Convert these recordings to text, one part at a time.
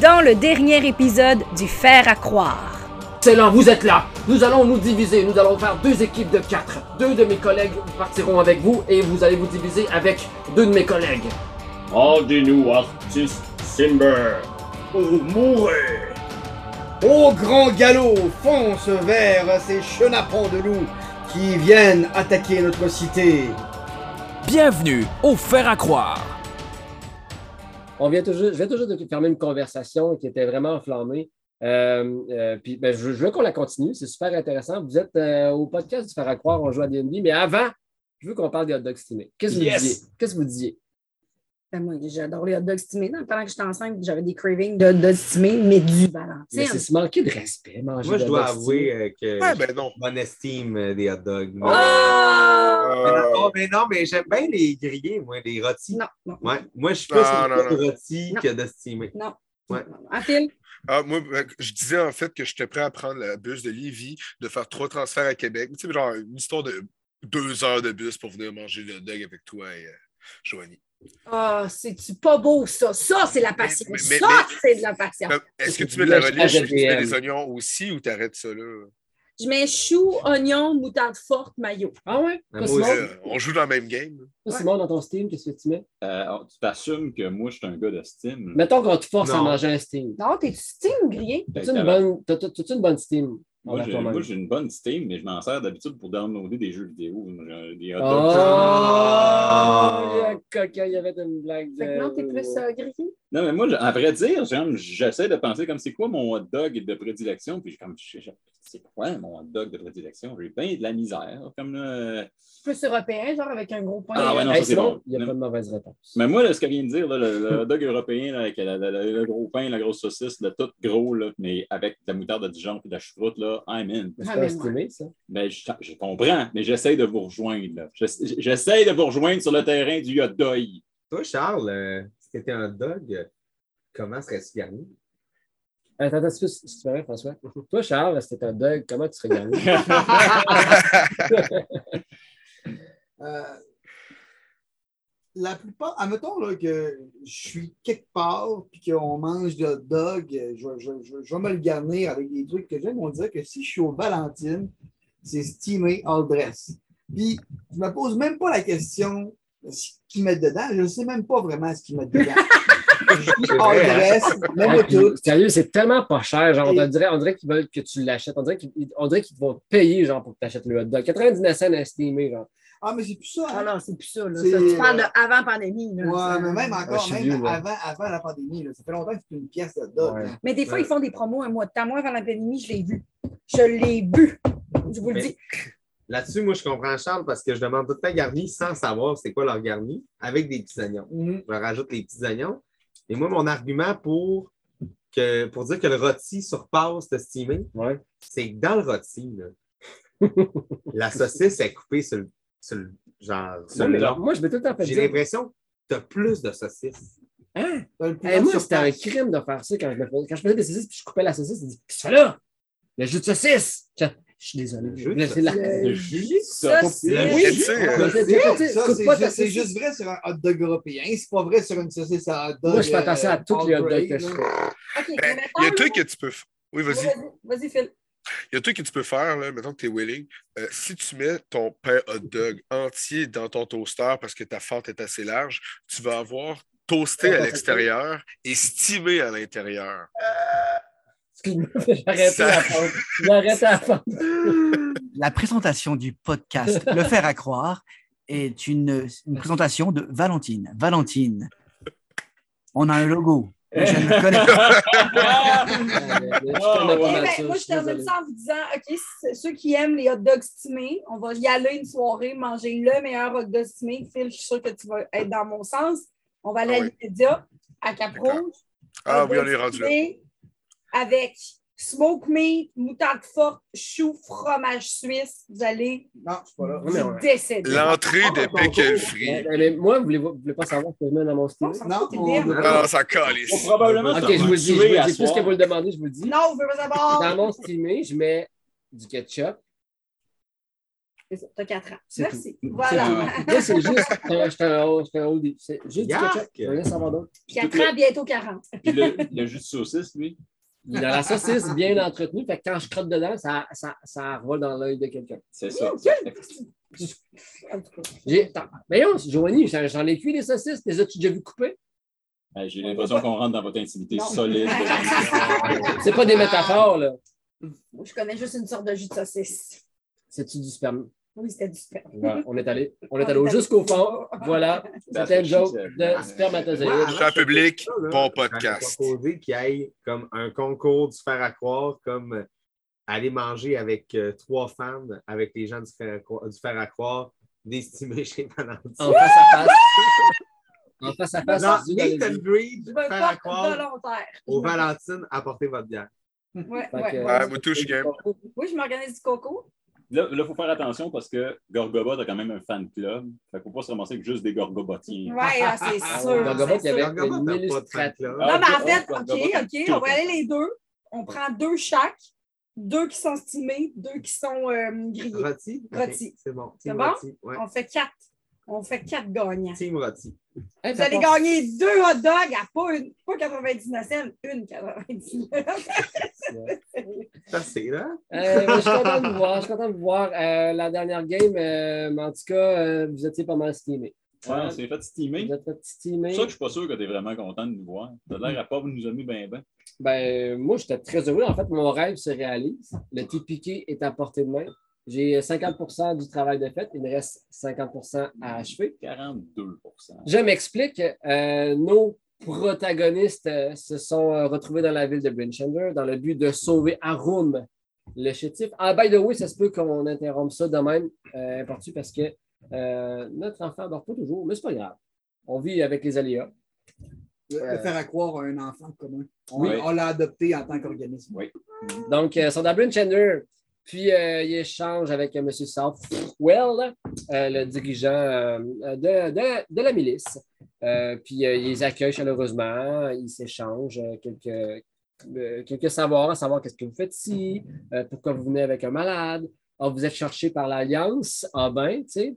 dans le dernier épisode du Faire à croire. Excellent, vous êtes là. Nous allons nous diviser. Nous allons faire deux équipes de quatre. Deux de mes collègues partiront avec vous et vous allez vous diviser avec deux de mes collègues. Rendez-nous, artiste Simber, ou mourrez. Au grand galop, fonce vers ces chenapans de loups qui viennent attaquer notre cité. Bienvenue au Faire à croire. On vient toujours, je viens toujours de fermer une conversation qui était vraiment enflammée. Euh, euh, puis ben, je, je veux qu'on la continue, c'est super intéressant. Vous êtes euh, au podcast du Faire à croire, on joue à D&D, mais avant, je veux qu'on parle des hot dogs stimés. Qu'est-ce que vous Yes. disiez? Qu'est-ce que vous disiez? Ben, moi, j'adore les hot dogs stimés. Dans le temps que j'étais enceinte, j'avais des cravings de hot dogs stimés, mais du Mais C'est Valentine. se manquer de respect, manger Moi, je des dois hot dogs stimés. avouer euh, que Ah j'ai ben non. Oh. une bonne estime euh, des hot dogs. moi. Ah! Euh, Oh, mais non, mais j'aime bien les grillés, moi, les rôtis. Non, non. Ouais. Moi, je suis plus Non, une non, non. rôti Non. que d'estimé. Non. Ouais. En fil, ah, moi, euh, je disais en fait que j'étais prêt à prendre le bus de Lévis, de faire trois transferts à Québec. Tu sais, genre une histoire de deux heures de bus pour venir manger le hot dog avec toi et euh, Joanie. ah, c'est-tu pas beau, ça? Ça, c'est la passion. Mais- mais- ça, mais- c'est de la passion. Euh, Est-ce que que tu mets de la tu voulais relish, acheter à est-ce que tu GDM? mets des oignons aussi ou t'arrêtes ça là? Je mets chou, oignon, moutarde forte, maillot. Ah ouais? Ah, Toi, moi Simon, aussi. Euh, on joue dans le même game. Toi, Simon, dans ton Steam, qu'est-ce que tu mets? Euh, alors, tu t'assumes que moi, je suis un gars de Steam. Mettons qu'on te force à Non. manger un Steam. Non, t'es-tu steam grillé? Fait T'as-tu une, que, bonne- t'as- t'as- t'as-tu une bonne Steam? Ben, Moi, envers j'ai- toi-même? moi, j'ai une bonne Steam, mais je m'en sers d'habitude pour downloader des jeux vidéo. euh, Des hot Ah. dogs. Oh! Le coquin, il y avait une blague de. Fait que non, t'es plus euh, grillé? Non, mais moi, j'- à vrai dire, j'aime- j'essaie de penser comme c'est quoi mon hot dog de prédilection. Puis, comme, je- je- c'est quoi mon hot dog de prédilection? J'ai bien de la misère. Comme, euh, Plus européen, genre avec un gros point. Ah ouais, non, Hey, ça, c'est Simon, bon. Il n'y a Non. pas de mauvaise réponse. Mais moi, là, ce que vient de dire, là, le, le hot dog européen là, avec la- la- la- le gros pain, la grosse saucisse, le tout gros, là, mais avec de la moutarde de Dijon et de la choucroute, là, I'm in. C'est pas Ah, mais estimé, ça. Ben, je, je comprends, mais j'essaie de vous rejoindre. là. J'essa- J'essaie de vous rejoindre sur le terrain du hot dog. Toi, Charles, euh, si t'étais un hot dog, euh, comment serais-tu garni? Attends, attends, si tu- si tu permets, François. Toi, Charles, c'était un dog. Comment tu serais gagné? Euh, la plupart, admettons là, que je suis quelque part puis qu'on mange de hot dog, euh, je, vais- je vais- je vais- je vais me le garnir avec des trucs que j'aime. On dirait que si je suis au Valentine, c'est steamé all dress. Puis je me pose même pas la question de ce qu'ils mettent dedans. Je ne sais même pas vraiment ce qu'ils mettent dedans. je dis all vrai, hein? dress, Ah, même puis, tout. Sérieux, c'est tellement pas cher. Genre, on, te Et- dirait, on dirait qu'ils veulent que tu l'achètes. On dirait qu'ils on dirait qu'ils vont te payer genre, pour que tu achètes le hot dog. 99 cents à estimer. Genre. Ah, mais c'est plus ça. hein? Ah non, c'est plus ça, là. C'est- euh, Ça, tu parles de avant pandémie, là. Ça- Ouais, mais même Ah, je encore, suis même vieux, là. avant, avant la pandémie, là, ça fait longtemps que c'est une pièce de hot dog. Ouais. là. Mais des fois, Ouais. ils font des promos un mois de temps. Moi, avant la pandémie, je l'ai vu. Je l'ai bu. Je vous le Mais- dis. Là-dessus, moi, je comprends Charles parce que je demande tout le temps garni sans savoir c'est quoi leur garni avec des petits oignons. Mhm. Je leur rajoute les petits oignons. Et moi, mon argument pour, que, pour dire que le rôti surpasse le steamé, Ouais. c'est que dans le rôti, là, la saucisse est coupée sur le, sur le- genre, sur Non, le mais long. moi, je vais tout le temps faire J'ai dire- l'impression que tu as plus de saucisse. Hein? T'as le plus Hey, de moi, c'était un surprise. crime de faire ça quand je, me faisais, quand je faisais des saucisses puis je coupais la saucisse. Je dis Qu'est-ce que tu fais là? Le jus de saucisse! Je, je suis désolé. Le je jus de voulais- c'est la- Le jus de Ça, saucisse. c'est- Oui, Et tu sais, Je- euh, je- je- je- je- Ça, coupe c'est pas ju- ta c'est saucisse. juste vrai sur un hot dog européen. C'est pas vrai sur une saucisse à hot dog. Moi, je fais euh, attention à tous les hot dogs que je all fais. grade, là. OK, mais Ben, mettons, il y a un truc là- que tu peux faire. Oui, vas-y. Vas-y, vas-y, Phil. Il y a un truc que tu peux faire, là, mettons que tu es willing. Euh, si tu mets ton pain hot dog entier dans ton toaster parce que ta fente est assez large, tu vas avoir toasté à l'extérieur et stimé à l'intérieur. Excuse-moi, j'arrêtais à fond. J'arrêtais à fond. La présentation du podcast Le faire à croire est une, une présentation de Valentine. Valentine, on a un logo. Je ne connais pas. Je connais pas mal Eh Oh, ouais. ben, Ah, ça, moi, je suis je désolé. termine ça en vous disant, OK, c- ceux qui aiment les hot dogs stimés, on va y aller une soirée, manger le meilleur hot dog stimé. Phil, je suis sûre que tu vas être dans mon sens. On va aller Ah à oui. l'Ipédia, à Cap D'accord. Rouge. Ah hot oui, dog on est rendu là. stimé Avec smoke meat, moutarde forte, chou, fromage suisse. Vous allez Non, je suis pas Non, là. mais ouais. décéder. L'entrée de bacon free. Mais- mais moi, vous voulez, vous voulez pas savoir ce que je mets dans mon style? Non, ça- Non, C'est on bien. veut pas. Ah Non, ça calisse. On probablement Ok, s'en je vous va le dis, je vous tuer le à dis. Plus soir. que vous le demandez, je vous le dis. Non, je veux pas savoir. Dans mon steamé, je mets du ketchup, C'est ça, t'as 4 ans. C'est Merci. Voilà. Là, c'est juste, je suis un haut- je suis un haut dé- c'est juste du Yuck! ketchup. Je veux rien savoir d'autre. 4 ans, bientôt 40. Puis le, le jus de saucisse, lui. Il est Dans la saucisse bien entretenue, fait que quand je crotte dedans, ça, ça, ça revole dans l'œil de quelqu'un. C'est ça. En tout cas, J'ai- attends, Mais non, Joanie, j'en j'en ai cuit des saucisses, les as-tu déjà vu couper? Ben, J'ai l'impression qu'on rentre dans votre intimité Non. solide. C'est pas des métaphores, là. moi, je connais juste une sorte de jus de saucisse. C'est-tu du sperme? Oui, c'était du sperme. Voilà, on est allé, on est allé au- jusqu'au fond. Voilà, c'était une joke de Moi, spermatozoïde. avant, Grand public, ça, là, bon j'aurais podcast. proposé qu'il y ait comme un concours du fer à croire, comme euh, aller manger avec euh, trois femmes, avec les gens du fer à croire, du fer à croire d'estimer chez Valentine. En face à face. En face à face. Non, c'est du meet and Valentine. greet, Je veux fer à pas croire, volontaire. au Valentine, apportez votre bière. Ouais, ouais, Fait que, ouais. Ah, moi, tout, je suis game. Oui, je m'organise du coco. Là, il faut faire attention parce que Gorgobot a quand même un fan club. Fait qu'on faut pas se ramasser avec juste des Gorgobotiers. Oui, c'est Ah, sûr. dans c'est Gobot, il y sûr. avait Regarde, t'as une pas de illustrate- fan club. Non, mais en Ah, fait, Gorgobot, OK, OK, on va aller les deux. On prend deux chaque, deux qui sont stimés, deux qui sont euh, grillés. Rôti? Ok, Rôti. C'est bon. C'est Team bon? Rôti, ouais. On fait quatre. On fait quatre gagnants. Team Rôti. Hey, Vous ça allez passe- gagner deux hot dogs à pas, une, pas 99 cents, une 99. Ça, c'est là. Euh, moi, je suis content de vous voir. Je suis content de vous voir. Euh, la dernière game, euh, mais en tout cas, euh, vous étiez pas mal steamés. Ouais, Hein? on s'est fait steamer. Vous C'est êtes fait pour steamer. ça que je suis pas sûr que tu es vraiment content de nous voir. T'as l'air à pas nous aimer bien, ben. Ben, moi, j'étais très heureux. En fait, mon rêve se réalise. Le thé piqué est à portée de main. J'ai 50 du travail de fait. Il me reste 50 à achever. 42 Je m'explique. Euh, nos protagonistes euh, se sont euh, retrouvés dans la ville de Brinchender dans le but de sauver Arum, le chétif. Ah, by the way, ça se peut qu'on interrompe ça de même, euh, importu, parce que euh, notre enfant dort pas toujours, mais c'est pas grave. On vit avec les aléas. Le, le faire à croire à un enfant commun. On, Oui. on l'a adopté en tant qu'organisme. Donc, euh, ils sont à Brinchender. Puis, euh, ils échangent avec euh, M. Southwell, euh, le dirigeant euh, de, de- de la milice. Euh, puis, euh, ils les accueillent chaleureusement. Ils s'échangent euh, quelques, euh, quelques savoirs, à savoir qu'est-ce que vous faites ici, euh, pourquoi vous venez avec un malade. Ah, vous êtes cherché par l'Alliance. Ah ben, tu sais.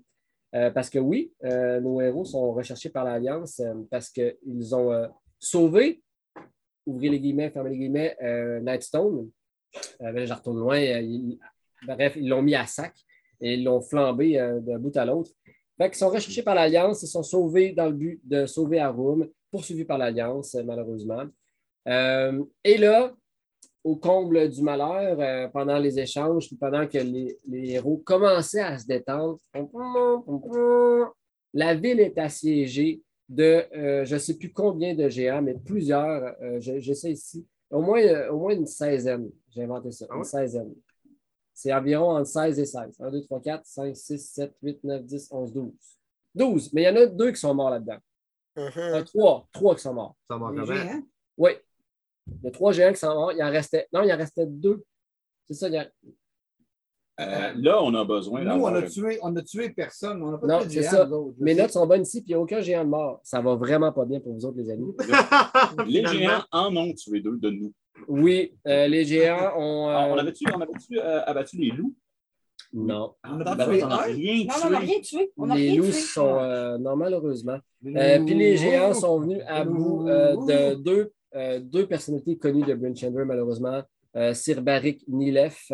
Euh, parce que oui, euh, nos héros sont recherchés par l'Alliance euh, parce qu'ils ont euh, sauvé, ouvrez les guillemets, fermez les guillemets, euh, Nightstone. Euh, ben, je retourne loin. euh, ils- bref, ils l'ont mis à sac et ils l'ont flambé euh, d'un bout à l'autre. Fait qu'ils sont recherchés par l'Alliance, ils sont sauvés dans le but de sauver Arum, poursuivis par l'Alliance, euh, malheureusement. Euh, et là, au comble du malheur, euh, pendant les échanges, puis pendant que les, les héros commençaient à se détendre, la ville est assiégée de euh, je ne sais plus combien de géants, mais plusieurs, euh, je, je sais ici, au moins, euh, au moins une seizaine. J'ai inventé ça, Ah une ouais? seizaine. C'est environ entre 16 et 16. 1, 2, 3, 4, 5, 6, 7, 8, 9, 10, 11, 12. 12, mais il y en a deux qui sont morts là-dedans. Euh, Uh-huh. trois, trois qui sont morts. Ça m'en Les revient. hein? géants, Oui. Il y a trois géants qui sont morts. Il en restait. Non, il en restait deux. C'est ça. il y en- Euh, Euh, là, on a besoin nous, on d'avoir- a, tué, on a tué personne. On n'a pas Non, tué de c'est géants, ça. nous autres. Je Mes sais. notes sont bonnes ici, puis il n'y a aucun géant de mort. Ça va vraiment pas bien pour vous autres, les amis. Les Finalement. géants en ont tué deux de nous. Oui, euh, les géants ont. euh, Ah, on avait-tu on avait-tu, euh, abattu les loups? Non. On a n'a tué un. Non, rien non, on n'a tué. rien tué. On n'a Les rien loups tué. sont. euh, non, malheureusement. Euh, puis les géants sont venus à bout euh, de deux, euh, deux personnalités connues de Brinchender, malheureusement. Euh, Sir Barik Nilef,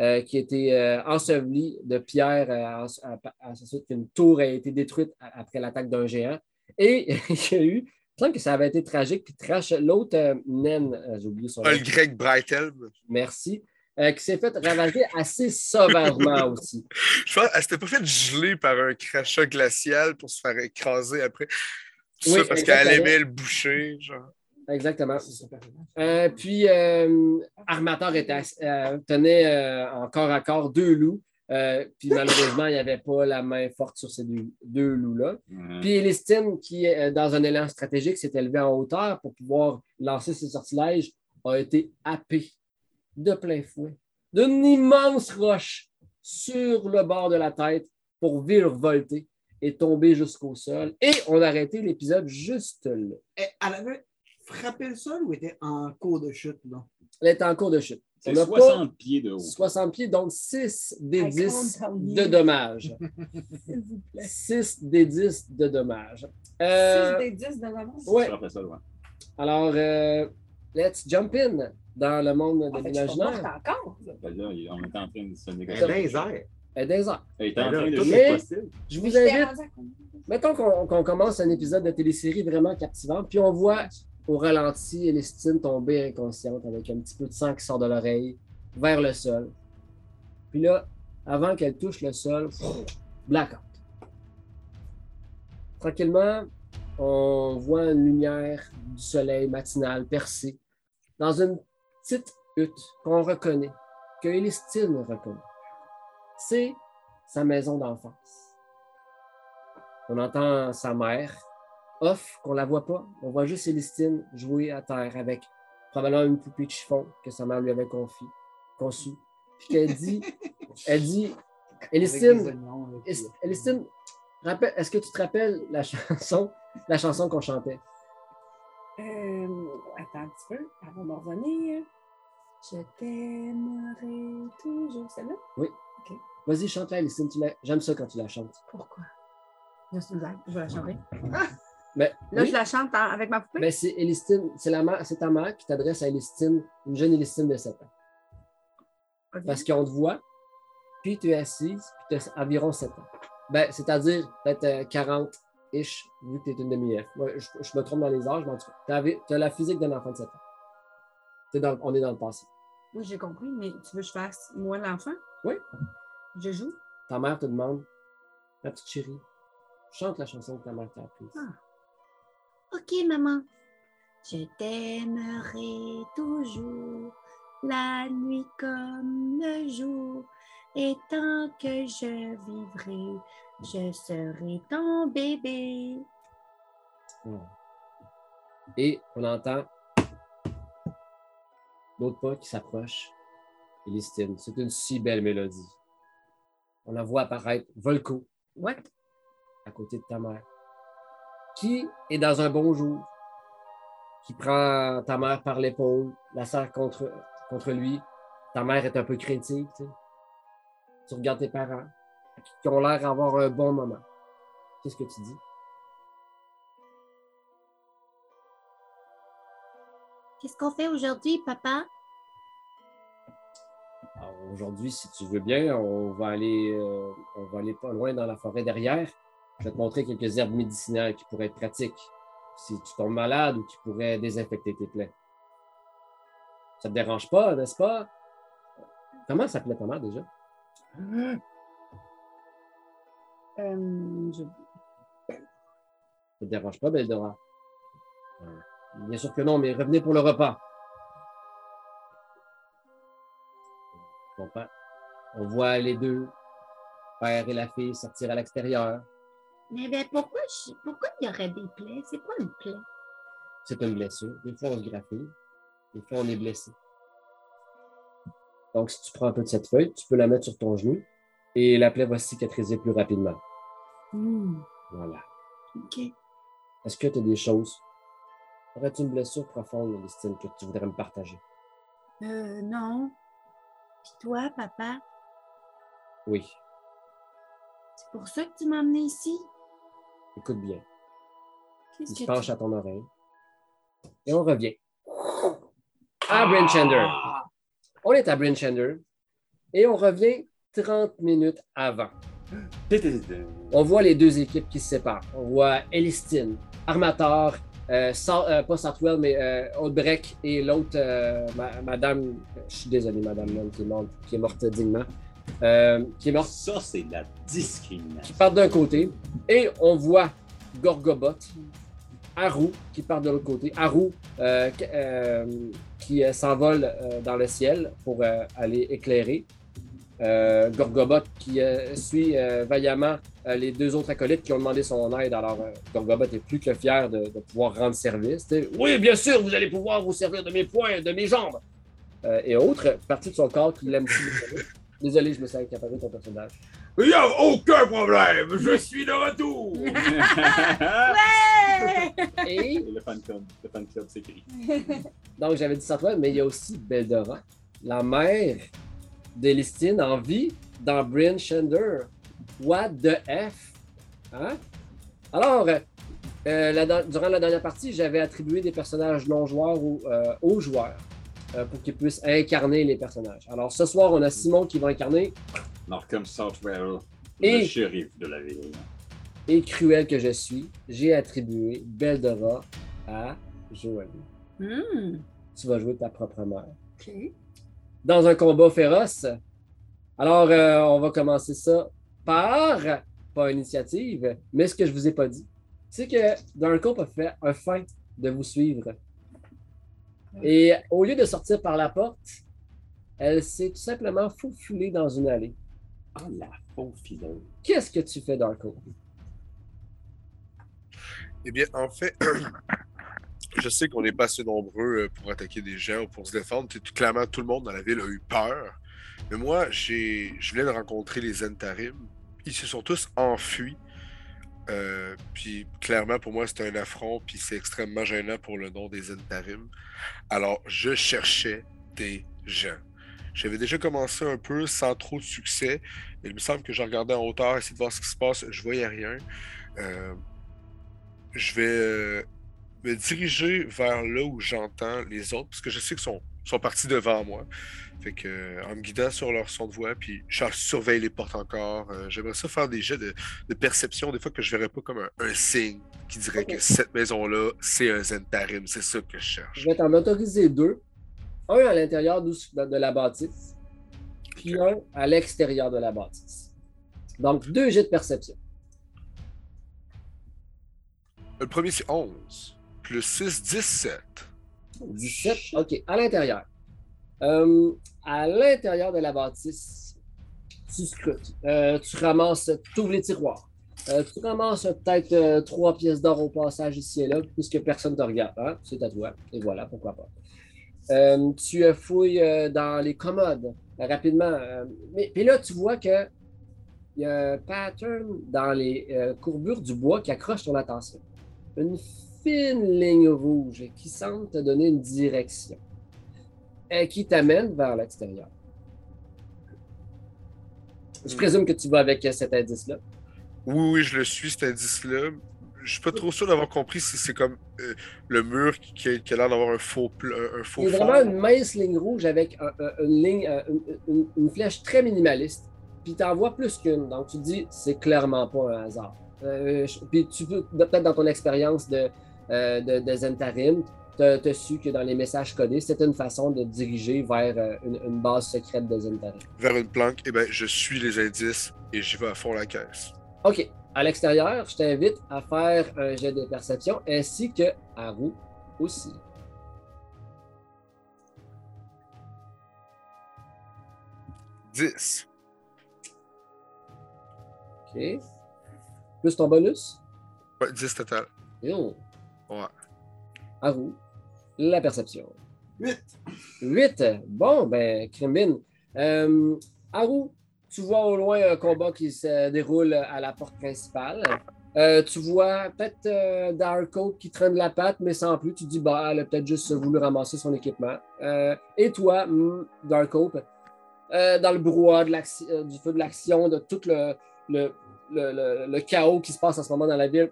euh, qui était euh, enseveli de pierres euh, en- à- à- à la suite qu'une tour a été détruite a- après l'attaque d'un géant. Et il y a eu, il me semble que ça avait été tragique, puis trash, l'autre euh, naine, euh, j'ai oublié son nom, Ah, le grec Breitelm. merci, euh, qui s'est fait ravager assez sauvagement aussi. Je pense qu'elle s'était pas faite geler par un crachat glacial pour se faire écraser après. Tout Oui, ça parce qu'elle exactement. aimait le boucher. Genre. Exactement. Euh, puis, euh, Armateur était ass- euh, tenait euh, en corps à corps deux loups. Euh, puis, malheureusement, il n'y avait pas la main forte sur ces deux, deux loups-là. Mhm. Puis, Elistine, qui, euh, dans un élan stratégique, s'est élevée en hauteur pour pouvoir lancer ses sortilèges, a été happée de plein fouet d'une immense roche sur le bord de la tête pour virevolter et tomber jusqu'au sol. Et on a arrêté l'épisode juste là. eh, Elle elle avait frappé le sol ou était en cours de chute? Non? Elle est en cours de chute. C'est On a 60 pieds de haut. 60 pieds, donc 6 des I 10 can't tell de you. dommages. S'il vous plaît. 6 des 10 de dommages. 6 Euh, des 10 de l'avance. ouais. Ça ferait ça, ouais. Alors, euh, let's jump in dans le monde de Ah, fait que je suis pas morte l'imaginaire. encore. Fait que là, il- on est en train de se Elle est dans négocier. les airs. Elle est dans les airs. Il est en Ben là, train de tout est jouer possible. Je Mais vous j'étais invite, rendue à combien? mettons qu'on qu'on commence un épisode de télésérie vraiment captivant, puis on voit au ralenti Elistine tomber inconsciente avec un petit peu de sang qui sort de l'oreille vers le sol. Puis là, avant qu'elle touche le sol, blackout. Tranquillement, on voit une lumière du soleil matinal percer dans une petite hutte qu'on reconnaît, que Elistine reconnaît. C'est sa maison d'enfance. On entend sa mère, off, qu'on la voit pas. On voit juste Célestine jouer à terre avec probablement une poupée de chiffon que sa mère lui avait confiée, conçue. Puis qu'elle dit, elle dit, Célestine, est- Elistine, rappelle- est-ce que tu te rappelles la chanson, la chanson qu'on chantait? Euh, attends un petit peu, avant de revenir. Je t'aimerai toujours. Celle-là? Vas-y, chante-la, Elistine. tu la- J'aime ça quand tu la chantes. Pourquoi? Là, c'est une blague. Je vais la chanter. Mais, Là, oui, je la chante en- avec ma poupée. mais c'est Elistine, c'est la mère- c'est ta mère qui t'adresse à Elistine, une jeune Elistine de 7 ans. Ok. Parce qu'on te voit, puis tu es assise, puis tu as environ 7 ans. Ben, c'est-à-dire peut-être euh, 40-ish, vu que tu es une demi-F. Moi, je, je me trompe dans les âges, mais en tout cas, tu as la physique d'un enfant de 7 ans. T'es dans- on est dans le passé. Oui, j'ai compris, mais tu veux que je fasse moi l'enfant? Oui. Je joue? Ta mère te demande, ma petite chérie, chante la chanson que ta mère t'a apprise. Ah. Ok, maman. Je t'aimerai toujours, la nuit comme le jour. Et tant que je vivrai, je serai ton bébé. Et on entend d'autres pas qui s'approchent. Elistine, c'est une si belle mélodie. On la voit apparaître Volko What? à côté de ta mère, qui est dans un bon jour, qui prend ta mère par l'épaule, la serre contre, contre lui. Ta mère est un peu critique. Tu, sais. Tu regardes tes parents, qui ont l'air d'avoir un bon moment. Qu'est-ce que tu dis? Qu'est-ce qu'on fait aujourd'hui, papa? Alors, Aujourd'hui, si tu veux bien, on va aller, euh, on va aller pas loin dans la forêt derrière. Je vais te montrer quelques herbes médicinales qui pourraient être pratiques si tu tombes malade ou qui pourraient désinfecter tes plaies. Ça te dérange pas, n'est-ce pas? Comment ça s'appelait ta mère déjà? Euh, je... Ça te dérange pas, Beldora? Bien sûr que non, mais revenez pour le repas. Bon, pa- On voit les deux, père et la fille, sortir à l'extérieur. Mais ben, pourquoi, je- pourquoi il y aurait des plaies? C'est quoi une plaie? c'est une blessure. Des fois, on se graphie. Des fois, on est blessé. Donc, si tu prends un peu de cette feuille, tu peux la mettre sur ton genou et la plaie va cicatriser plus rapidement. Hmm, Voilà. ok. Est-ce que tu as des choses? Aurais-tu une blessure profonde, Elistine, que tu voudrais me partager? Euh, non. Puis toi, papa, Oui. c'est pour ça que tu m'as amené ici? Écoute bien. Qu'est-ce Il se que penche tu- à ton oreille. Et on revient. À Brinchander. On est à Brinchander. Et on revient 30 minutes avant. On voit les deux équipes qui se séparent. On voit Elistine, Armator, euh, Sa- euh, pas Sartwell, mais euh, Odbreck et l'autre, euh, ma- Madame. Je suis désolé, Madame Lund, qui est morte, qui est morte dignement. Euh, qui est morte Ça, c'est de la qui discrimination. part d'un côté et on voit Gorgobot, Haru qui part de l'autre côté. Haru euh, qui, euh, qui, euh, s'envole euh, dans le ciel pour euh, aller éclairer. Euh, Gorgobot qui euh, suit euh, vaillamment euh, les deux autres acolytes qui ont demandé son aide. Alors, euh, Gorgobot est plus que fier de, de pouvoir rendre service. Tu sais, Oui, bien sûr, vous allez pouvoir vous servir de mes poings, de mes jambes. Euh, et autres parties de son corps qui l'aiment si beaucoup. Désolé, je me suis accaparé de ton personnage. Il n'y a aucun problème, je suis de retour. ouais! Et Et le fan club, le fan club s'écrit. donc, j'avais dit Sartoine, mais il y a aussi Beldora, la mère d'Elistine en vie dans Bryn Shender. What the F? Hein? Alors, euh, euh, la- durant la dernière partie, j'avais attribué des personnages non-joueurs aux, euh, aux joueurs euh, pour qu'ils puissent incarner les personnages. Alors, ce soir, on a Simon qui va incarner Markham Southwell, Et- le shérif de la ville. et cruel que je suis, j'ai attribué Beldora à Joanie. Hmm, Tu vas jouer ta propre mère. OK. dans un combat féroce. Alors, euh, on va commencer ça par, par initiative, mais ce que je vous ai pas dit, c'est que Darko a fait un fin de vous suivre. Et au lieu de sortir par la porte, elle s'est tout simplement faufilée dans une allée. Ah, la faux fileuse. Qu'est-ce que tu fais, Darko? Eh bien, en fait, je sais qu'on n'est pas assez nombreux euh, pour attaquer des gens ou pour se défendre. Tu sais, tout- clairement, tout le monde dans la ville a eu peur. Mais moi, j'ai, je viens de rencontrer les Zentarim. Ils se sont tous enfuis. Euh, puis clairement, pour moi, c'est un affront, puis c'est extrêmement gênant pour le nom des Zentarim. Alors, je cherchais des gens. J'avais déjà commencé un peu sans trop de succès. Il me semble que je regardais en hauteur, essayer de voir ce qui se passe. Je voyais rien. Euh, je vais euh, me diriger vers là où j'entends les autres, parce que je sais qu'ils sont, sont partis devant moi. Fait que, euh, en me guidant sur leur son de voix, puis je surveille les portes encore. euh, J'aimerais ça faire des jets de, de perception, des fois que je verrais pas comme un, un signe qui dirait que cette maison-là, c'est un Zentarim. C'est ça que je cherche. Je vais t'en autoriser deux. Un à l'intérieur d'où- de de la bâtisse, puis un à l'extérieur de la bâtisse. Donc, deux jets de perception. Le premier, c'est 11. Plus 6, 17. 17. OK. À l'intérieur. Euh, à l'intérieur de la bâtisse, tu scrutes. Euh, tu ramasses, tu ouvres les tiroirs. Euh, tu ramasses peut-être euh, trois pièces d'or au passage ici et là, puisque personne ne te regarde. hein. C'est à toi. Et voilà, pourquoi pas. Euh, tu euh, fouilles euh, dans les commodes euh, rapidement. euh, mais puis là, tu vois que il y a un pattern dans les euh, courbures du bois qui accroche ton attention. Une fine ligne rouge qui semble te donner une direction et qui t'amène vers l'extérieur. Je présume que tu vas avec euh, cet indice-là. Oui, oui, je le suis, cet indice-là. Je suis pas trop sûr d'avoir compris si c'est comme euh, le mur qui, qui a- qui a l'air d'avoir un faux, pl- un, un faux Il y a fond. vraiment une mince ligne rouge avec un- un- une, ligne, euh, une, une- une flèche très minimaliste. Puis tu en vois plus qu'une. Donc tu te dis, c'est clairement pas un hasard. Euh, je- puis tu peux, peut-être dans ton expérience de, euh, de, de Zentarim, tu as su que dans les messages codés, c'était une façon de diriger vers euh, une, une base secrète de Zentarim. vers une planque, eh ben, je suis les indices et j'y vais à fond la caisse. OK. À l'extérieur, je t'invite à faire un jet de perception ainsi que à roue aussi. Dix. OK. Plus ton bonus. Ouais, 10 total. Et on- Ouais. À vous. La perception. 8. 8. Bon, ben, Krimbin. Euh, Haru, tu vois au loin un combat qui se déroule à la porte principale. Euh, tu vois peut-être euh, Darko qui traîne la patte, mais sans plus. Tu dis, bah, elle a peut-être juste voulu ramasser son équipement. Euh, et toi, hmm, Darko, euh, dans le brouhaha de l'acti- euh, du feu de l'action, de tout le, le, le- le- le chaos qui se passe en ce moment dans la ville,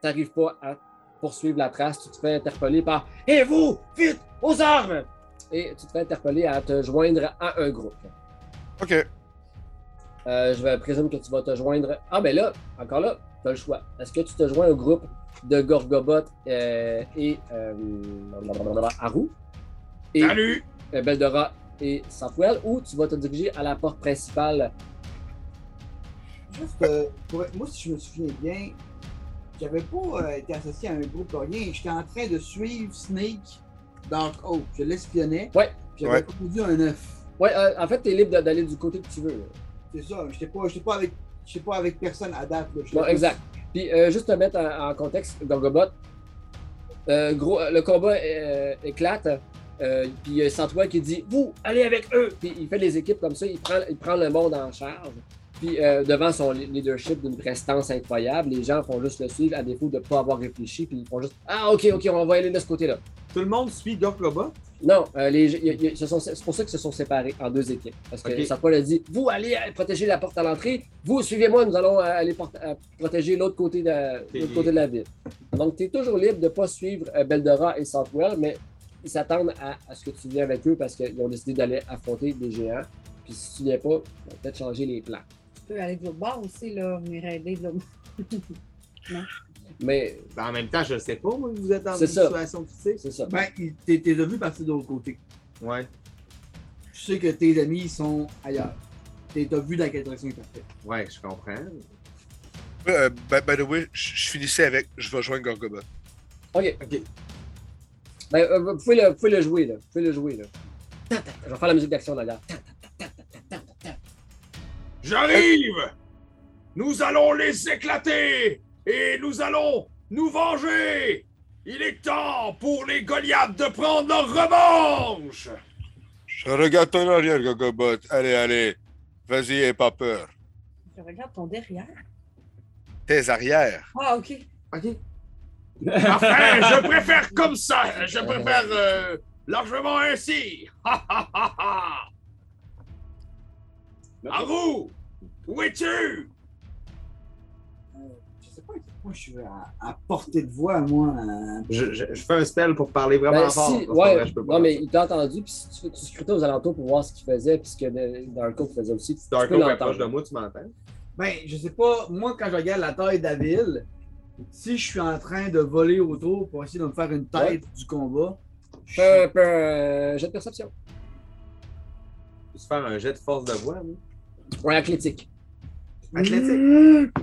t'arrives pas à poursuivre la trace. Tu te fais interpeller par Et vous, vite, aux armes et tu te fais interpeller à te joindre à un groupe. Ok. Euh, je vais- présume que tu vas te joindre. Ah, ben là, encore là, tu as le choix. Est-ce que tu te joins au groupe de Gorgobot euh, et euh, blablabla, Haru et Salut! euh, Beldora et Safwell ou tu vas te diriger à la porte principale? Juste, euh, pour- moi, si je me souviens bien, j'avais pas euh, été associé à un groupe ou rien. J'étais en train de suivre Snake dans Oak. Je l'espionnais. Ouais. Puis J'avais Ouais. conduit un œuf. Ouais, euh, en fait, tu es libre de- d'aller du côté que tu veux. là. C'est ça. J'étais pas, j'étais pas avec. j'étais pas avec personne à date. là. J'étais Non, pas- exact. Puis euh, juste te mettre en, en contexte, Gorgobot, euh, gros, euh, le combat euh, éclate. euh, puis il y a Santois qui dit Vous, allez avec eux Puis il fait les équipes comme ça, il prend, il prend le monde en charge. Puis euh, devant son leadership d'une prestance incroyable, les gens font juste le suivre à défaut de ne pas avoir réfléchi. Puis ils font juste Ah, OK, OK, on va aller de ce côté-là. Tout le monde suit Gork Lobot? Non, euh, les, y- y- y- se sont- c'est pour ça qu'ils se sont séparés en deux équipes. Parce que Ok. Sarpol a dit Vous allez euh, protéger la porte à l'entrée, vous suivez-moi, nous allons euh, aller porte- euh, protéger l'autre côté, de, l'autre côté de la ville. Donc, tu es toujours libre de ne pas suivre euh, Beldora et Southwell, mais ils s'attendent à, à ce que tu viennes avec eux parce qu'ils ont décidé d'aller affronter des géants. Puis si tu viens pas, ils vont peut-être changer les plans. Tu peux aller de l'autre bord aussi, là, venir aider de l'autre Mais Ben, en même temps, je sais pas, moi, vous êtes dans C'est une ça. situation critique. c'est ça. Ben, il- t'es t'es vu partir de l'autre côté. Ouais, Tu sais que tes amis ils sont ailleurs. T'es t'as vu dans quelle direction ils partaient. ouais, je comprends. Euh, by, by the way, je je finissais avec je vais joindre Gorgobot. OK. OK. Ben, euh, vous, pouvez le, vous pouvez le jouer, là. Vous pouvez le jouer, là. Tan, tan. Je vais faire la musique d'action, d'ailleurs. Tan, tan, tan, tan, tan, tan, tan. J'arrive Nous allons les éclater et nous allons nous venger Il est temps pour les Goliaths de prendre leur revanche Je regarde ton arrière, Gorgobot. Allez, allez. Vas-y, aie pas peur. Je regarde ton derrière. Tes arrières. Ah, OK. OK. Enfin, je préfère comme ça, je préfère euh, largement ainsi Ha, ha, ha, ha. Haru, Où es-tu Euh, Je sais pas à quel point je suis à, à portée de voix, moi. à- Je, je- je fais un spell pour parler vraiment Ben, fort. si, parce que ouais, vrai, je peux pas non, mais faire il t'a entendu, puis si tu, tu scrutais aux alentours pour voir ce qu'il faisait, puis ce que de- Darko faisait aussi, tu, ça. tu Darko peux approche de l'entendre. moi, tu m'entends? Ben, je sais pas, moi, quand je regarde la taille de la ville, si je suis en train de voler autour pour essayer de me faire une tête du combat, je Fais un peu un jet de perception. Peux-tu faire un jet de force de voix, hein? moi? Ou un athlétique. Mm. Athlétique.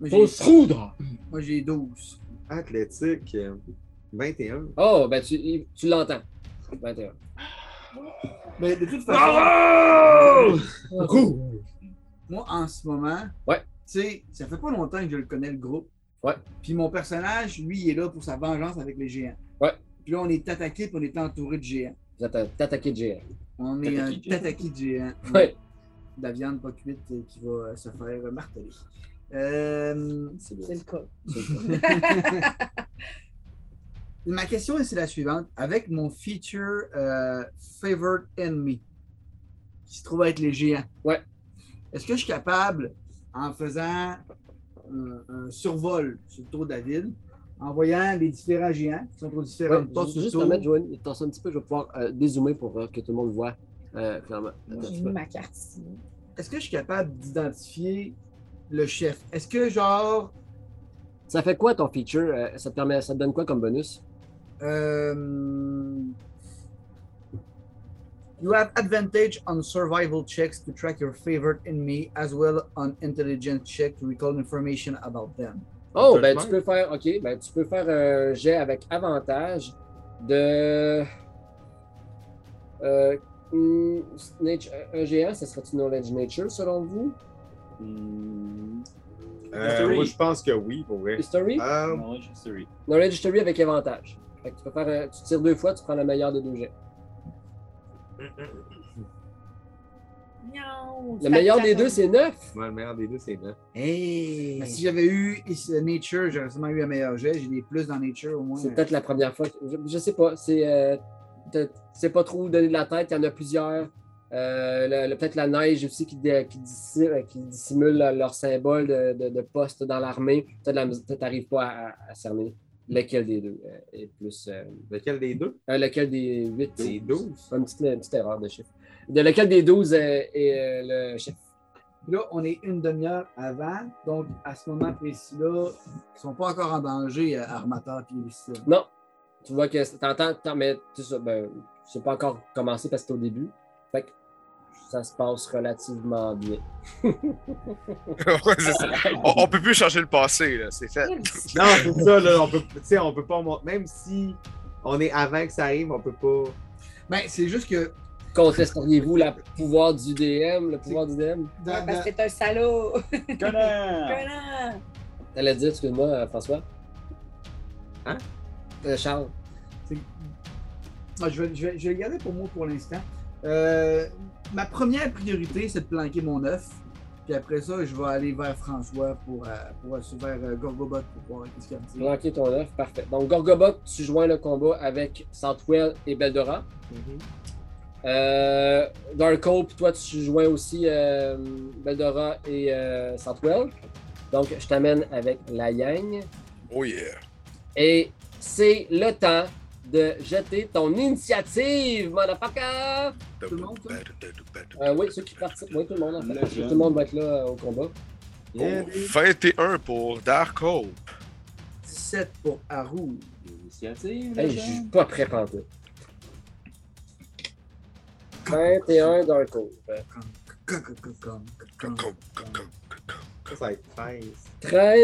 moi, j'ai- foudre! moi, j'ai 12. Athlétique. euh, 21. Oh, ben tu, il- tu l'entends. 21. Ben, de toute façon, Haru moi, en ce moment, Ouais. tu sais, ça fait pas longtemps que je le connais, le groupe. Ouais. Puis mon personnage, lui, il est là pour sa vengeance avec les géants. Ouais. Puis là, on est attaqué, puis on est entouré de géants. Vous êtes atta- attaqué de géant. On est un Tataki géant. tataki de géant. Ouais. De la viande pas cuite euh, qui va euh, se faire euh, marteler. Euh, C'est C'est bien. le cas. Ma question c'est la suivante. Avec mon feature euh, Favorite Enemy, qui se trouve être les géants, Ouais. est-ce que je suis capable, en faisant un, un survol sur le tour de la ville, en voyant les différents géants qui sont aux Ouais, différentes je portes vais sur le juste tour, te mettre, Joanne, t'en un petit peu, je vais pouvoir euh, dézoomer pour euh, que tout le monde voit, euh, clairement. Attends un J'ai petit mis peu. ma carte ici. est-ce que je suis capable d'identifier le chef? Est-ce que genre Ça fait quoi ton feature? Euh, ça, te permet, ça te donne quoi comme bonus? Euh, you have advantage on survival checks to track your favorite enemy, as well on intelligence check to recall information about them. Oh, peut ben le tu faire. peux faire, ok, ben tu peux faire un jet avec avantage de. Euh, hmm, nature- un géant, ça serait-tu Knowledge Nature selon vous? Hmm, Euh, History. moi, je pense que oui, pour vrai. History? Euh, knowledge history. Knowledge History avec avantage. Fait que tu peux faire, un- tu tires deux fois, tu prends le meilleur des deux jets. Miaou, Le meilleur des deux, c'est 9. moi, le meilleur des deux, c'est 9. Hey! Si j'avais eu is- Nature, j'aurais sûrement eu un meilleur jet. J'ai des plus dans Nature au moins. C'est peut-être la première fois. que- Je, je sais pas. C'est, euh, t'as- tu sais pas trop où donner de la tête. Il y en a plusieurs. Euh, le- le- peut-être la neige aussi qui, dé- qui dissimule, qui dissimule leur, leur symbole de, de- de poste dans l'armée. Peut-être la- peut-être t'arrives pas à, à- à cerner lequel des deux euh, est plus. euh, Lequel des deux? euh, lequel des huit. Des douze. Une petite, une petite erreur de chiffre. De lequel des douze est, est, euh, le chef. Puis Là, on est une demi-heure avant, donc à ce moment précis-là, ils sont pas encore en danger, euh, Armata puis Lucille. Non. Tu vois que c'est- t'entends, t'en- mais tout ça, ben, c'est pas encore commencé parce que c'est au début. Fait que ça se passe relativement bien. Ouais, c'est ça. on, on peut plus changer le passé, là. C'est fait. Non, c'est ça, là, on peut, tu sais, on peut pas monter. Même si on est avant que ça arrive, on peut pas. Ben, c'est juste que Contesteriez-vous le pouvoir du DM, le pouvoir du DM? dans- Ouais, parce dans- que t'es un salaud. Connard! Collant. T'allais dire, excuse-moi, euh, François? Hein? Euh, Charles. C'est- Ah, je, vais, je, vais, je vais le garder pour moi pour l'instant. Euh, ma première priorité, c'est de planquer mon œuf. Puis après ça, je vais aller vers François pour, euh, pour euh, vers euh, Gorgobot pour voir qu'est-ce qu'il y a à dire. Planquer ton œuf, parfait. Donc, Gorgobot, tu joins le combat avec Santwell et Beldora. Mhm. Euh, Dark Hope, toi, tu joins aussi euh, Beldora et euh, Santwell. Donc, je t'amène avec la Yang. Oh yeah. Et c'est le temps de jeter ton initiative, motherfucker! Tout le monde, ça? Euh, oui, ceux qui participent, oui, tout le monde, en fait. Le Tout jeune. le monde va être là euh, au combat. Oh, 21 pour Dark Hope. 17 pour Haru. Initiative, Hey, je suis pas prêt pour tout. 21 Dark Hope. Comme, comme, comme, comme, comme, comme. Ça, ça va être 13.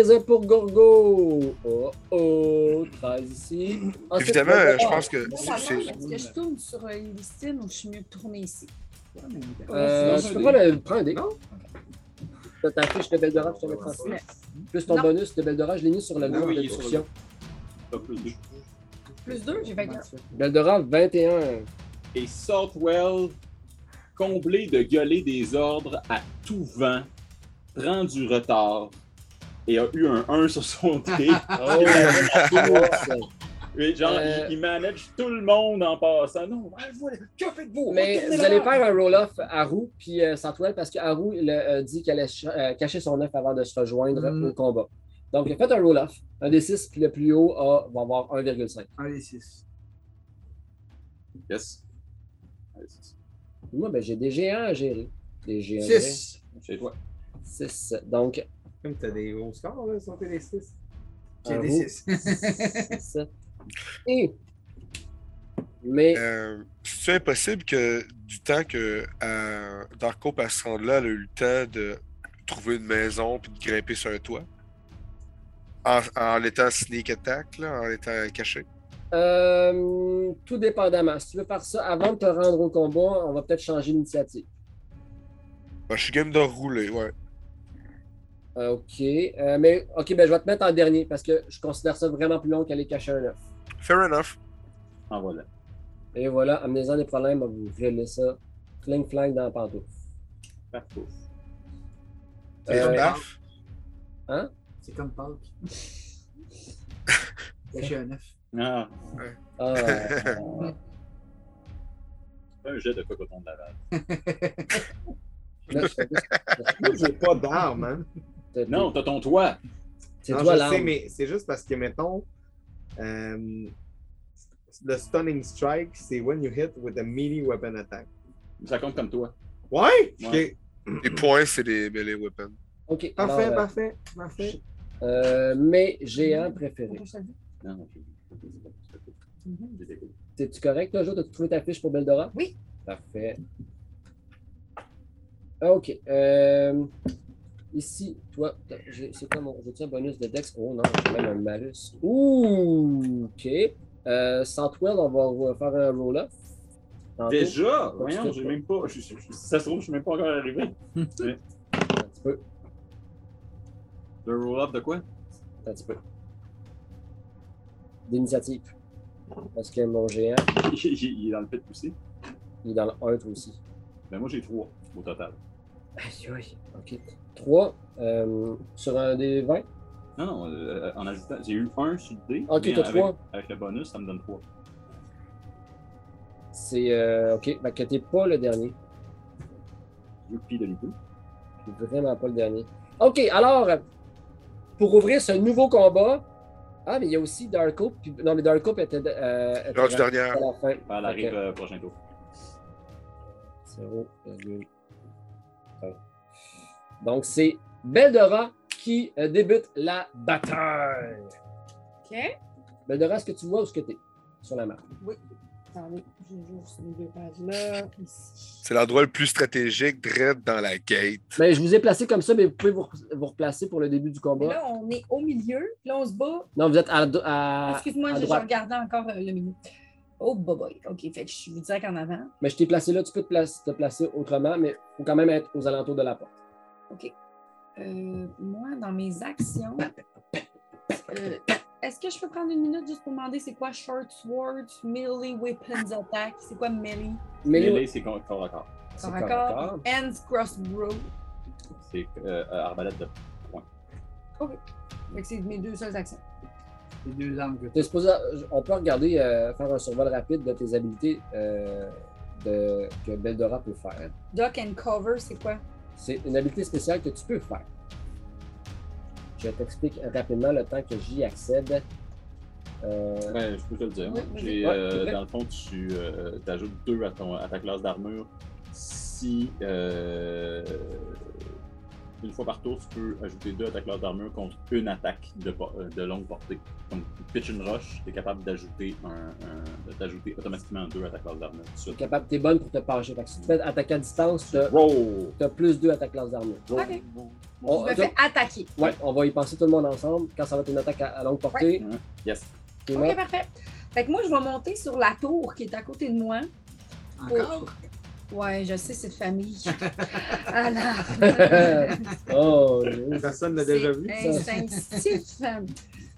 13 pour Gorgo. Oh oh, 13 ici. Ensuite, Évidemment, Gorgo. je pense que Moi, c'est- ça change. c'est. Est-ce que je tourne sur euh, une listine ou je suis mieux de tourner ici? Euh, Non, tu c'est peux un pas le prendre, dé. T'as ta fiche de Beldora, je te mettre en Ouais. place. Plus ton Non. bonus de Beldora, je l'ai mis sur le Oui, livre oui, de il est sur le- description. Pas plus deux. Plus deux, j'ai 24. Beldora, 21. Et Southwell, comblé de gueuler des ordres à tout vent, prend du retard et a eu un 1 sur son dé. Oh, ouais. Et genre, Euh. il, il manage tout le monde en passant. Non, ouais, vous, que faites-vous? Mais Retournez vous allez là-bas. faire un roll-off à Roux puis euh, Santwell parce que Haru il, euh, dit qu'elle allait ch- euh, cacher son œuf avant de se rejoindre Mm. au combat. Donc, faites un roll-off, un des 6, puis le plus haut a- va avoir 1,5. 1 des 6. Yes. Allez, c'est- Moi, ben, j'ai des géants à gérer. Des géants. 6. C'est toi. 6. Donc, Comme t'as des gros scores, là, sur tes 6. J'ai un des roux, 6. six. Et. Mais. Euh, C'est impossible que du temps que euh, Dark Hope à se rendre là, elle a eu le temps de trouver une maison puis de grimper sur un toit. En, en étant sneak attack, là, en étant caché. Euh, tout dépendamment. Si tu veux faire ça avant de te rendre au combat, on va peut-être changer l'initiative. Ben, je suis game de rouler, ouais. Euh, OK. Euh, mais OK, ben, je vais te mettre en dernier parce que je considère ça vraiment plus long qu'aller cacher un œuf. Fair enough. En voilà. Et voilà, amenez-en des problèmes, on va vous régler ça. Fling flang dans la pantoufle. Parfait. Et Euh, paf, C'est comme Pâques. Cacher un 9. Ah, Ah, c'est un jet de cocoton de Laval. là, je fais juste- Moi, j'ai pas d'armes, hein. c'est- Non, t'as ton toit. c'est Non, toi je l'arme. sais, mais c'est juste parce que, mettons, euh, le stunning strike, c'est when you hit with a melee weapon attack. Ça compte comme toi. Ouais! Ouais. les points, c'est des melee weapons. OK. Ok, Parfait, alors, euh, parfait, parfait. euh, mes géants préférés. Non, je- T'es-tu correct, là, Jo? T'as-tu trouvé ta fiche pour Beldora? Oui. Parfait. Ah, OK. Euh, ici, toi, t'as- j'ai- c'est quoi mon. J'ai-tu un bonus de Dex? Oh non, j'ai même un malus. Ouh, OK. Euh, Santwell, on va faire un roll-up. Tantôt, Déjà, Ouais, voyons, c'est j'ai pas. même pas. je- je- je- ça se trouve, je suis même pas encore arrivé. un petit peu. Le roll-up de quoi? un petit peu. D'initiative. Parce que mon géant, Il, il- il est dans le pit aussi. il est dans le 1 toi aussi. Ben moi j'ai trois au total. Aïe aïe. OK. 3 euh, sur un des 20. Non, non, euh, en ajoutant, j'ai eu un sur le dé. Ah, Ok, mais t'as avec, trois. Avec le bonus, ça me donne trois. C'est euh, OK. Fait que t'es pas le dernier. Youpi de l'idée. T'es vraiment pas le dernier. OK, alors, pour ouvrir ce nouveau combat. Ah, mais il y a aussi Dark Hope. puis- Non, mais Dark Hope était. Euh, était Lors du à dernier, la fin. Elle Fait que- arrive euh, prochain tour. 0,1. euh, Donc, c'est Beldora qui euh, débute la bataille. OK. Beldora, est-ce que tu vois où est-ce que tu es sur la map? Oui. Attendez, je joue sur les deux pages là, ici. c'est l'endroit le plus stratégique, direct dans la gate. Ben, je vous ai placé comme ça, mais vous pouvez vous, re- vous replacer pour le début du Mais combat. là, on est au milieu, puis là, on se bat. Non, vous êtes à, do- à- Excuse-moi, à je, je droite. regardais encore euh, le menu. Oh, boboy. OK, fait que je suis direct en avant. Mais je t'ai placé là, tu peux te, place- te placer autrement, mais il faut quand même être aux alentours de la porte. Euh, moi, dans mes actions, euh, est-ce que je peux prendre une minute juste pour demander c'est quoi Short Swords, Melee Weapons Attack, c'est quoi Melee, Mais Melee, c'est con- corps à corps. c'est corps à corps à corps, corps. Hands Crossbow, c'est euh, euh, arbalète de Fait que c'est mes deux seules actions. Les deux armes que T'es supposé- on peut regarder, euh, faire un survol rapide de tes habilités euh, de- que Beldora peut faire. Duck and cover, c'est quoi? C'est une habilité spéciale que tu peux faire. Je t'explique rapidement le temps que j'y accède. Euh, Ouais, Ben, je peux te le dire. Oui, vas-y. J'ai, Ouais, euh, s'il te plaît. dans le fond, tu ajoutes deux à, ton, à ta classe d'armure. Si euh, une fois par tour, tu peux ajouter deux à ta classe d'armure contre une attaque de, po- euh, de longue portée. Donc, tu pitch une roche, tu es capable d'ajouter un, un- de t'ajouter automatiquement deux à ta classe d'armure. tout de t'es suite. capable, t'es bonne pour te pencher. Fait que si tu te fais attaquer à distance, t'as, Roll! t'as plus 2 à ta classe d'armure. Roll. Ok. On, Je me fais attaquer. ouais, on va y penser tout le monde ensemble. Quand ça va être une attaque à, à longue portée, Yes. t'es Ok, mort. parfait. Fait que moi, je vais monter sur la tour qui est à côté de moi. Encore? Ouais, je sais, c'est de famille. Alors, oh, yes. Personne l'a déjà vu. Ben, c'est instinctif.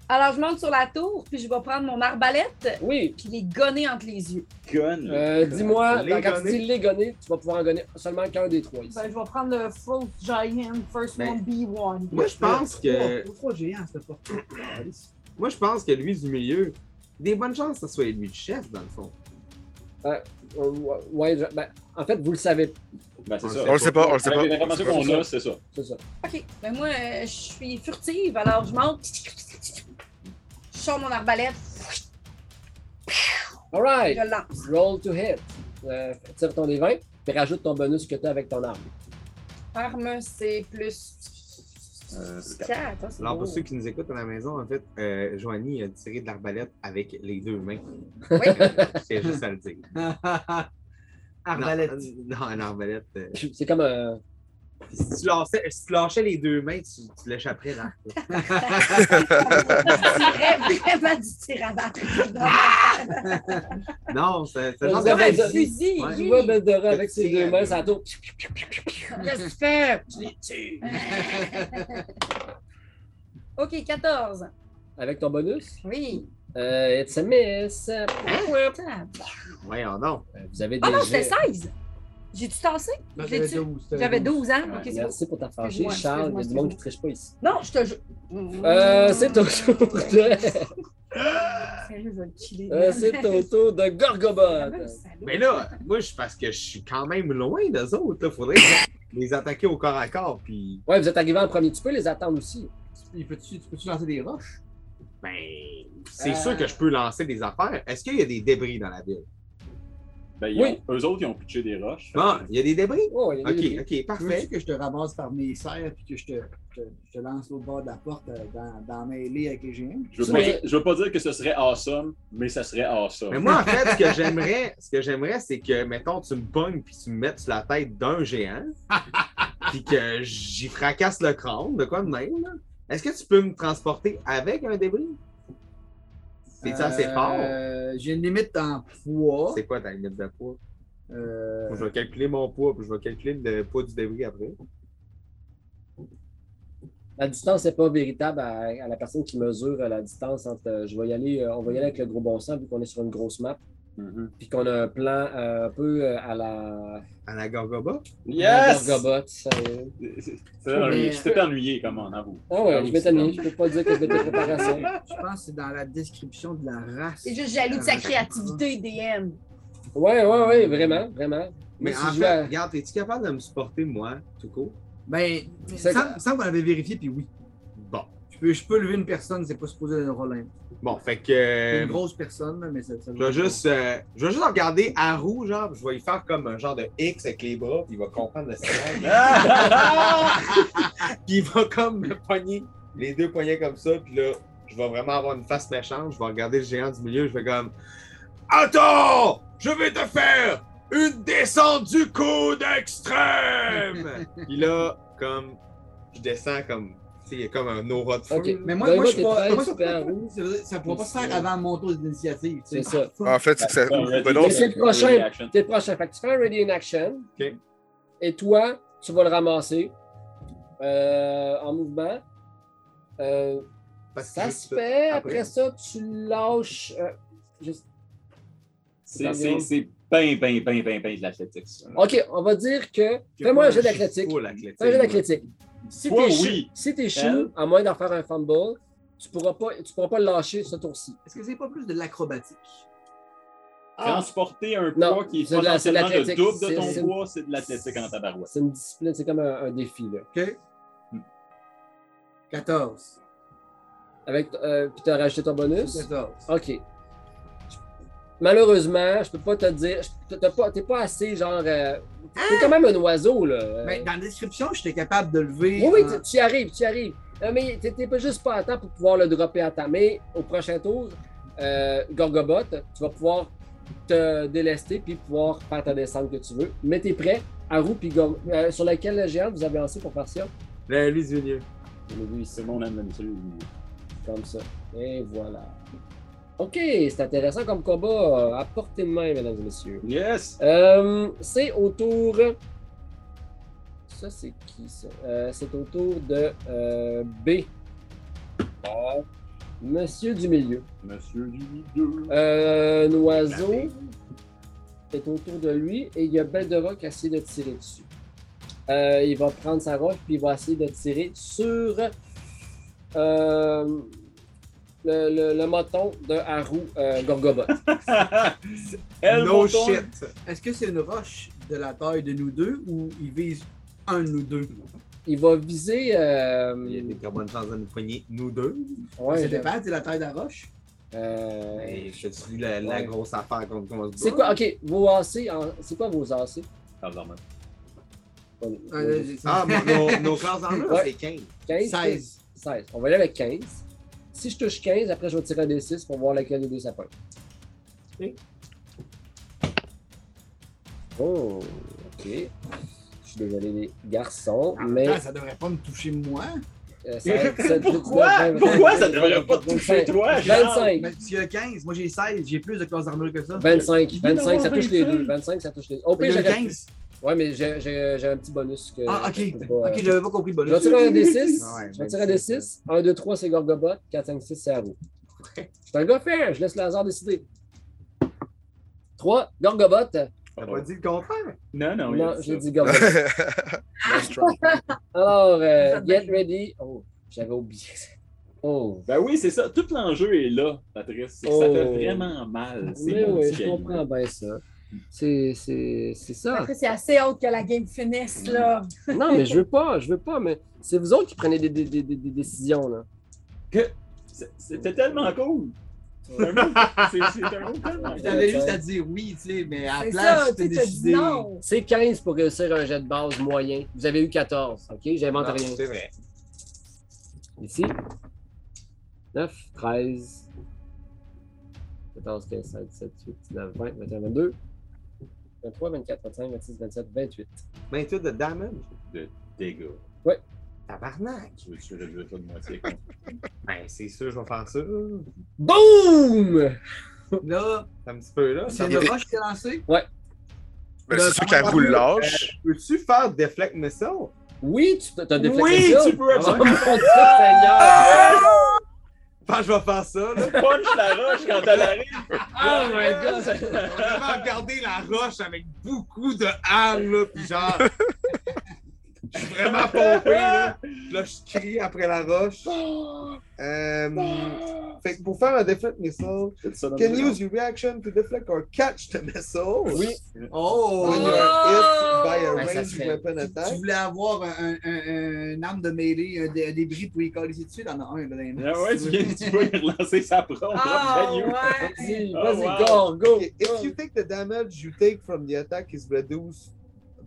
Alors, je monte sur la tour, puis je vais prendre mon arbalète, Oui, puis les gonner entre les yeux. Gun. euh, dis-moi, Les quand tu gonner. dis les gonner, tu vas pouvoir en gonner seulement qu'un des trois ici. Ben, je vais prendre le Frost Giant First Ben, One B1. Moi, je pense que. Trois, trois géants, c'était pas. Moi, je pense que lui du milieu, des bonnes chances que ce soit lui le chef, dans le fond. Euh, ouais, je- ben, en fait, vous le savez, Ben, c'est On ça. On le sait pas, on le sait Avec pas. les informations qu'on a, c'est ça. c'est ça. Ok, ben moi, euh, je suis furtive, alors je monte. Je sors mon arbalète, je Alright, lance. roll to hit. Euh, tire ton D20, puis rajoute ton bonus que tu as avec ton arme. Arme, c'est plus. Euh, c'est 4. Alors, pour ceux qui nous écoutent à la maison, en fait, euh, Joanie a tiré de l'arbalète avec les deux mains. C'est juste à le dire. Arbalète. Non, non, une arbalète. euh, C'est comme un. Si tu lançais, si tu lâchais les deux mains, tu, tu l'échapperais là. vraiment du tir à l'arc. Non, c'est c'est Ouais, le genre c'est vrai, de magie. ça. fusil. Ouais. Tu vois Beldora avec Je ses tire. deux mains, ça tourne. Qu'est-ce que tu fais? Je les tue. OK, 14. Avec ton bonus, Oui. euh, it's a miss. Attends. Voyons donc. Euh, Vous avez des. Ah non, jets. c'était 16. J'ai-tu tassé? Euh, Ben, J'ai j'avais tué. 12, c'était J'avais 12 ans. Ouais, OK, c'est bon. Merci pour ta franchise, Excuse-moi, Charles. Il y a du excuse-moi, monde qui triche pas ici. Non, je te jure. Euh, c'est au tour de. Sérieux, je vais le chiller. euh, c'est au tour de Gorgobot. Mais là, moi, je parce que je suis quand même loin d'eux autres. Il faudrait les attaquer au corps à corps. Puis, Ouais, vous êtes arrivé en premier. Tu peux les attendre aussi. Il peut-tu, tu peux-tu lancer des roches? ben, c'est sûr que je peux lancer des affaires. Est-ce qu'il y a des débris dans la ville? Ben, ils Oui. ont- eux autres, ils ont pitché des roches. Bon, il y a des débris? Oh, il y a des- Ok, ok, Tu veux parfait. que je te ramasse par mes serres puis que je te, je te- je te lance au bord de la porte euh, dans, dans la mêlée avec les géants? Je veux, Mais- pas dire, je veux pas dire que ce serait awesome, mais ça serait awesome. Mais moi, en fait, ce que j'aimerais, ce que j'aimerais, c'est que, mettons, tu me pognes puis tu me mettes sur la tête d'un géant, puis que j'y fracasse le crâne, de quoi de même. là. Est-ce que tu peux me transporter avec un débris? C'est ça, c'est fort. Euh, J'ai une limite en poids. C'est quoi ta limite de poids? Euh, Je vais calculer mon poids, puis je vais calculer le poids du débris après. La distance n'est pas véritable à, à la personne qui mesure euh, la distance entre. euh, Je vais y aller, euh, on va y aller avec le gros bon sens, vu qu'on est sur une grosse map, Mhm. puis qu'on a un plan euh, un peu euh, à la À la Gorgoba? Yes! Gorgobot. euh. C'était ennuyé. Mais- J'étais ennuyé, comment, en vous? Ah ouais, je vais t'amener. Je peux pas dire que je vais te préparer à ça. je pense que c'est dans la description de la race. C'est juste jaloux de sa créativité, DM. Ouais, ouais, ouais, vraiment, vraiment. Mais Si en je fait, vais à- regarde, es-tu capable de me supporter, moi, tout court? Ben, il me C'est- semble, il me semble qu'on avait vérifié, puis oui. Bon. Je peux, je peux lever une personne, c'est pas supposé être un problème. Bon, fait que. Une grosse personne, mais ça. ça Euh, Je vais juste, euh, je vais juste regarder à roue, genre, puis je vais lui faire comme un genre de X avec les bras, puis il va comprendre le Ah! signal. puis il va comme me poigner, les deux poignets comme ça, puis là, je vais vraiment avoir une face méchante. Je vais regarder le géant du milieu, je vais comme Attends! Je vais te faire une descente du coude extrême! Bam! Puis là, comme, je descends comme, tu sais, il y a comme un aura de feu. Ok. Mais moi, Ben, moi, moi, je suis t'es pas. très moi, je suis pas- super roux. ça veut dire que Ça pourra pas se faire avant mon tour d'initiative. tu sais. C'est ça. En fait, c'est que ça. ben non, Mais c'est le prochain. Reaction. T'es le prochain. Fait que tu fais un ready in action. Ok. Et toi, tu vas le ramasser euh, en mouvement. Euh, Parce que ça je- se fait. après. Après ça, tu lâches. euh, juste- C'est- C'est c'est ben, ben, ben, ben, ben de l'athlétique. ça. OK, on va dire que. Fais-moi un jeu d'athlétique. Full Fais un jeu athlétique. d'athlétique. Si Toi, t'es chou, oui. si t'es chou, Elle? à moins d'en faire un fumble, tu pourras pas, tu pourras pas le lâcher ce tour-ci. Est-ce que c'est pas plus de l'acrobatique? Transporter un Non, poids qui est c'est de la- c'est de potentiellement le l'athlétique. double de C'est- ton c'est- poids, c'est de l'athlétique en tabarouette. C'est une discipline, c'est comme un, un défi. Là. OK. 14. Avec, euh, puis t'as rajouté ton bonus. 14. OK. Malheureusement, je peux pas te dire. je- t'as- T'as pas, t'es pas assez genre. euh, t'es quand même un oiseau, là. Euh, Mais Ben, dans la description, j'étais capable de lever. oui, oui, un- tu, tu y arrives, tu y arrives. Euh, mais t'es t'es pas juste pas à temps pour pouvoir le dropper à ta main. Au prochain tour, euh, Gorgobot, tu vas pouvoir te délester puis pouvoir faire ta descente que tu veux. Mais t'es prêt. Haru puis Gor- euh, sur laquelle géant vous avez lancé pour faire ça? Le- Ben, Lui du milieu. Le but ici. C'est mon adventure. Comme ça. Et voilà. OK, c'est intéressant comme combat. À portée de main, mesdames et messieurs. Yes! Euh, c'est au tour. Ça, c'est qui ça? Euh, c'est au tour de euh, B. Ah, Monsieur du milieu. Monsieur du milieu. Euh, un oiseau est autour de lui et il y a Bedora qui essaie de tirer dessus. Euh, il va prendre sa roche puis il va essayer de tirer sur euh, le, le, le moton de Haru euh, Gorgobot. Elle, No bouton. shit. Est-ce que c'est une roche de la taille de nous deux ou il vise un de nous deux? Il va viser. euh, Il y a des très bonnes chances de nous poigner, nous deux. ouais, ça je- dépend, c'est la taille de la roche. euh, Hey, Ben, je te dis la, la grosse affaire contre comment se C'est bat. quoi, ok, vos AC, en- c'est quoi vos AC? Parle normal. Ah, là, j'ai- Ah, mon- nos, nos classes d'armure, Ouais. c'est 15. 15? 16. 16. On va aller avec 15. Si je touche 15, après je vais tirer un des 6 pour voir laquelle des deux ça pogne. Oh, ok. Je suis désolé les garçons, Ah, En mais même temps, ça devrait pas me toucher moi. euh, ça- ça- Pourquoi? vingt- Pourquoi vingt- Ah, ça devrait pas te toucher, toi, Charles? 25. Mais tu as 15, moi j'ai 16, j'ai plus de classe d'armure que ça. 25, doit 25, ça avoir touche les 25. deux. 25, ça touche les deux. Au Mais pire, j'ai Ben, j'aurais- 15. Ouais, mais j'ai- j'ai j'ai un petit bonus que. Ah, ok. que je peux pas, euh, Ok, j'avais pas compris le Je vais bonus. tirer un D6. Ah ouais, je vais même tirer un D6. 1, 2, 3, c'est Gorgobot. 4, 5, 6, c'est Arou. C'est un gars fair. Je laisse le hasard décider. 3, Gorgobot. T'as pas dit le contraire? Non, non, il a non, dit j'ai ça. dit Gorgobot. Nice try. Alors, euh, get ready. Oh, j'avais oublié. Oh. Ben oui, c'est ça. Tout l'enjeu est là, Patrice. C'est que Oh. Ça fait vraiment mal. ces Mais oui, maudits je cailloux. comprends bien ça. C'est c'est- c'est ça. Après, c'est assez haute que la game finisse, là. Non, mais je veux pas, je veux pas, mais c'est vous autres qui prenez des, des- des- des- des décisions, là. C'est- C'était tellement cool. C'est un mot- c'est- c'est un mot tellement Je cool. t'avais juste à dire oui, tu sais, mais à la C'est place, ça, tu t'es tu sais, t'as dit décidé. non. C'est 15 pour réussir un jet de base moyen. Vous avez eu 14, OK? J'invente Non, rien. C'est vrai. Ici. 9, 13, 14, 15, 16, 17, 18, 19, 20, 21, 22, 23, 24, 25, 26, 27, 28. 28 Ben, de damage. Dégâts. Tabarnak. Tu veux tuer le vieux, toi, de moitié. quoi. Ben, c'est sûr, je vais faire ça. Boum! Là, C'est un petit peu là. c'est Ça une me- roche qui est lancée. Ben, c'est sûr qu'elle roule lâche. Peux-tu faire Deflect Missile? Oui, tu t'as déflecté Oui, ça. tu peux Oh absolument. mon Dieu, Seigneur! Enfin, Ben, je vais faire ça, là. Punch la roche quand elle arrive. Oh Ah my God! On va regarder la roche avec beaucoup de hâle, là, pis genre. Je suis vraiment pompé, là. Là, je crie après la roche. Euh, fait que pour faire un Deflect Missile, C'est ça, dans can le- use your reaction to deflect or catch the missile. Oui, Oh! When you're hit by a Oh! Ouais, ça ranged serait- weapon Tu attack. voulais avoir un, un, un, un arme de mêlée, un, dé- un débris pour y coller dessus, t'en as un dans les mains. Ah ouais, tu viens tu peux y relancer sa propre Ah, caillou. ouais. vas-y, Oh, vas-y, wow. go, go! Okay, If you take the damage you take from the attack is reduced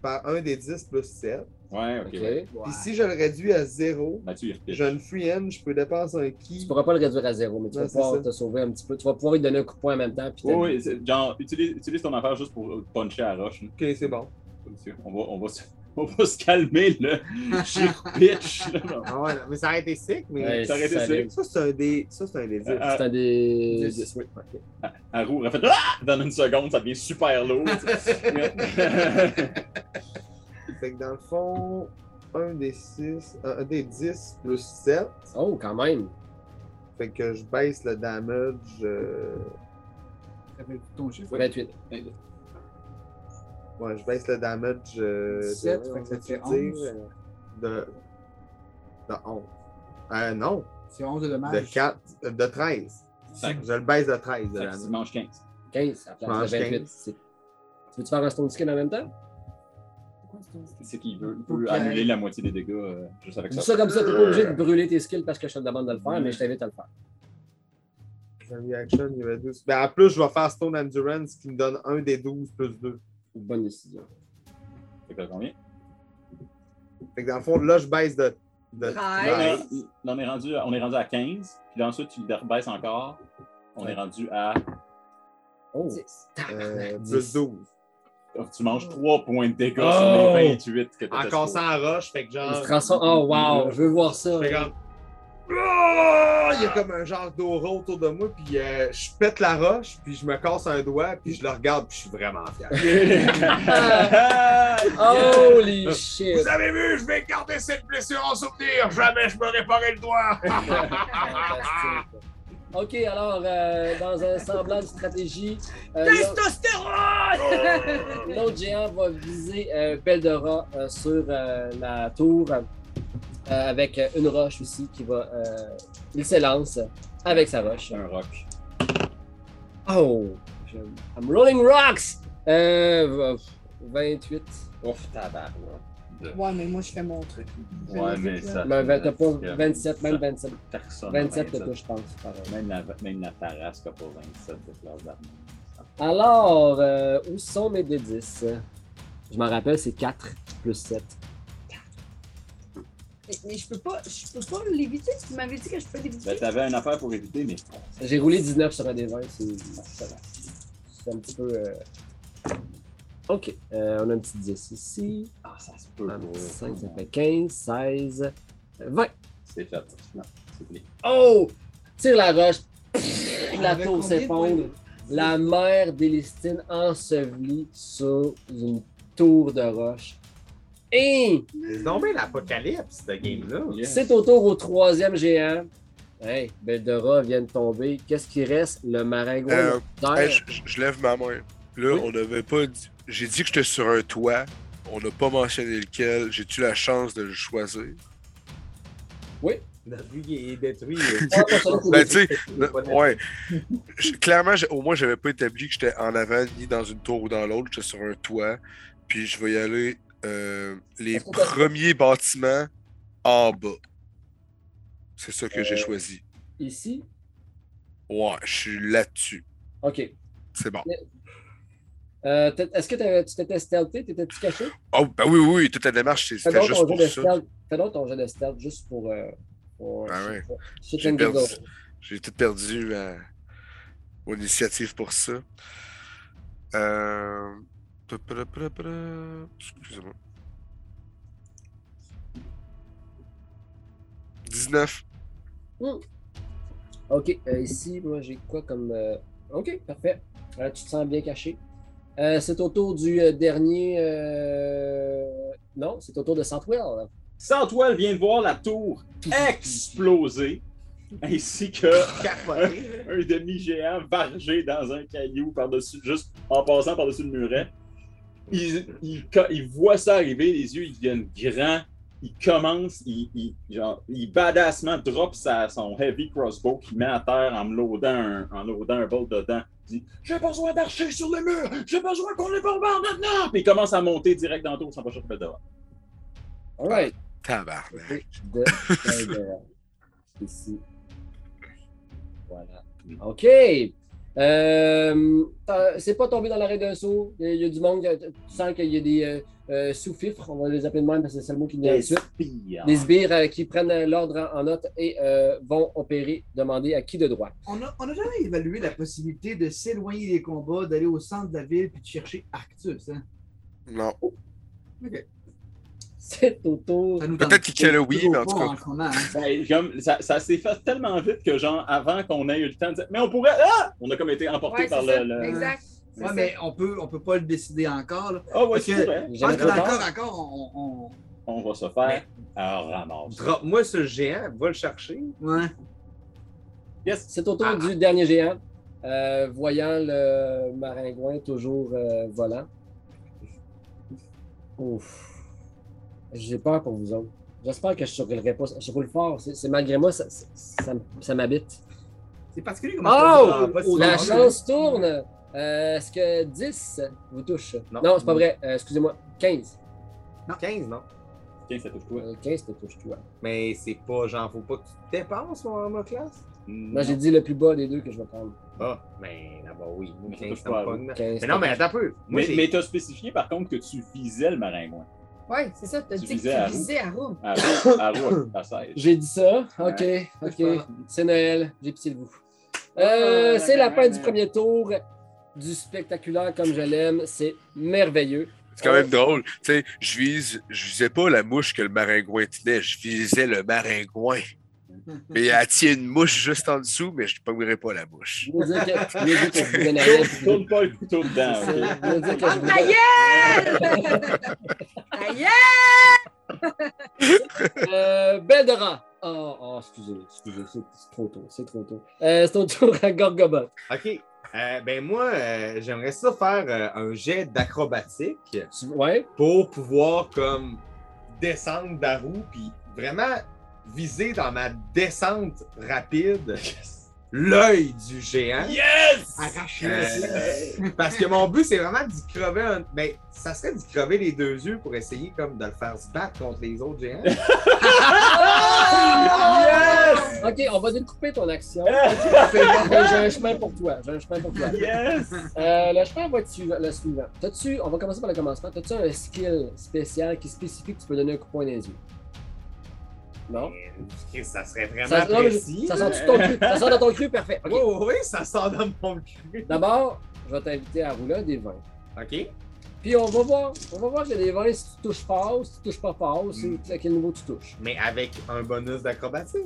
par 1 des 10 plus 7. Ouais, ok. Ok. ouais. Ouais. Puis si je le réduis à 0, Mathieu, il repitche. j'ai une free end, je peux dépenser un Tu key. pourras pas le réduire à zéro, mais tu vas Ouais, c'est pouvoir ça. te sauver un petit peu. Tu vas pouvoir lui donner un coup de poing en même temps. Puis t'as- Oui, oui, c'est- genre, utilise, utilise ton affaire juste pour euh, puncher la roche. là. Ok, c'est bon. Monsieur, On va, on va, se, on va se calmer, là. J'y repitche. là. Non. Ah ouais, non, mais ça aurait été sick, mais. Ouais, ça aurait été salut. Ça, c'est un des. Ça, c'est un des 10. Euh, C'est un des. Dix. Oui, ok. La roue aurait fait Ah! dans une seconde, ça devient super lourd. Fait que dans le fond, 1 des 6. euh, un des 10 plus 7. Oh, quand même! Fait que je baisse le damage. euh, Rappelle-toi Ton chiffre. 28. Ouais, je baisse le damage euh, de 17, ouais, fait que ça on fait peut dire, 11. euh, De, de 11. Euh, non, C'est 11 de de dommage. 4, euh, de 13. Cinq. Je le baisse de 13 de Fait que damage. tu manges 15. 15 à place de Mange 28. 15. c'est- Tu veux-tu faire un stone skin en même temps? Pourquoi c'est ton- C'est qu'il veut. Il peut Ok. annuler la moitié des dégâts euh, juste avec Dis ça. ça comme ça, t'es pas obligé de brûler tes skills parce que je te demande de le faire, mais je t'invite à le faire. J'ai reaction, il y avait 12. Ben, en plus, je vais faire Stone Endurance qui me donne 1 des 12 plus 2. Bonne décision. Fait que t'as combien? Fait que dans le fond, là, je baisse de. de Là, Nice. on, on est rendu, à- on est rendu à 15, puis là, ensuite, tu le rebaisses encore. On est rendu à. Oh! Dix. euh, plus 12. oh, Tu manges 3 points de dégâts Oh! sur les 28 que t'étais Encore supposé. sans rush, fait que Il se genre. transforme. Oh, wow! Je veux voir ça. Fait comme. Ah! Il y a comme un genre d'aura autour de moi, puis euh, je pète la roche, puis je me casse un doigt, puis je le regarde, puis je suis vraiment fier. Holy shit! Vous avez vu, je vais garder cette blessure en souvenir. Jamais je me réparais le doigt. Fantastique. Ok, alors, euh, dans un semblant de stratégie, euh, Oh! l'autre- l'autre géant va viser euh, Beldora euh, sur euh, la tour euh, avec euh, une roche aussi qui va. euh, il s'élance avec sa roche. un rock. Oh! je- I'm rolling rocks! Euh, 28. Ouf, tabarnak. Ouais, mais moi, je fais mon truc. Je fais Ouais, mon mais truc, ça. Ben, Mais là. Ben, vingt- t'as pas ça- 27, même 27. Personne. 27 te 27. touche, je pense. par exemple. Même la, même la Tarasque a pas 27 de classe d'armée. Alors, euh, où sont mes D10? Je m'en rappelle, c'est 4 plus 7. Mais, mais je peux pas, je peux pas l'éviter. Tu m'avais dit que je peux l'éviter. Ben, t'avais un affaire pour éviter, mais. J'ai roulé 19 sur un des 20, c'est c'est un petit peu... euh, Ok, euh, on a un petit 10 ici, Ah, ça se peut. un petit ouais. 5, ça fait 15, 16, euh, 20. C'est fait. Non, c'est fini. Oh! Tire la roche, Pfff, la Avec tour combien de s'effondre, points la mère d'Élistine ensevelie sur une tour de roche. Et... C'est tombé l'apocalypse, cette game-là. C'est au tour au troisième géant. Hey, Beldora vient de tomber. Qu'est-ce qui reste? Le maringouin Euh, terre. Hey, je, je- je lève ma main. Là, Oui. on n'avait pas dit. J'ai dit que j'étais sur un toit. On n'a pas mentionné lequel. J'ai-tu la chance de le choisir? Le but il est détruit. Ah, pas celui qui Ben, est tu sais, le- ouais. Je- clairement, j'ai- au moins, j'avais pas établi que j'étais en avant ni dans une tour ou dans l'autre. J'étais sur un toit. Puis je vais y aller euh, les Est-ce que t'as- premiers bâtiments en bas. C'est ça que j'ai Euh. choisi. Ici? Ouais, je suis là-dessus. OK. C'est bon. Euh, t'es- Est-ce que t'avais- tu t'étais stealthé? T'étais-tu caché? Oh, ben oui, oui, oui, toute la démarche, c'est- Fais c'était donc juste ton jeu pour de ça. stealth. Fais donc ton jeu de stealth juste pour... euh, pour- Ah ouais. shit J'ai and perdu. giggle. J'ai tout perdu ma... mon initiative pour ça. Euh... pa- pa- pa- pa- Excusez-moi. 19. OK. euh, ici, moi, j'ai quoi comme... euh, OK, parfait. Euh, tu te sens bien caché. Euh, c'est au tour du euh, dernier... euh, Non, c'est au tour de Santwell. Santoil vient de voir la tour exploser, ainsi que Capoté. un demi-géant vargé dans un caillou par-dessus, juste en passant par-dessus le muret. Il, il- quand il voit ça arriver, les yeux ils deviennent grands. Il commence, il, il, genre, il badassement drop sa, son heavy crossbow qu'il met à terre en me loadant un, en loadant un bolt dedans. Il dit J'ai besoin d'archer sur le mur, j'ai besoin qu'on les bombarde maintenant! Puis il commence à monter direct dans le tour sans pas chercher de devant. All right. Tabarnak. de Caldera. Ici. Voilà. OK. Euh, t'as- c'est pas tombé dans l'arrêt d'un saut. Il y a- il y a du monde. que- Tu sens qu'il y a des euh, euh, sous-fifres. On va les appeler de même parce que c'est le mot qui vient tout de suite. Respire. Les sbires euh, qui prennent euh, l'ordre en, en note et euh, vont opérer, demander à qui de droit. On a, on a jamais évalué la possibilité de s'éloigner des combats, d'aller au centre de la ville puis de chercher Arctus. Hein? Non. C'est au tour. Ça nous Peut-être tente qu'il y a le oui, toujours mais en tout pas cas. ce moment, hein. Ben, comme, ça ça s'est fait tellement vite que, genre, avant qu'on ait eu le temps de dire, mais on pourrait. Ah! On a comme été emporté Ouais, par c'est ça. le. le- Exact. C'est Ouais, ça. mais on peut, on peut pas le décider encore. là. Ah, ouais, Parce c'est que- vrai. Je J'avais pense que pas encore, peur. encore, on. On va se faire un ramasse. Drop-moi ce géant, va le chercher. on- Ouais. Yes. C'est au tour du dernier géant, euh, voyant le maringouin toujours euh, volant. Ouf. J'ai peur pour vous autres. J'espère que je surroulerai pas. Je roule fort. C'est c'est malgré moi, ça, ça, ça m- ça m'habite. C'est particulier comment Oh! pas si La bon. chance tourne! Euh, Est-ce que 10 vous touche? Non. c'est pas vrai. Euh, Excusez-moi. 15. Non, 15, non. Tiens, ça touche toi. Euh, 15 te touche, toi. Mais c'est pas genre, faut pas que tu te dépasses mon ma classe. Moi, Ben, j'ai dit le plus bas des deux que je vais prendre. Ah, mais là-bas, oui. Mais ça 15, touche ça pas à me vous. pogne. 15. Mais non, mais attends un peu. Moi, mais j'ai- mais t'as spécifié par contre que tu visais le maringouin. Ouais, c'est ça, t'as Tu dit que visais à tu roue. visais à roue. À roue, à roue, à 16. J'ai dit ça. Ok, Je ok. pense. C'est Noël. J'ai pitié de vous. Ah, Euh, la c'est la fin caravane. du premier tour du spectaculaire comme je l'aime. C'est merveilleux. C'est quand même drôle. Tu sais, je vise, je visais pas la mouche que le maringouin tenait, je visais le maringouin. Mais elle tient une mouche juste en dessous, mais je ne pognerai pas la mouche. Je veux dire que je veux dire que je vous donne rien. Tourne- Tourne pas le couteau dedans, C'est ça. ok? Je veux dire que je vous Ta donne- gueule! Ta gueule! Euh, Beldera. Oh, oh, excusez, excusez, c'est c'est trop tôt, c'est trop tôt. Euh, c'est au tour à Gorgobot. OK. Euh, ben moi, euh, j'aimerais ça faire euh, un jet d'acrobatique Tu- Ouais, pour pouvoir comme descendre de la roue puis vraiment viser dans ma descente rapide l'œil du géant. Yes! Arrache-le. Euh, parce que mon but, c'est vraiment d'y crever un. Mais ça serait d'y crever les deux yeux pour essayer comme de le faire se battre contre les autres géants. Ah! Yes! Ok, on va découper ton action. C'est- J'ai un chemin pour toi. J'ai un chemin pour toi. Yes! Euh, le chemin va être suivant- le suivant. T'as-tu, on va commencer par le commencement. T'as-tu un skill spécial qui spécifique que tu peux donner un coup de poing dans les yeux? Non? Christ, ça serait vraiment Ça, non, mais- précis. ça sort de ton cru? Ça sort de ton cru? Parfait. Ok. Oui, oui, oui, ça sort dans mon cul. D'abord, je vais t'inviter à rouler un des 20. OK. Puis on va voir, on va voir que des 20, si tu touches fort, si tu touches pas fort, c'est Mm. à quel niveau tu touches. Mais avec un bonus d'acrobatie.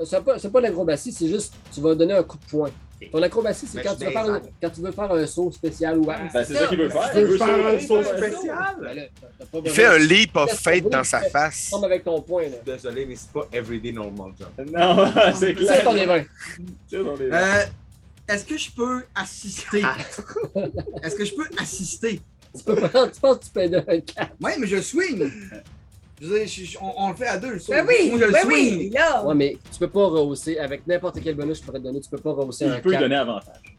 Euh, C'est pas, c'est pas de l'acrobatie, c'est juste tu vas donner un coup de poing. Ok. Ton acrobatie, c'est Mais quand je tu, veux faire un, descends. quand tu veux faire un saut spécial ou un. Ben, c'est ça qu'il veut faire. Tu Ah, veux Il veut faire sauter, un saut faire Ben spécial? là, t'as- t'as pas Il besoin fait de- un leap of Yes, faith oui, dans sa fait- face. tombe avec ton poing. Là. Désolé, mais c'est pas everyday normal job. Non, c'est C'est ton des clair. 20. C'est ton des- Euh, Est-ce que je peux assister? Ah. Est-ce que je peux assister? Tu, peux prendre- tu penses que tu peux aider un cas? Ouais, mais je swing. Je veux dire, je- je- on, on le fait à deux. Ben oui, Moi, je le ben swing. oui, là! Ouais, mais tu peux pas rehausser. Avec n'importe quel bonus que je pourrais te donner, tu peux pas rehausser un Il peut lui quatre. donner avantage.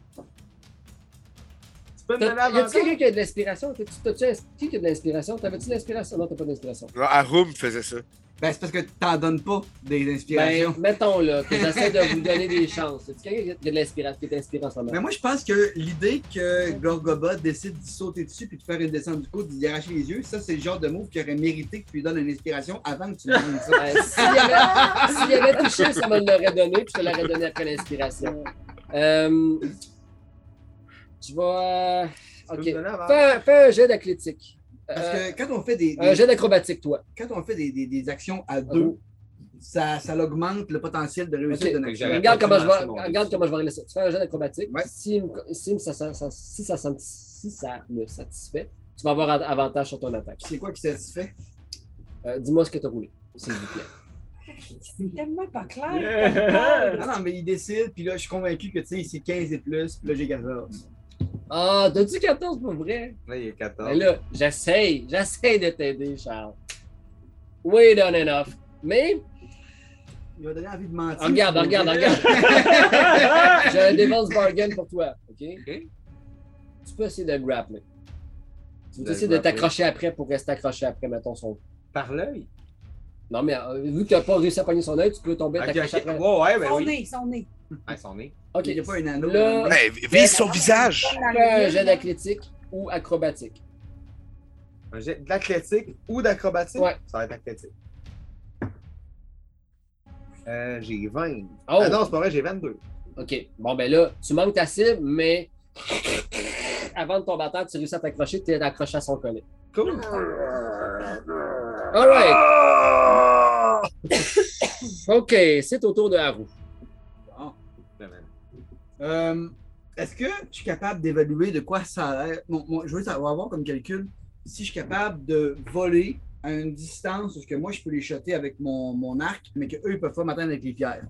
Tu peux me donner T'as- Y a-tu avantage? quelqu'un qui a de l'inspiration? T'as- T'as-tu ins- qui qui a de l'inspiration? T'avais-tu de l'inspiration? Non, t'as pas d'inspiration. Non, Arum faisait ça. Ben, c'est parce que t'en donnes pas des inspirations. Ben, mettons là, que j'essaie de vous donner des chances. Y'a-tu quelqu'un qui a- qui a de l'inspiration, qui est inspiré en ce moment? Mais Ben, moi, je pense que l'idée que Gorgobot décide d'y sauter dessus puis de faire une descente du coude, d'y arracher les yeux, ça, c'est le genre de move qui aurait mérité que tu lui donnes une inspiration avant que tu lui donnes ça. Euh, S'il y avait- s'il y avait touché, ça me l'aurait donné, puis je te l'aurais donné après l'inspiration. Euh, tu vas. Tu peux Ok. me donner avantage? Fais, un- fais un jet d'athlétique. Parce Euh, que quand on fait des, un des- jet d'acrobatique, toi. quand on fait des, des- des actions à deux, ça, ça augmente le potentiel de réussite Ah Ok. de Fait que notre j'avais action. Regarde pas comment, je commencé vais, mon regarde défi. comment je vais régler ça. Tu fais un jeu d'acrobatique. Ouais. Si, me- si me- ça, ça- ça- si ça sam- si ça me satisfait, tu vas avoir a- avantage sur ton attaque. C'est quoi qui satisfait? Euh, Dis-moi ce que tu as roulé, s'il vous plaît. C'est tellement pas clair. Yeah. Ah Non, non, mais il décide, puis là, je suis convaincu que, tu sais, c'est 15 et plus, puis là, j'ai 14. Ah, t'as dit 14 pour vrai? Là, il y Mais a 14. là, j'essaye, j'essaye de t'aider, Charles. Way done enough. Mais, Il va donner envie de mentir. Ah, regarde, regarde, regarde. J'ai un devil's bargain pour toi, OK? Tu peux essayer de grappler. Tu De peux essayer de grappler. t'accrocher après pour rester accroché après, mettons, son... Par l'œil? Non, mais euh, vu que t'as pas réussi à pogner son œil, tu peux tomber Ok, t'accrocher ok. après. Ouais, ouais, ben Son oui. nez, son nez. Ah, son nez. Ok, Il n'y a pas un anneau. Là- dans le- Hey, vise son visage! un jet d'athlétique ou acrobatique. Un jet d'athlétique ou d'acrobatique? Ouais. Ça va être athlétique. Euh, j'ai 20. Oh. Ah non, c'est pas vrai, j'ai 22. OK. Bon, ben là, tu manques ta cible, mais avant de tomber à terre, tu réussis à t'accrocher, tu es accroché à son collet. Cool. All right. Ah! OK, c'est au tour de Haru. Euh, Est-ce que je suis capable d'évaluer de quoi ça a l'air? Mon- mon- je veux savoir avoir comme calcul si je suis capable de voler à une distance où ce que moi je peux les shotter avec mon, mon arc, mais qu'eux ils peuvent pas m'atteindre avec les pierres.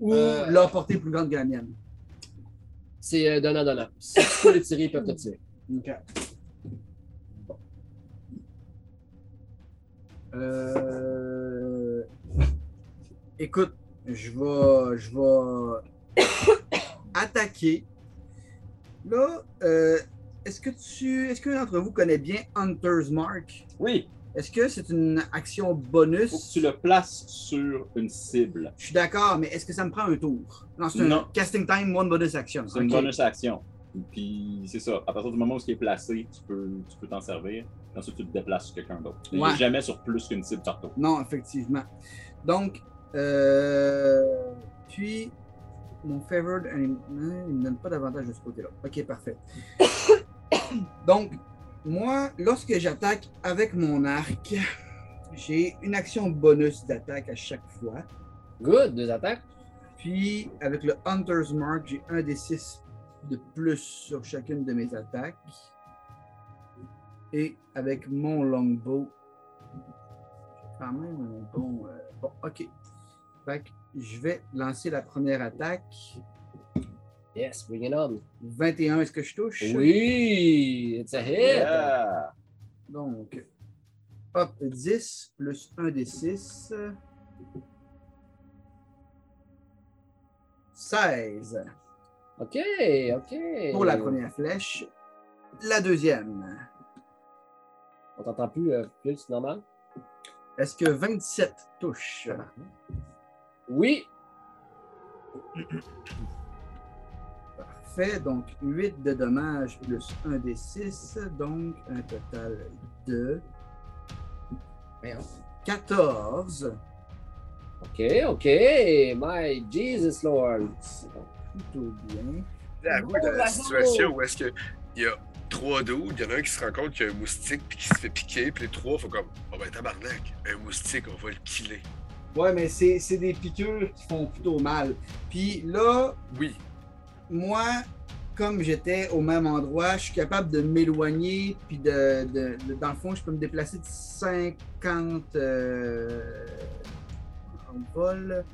Ou Euh. leur portée est plus grande que la mienne. C'est euh, donnant-donnant. Si tu peux les tirer, ils peuvent te tirer. OK. Euh, Écoute, je vais, je vais attaquer. Là, euh, est-ce que tu, est-ce qu'un d'entre vous connaît bien Hunter's Mark? Oui, Est-ce que c'est une action faut que bonus? tu le places sur une cible. Je suis d'accord, mais est-ce que ça me prend un tour? Non, c'est un Non. casting time, one bonus action. C'est une Ok. bonus action. Puis c'est ça. À partir du moment où il est placé, tu peux tu peux t'en servir. Puis Ensuite, tu le déplaces sur quelqu'un d'autre. Il Ouais. n'est jamais sur plus qu'une cible par tour. Non, effectivement. Donc, euh, puis, mon favored anim- hein, il ne me donne pas d'avantage de ce côté-là. Ok, parfait. Donc, moi, lorsque j'attaque avec mon arc, j'ai une action bonus d'attaque à chaque fois. Good, deux attaques. Puis, avec le Hunter's Mark, j'ai un des six de plus sur chacune de mes attaques. Et avec mon Longbow, j'ai quand même un bon. euh, bon, ok. Fait que je vais lancer la première attaque. Yes, bring it on. 21, est-ce que je touche? Oui, it's a hit. Yeah! Donc, hop, 10 plus 1 des 6. 16 OK, OK. pour la première flèche. La deuxième. On t'entend plus, euh, plus, c'est normal? Est-ce que 27 touche? Oui, Parfait. Donc, 8 de dommages plus 1 des 6. Donc, un total de merde, 14. OK, OK. My Jesus Lord. Plutôt bien. La, Oh, la la situation roue. où est-ce qu'il y a trois dudes, il y en a un qui se rend compte qu'il y a un moustique puis qui se fait piquer, puis les trois font comme Oh ben tabarnak, un moustique, on va le killer. Ouais, mais c'est c'est des piqûres qui font plutôt mal. Puis là, Oui, moi, comme j'étais au même endroit, je suis capable de m'éloigner. Puis, de, de- de- dans le fond, je peux me déplacer de 50 euh, en vol.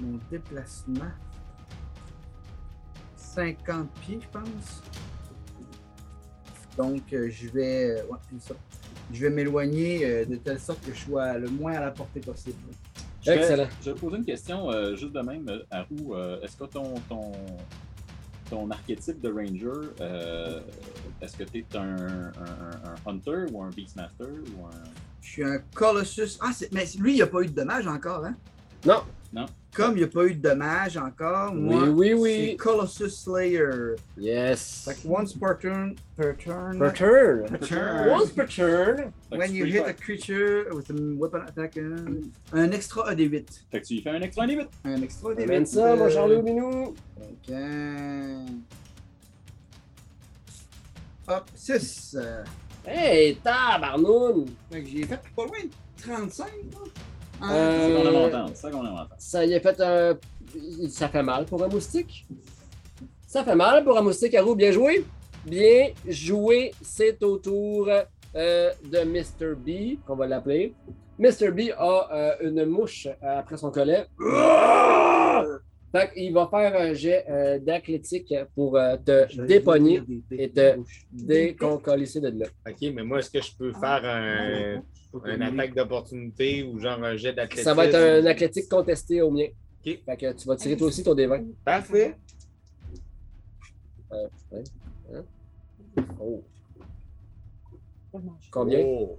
Mon déplacement. 50 pieds, je pense. Donc, euh, je vais. ouais, c'est ça. Je vais m'éloigner euh, de telle sorte que je sois le moins à la portée possible. Je vais- Excellent. Je vais te poser une question euh, juste de même, euh, Haru. Euh, est-ce que ton, ton, ton archétype de ranger, euh, est-ce que tu es un, un- un- un hunter ou un beastmaster ou un... Je suis un Colossus. Ah, c'est- mais lui, il n'a pas eu de dommages encore, hein? Non. Non. Comme il n'y a pas eu de dommages encore, Oui, moi, oui, oui. c'est Colossus Slayer. Yes. Fait que once per turn, per turn, Per turn. turn, Once per turn. Fait que when tu you peux y hit faire- a creature with a weapon attack, un, un extra AD8. Fait que tu y fais un extra limite. Un extra AD8. Amène ça, mon euh, Charlot Minou. donc, euh, Hop, 6. Hey, tabarnoun. Fait que j'ai fait pas loin de 35, là. En- Euh, Seconde avantage, seconde avantage. Ça y a fait un. Ça fait mal pour un moustique. Ça fait mal pour un moustique, Arou. Bien joué. Bien joué. C'est au tour euh, de Mr. B, qu'on va l'appeler. Mr. B a euh, une mouche euh, après son collet. Fait qu'il va faire un jet euh, d'athlétique pour euh, Ah, te dépogner et te déconcolisser de là. Ok, mais moi, est-ce que je peux faire un, un attaque d'opportunité ou genre un jet d'athlétisme? Ça va être un athlétique contesté au mien. Ok. Fait que tu vas tirer toi aussi ton D20. Parfait. Oh. Je Combien? Oh,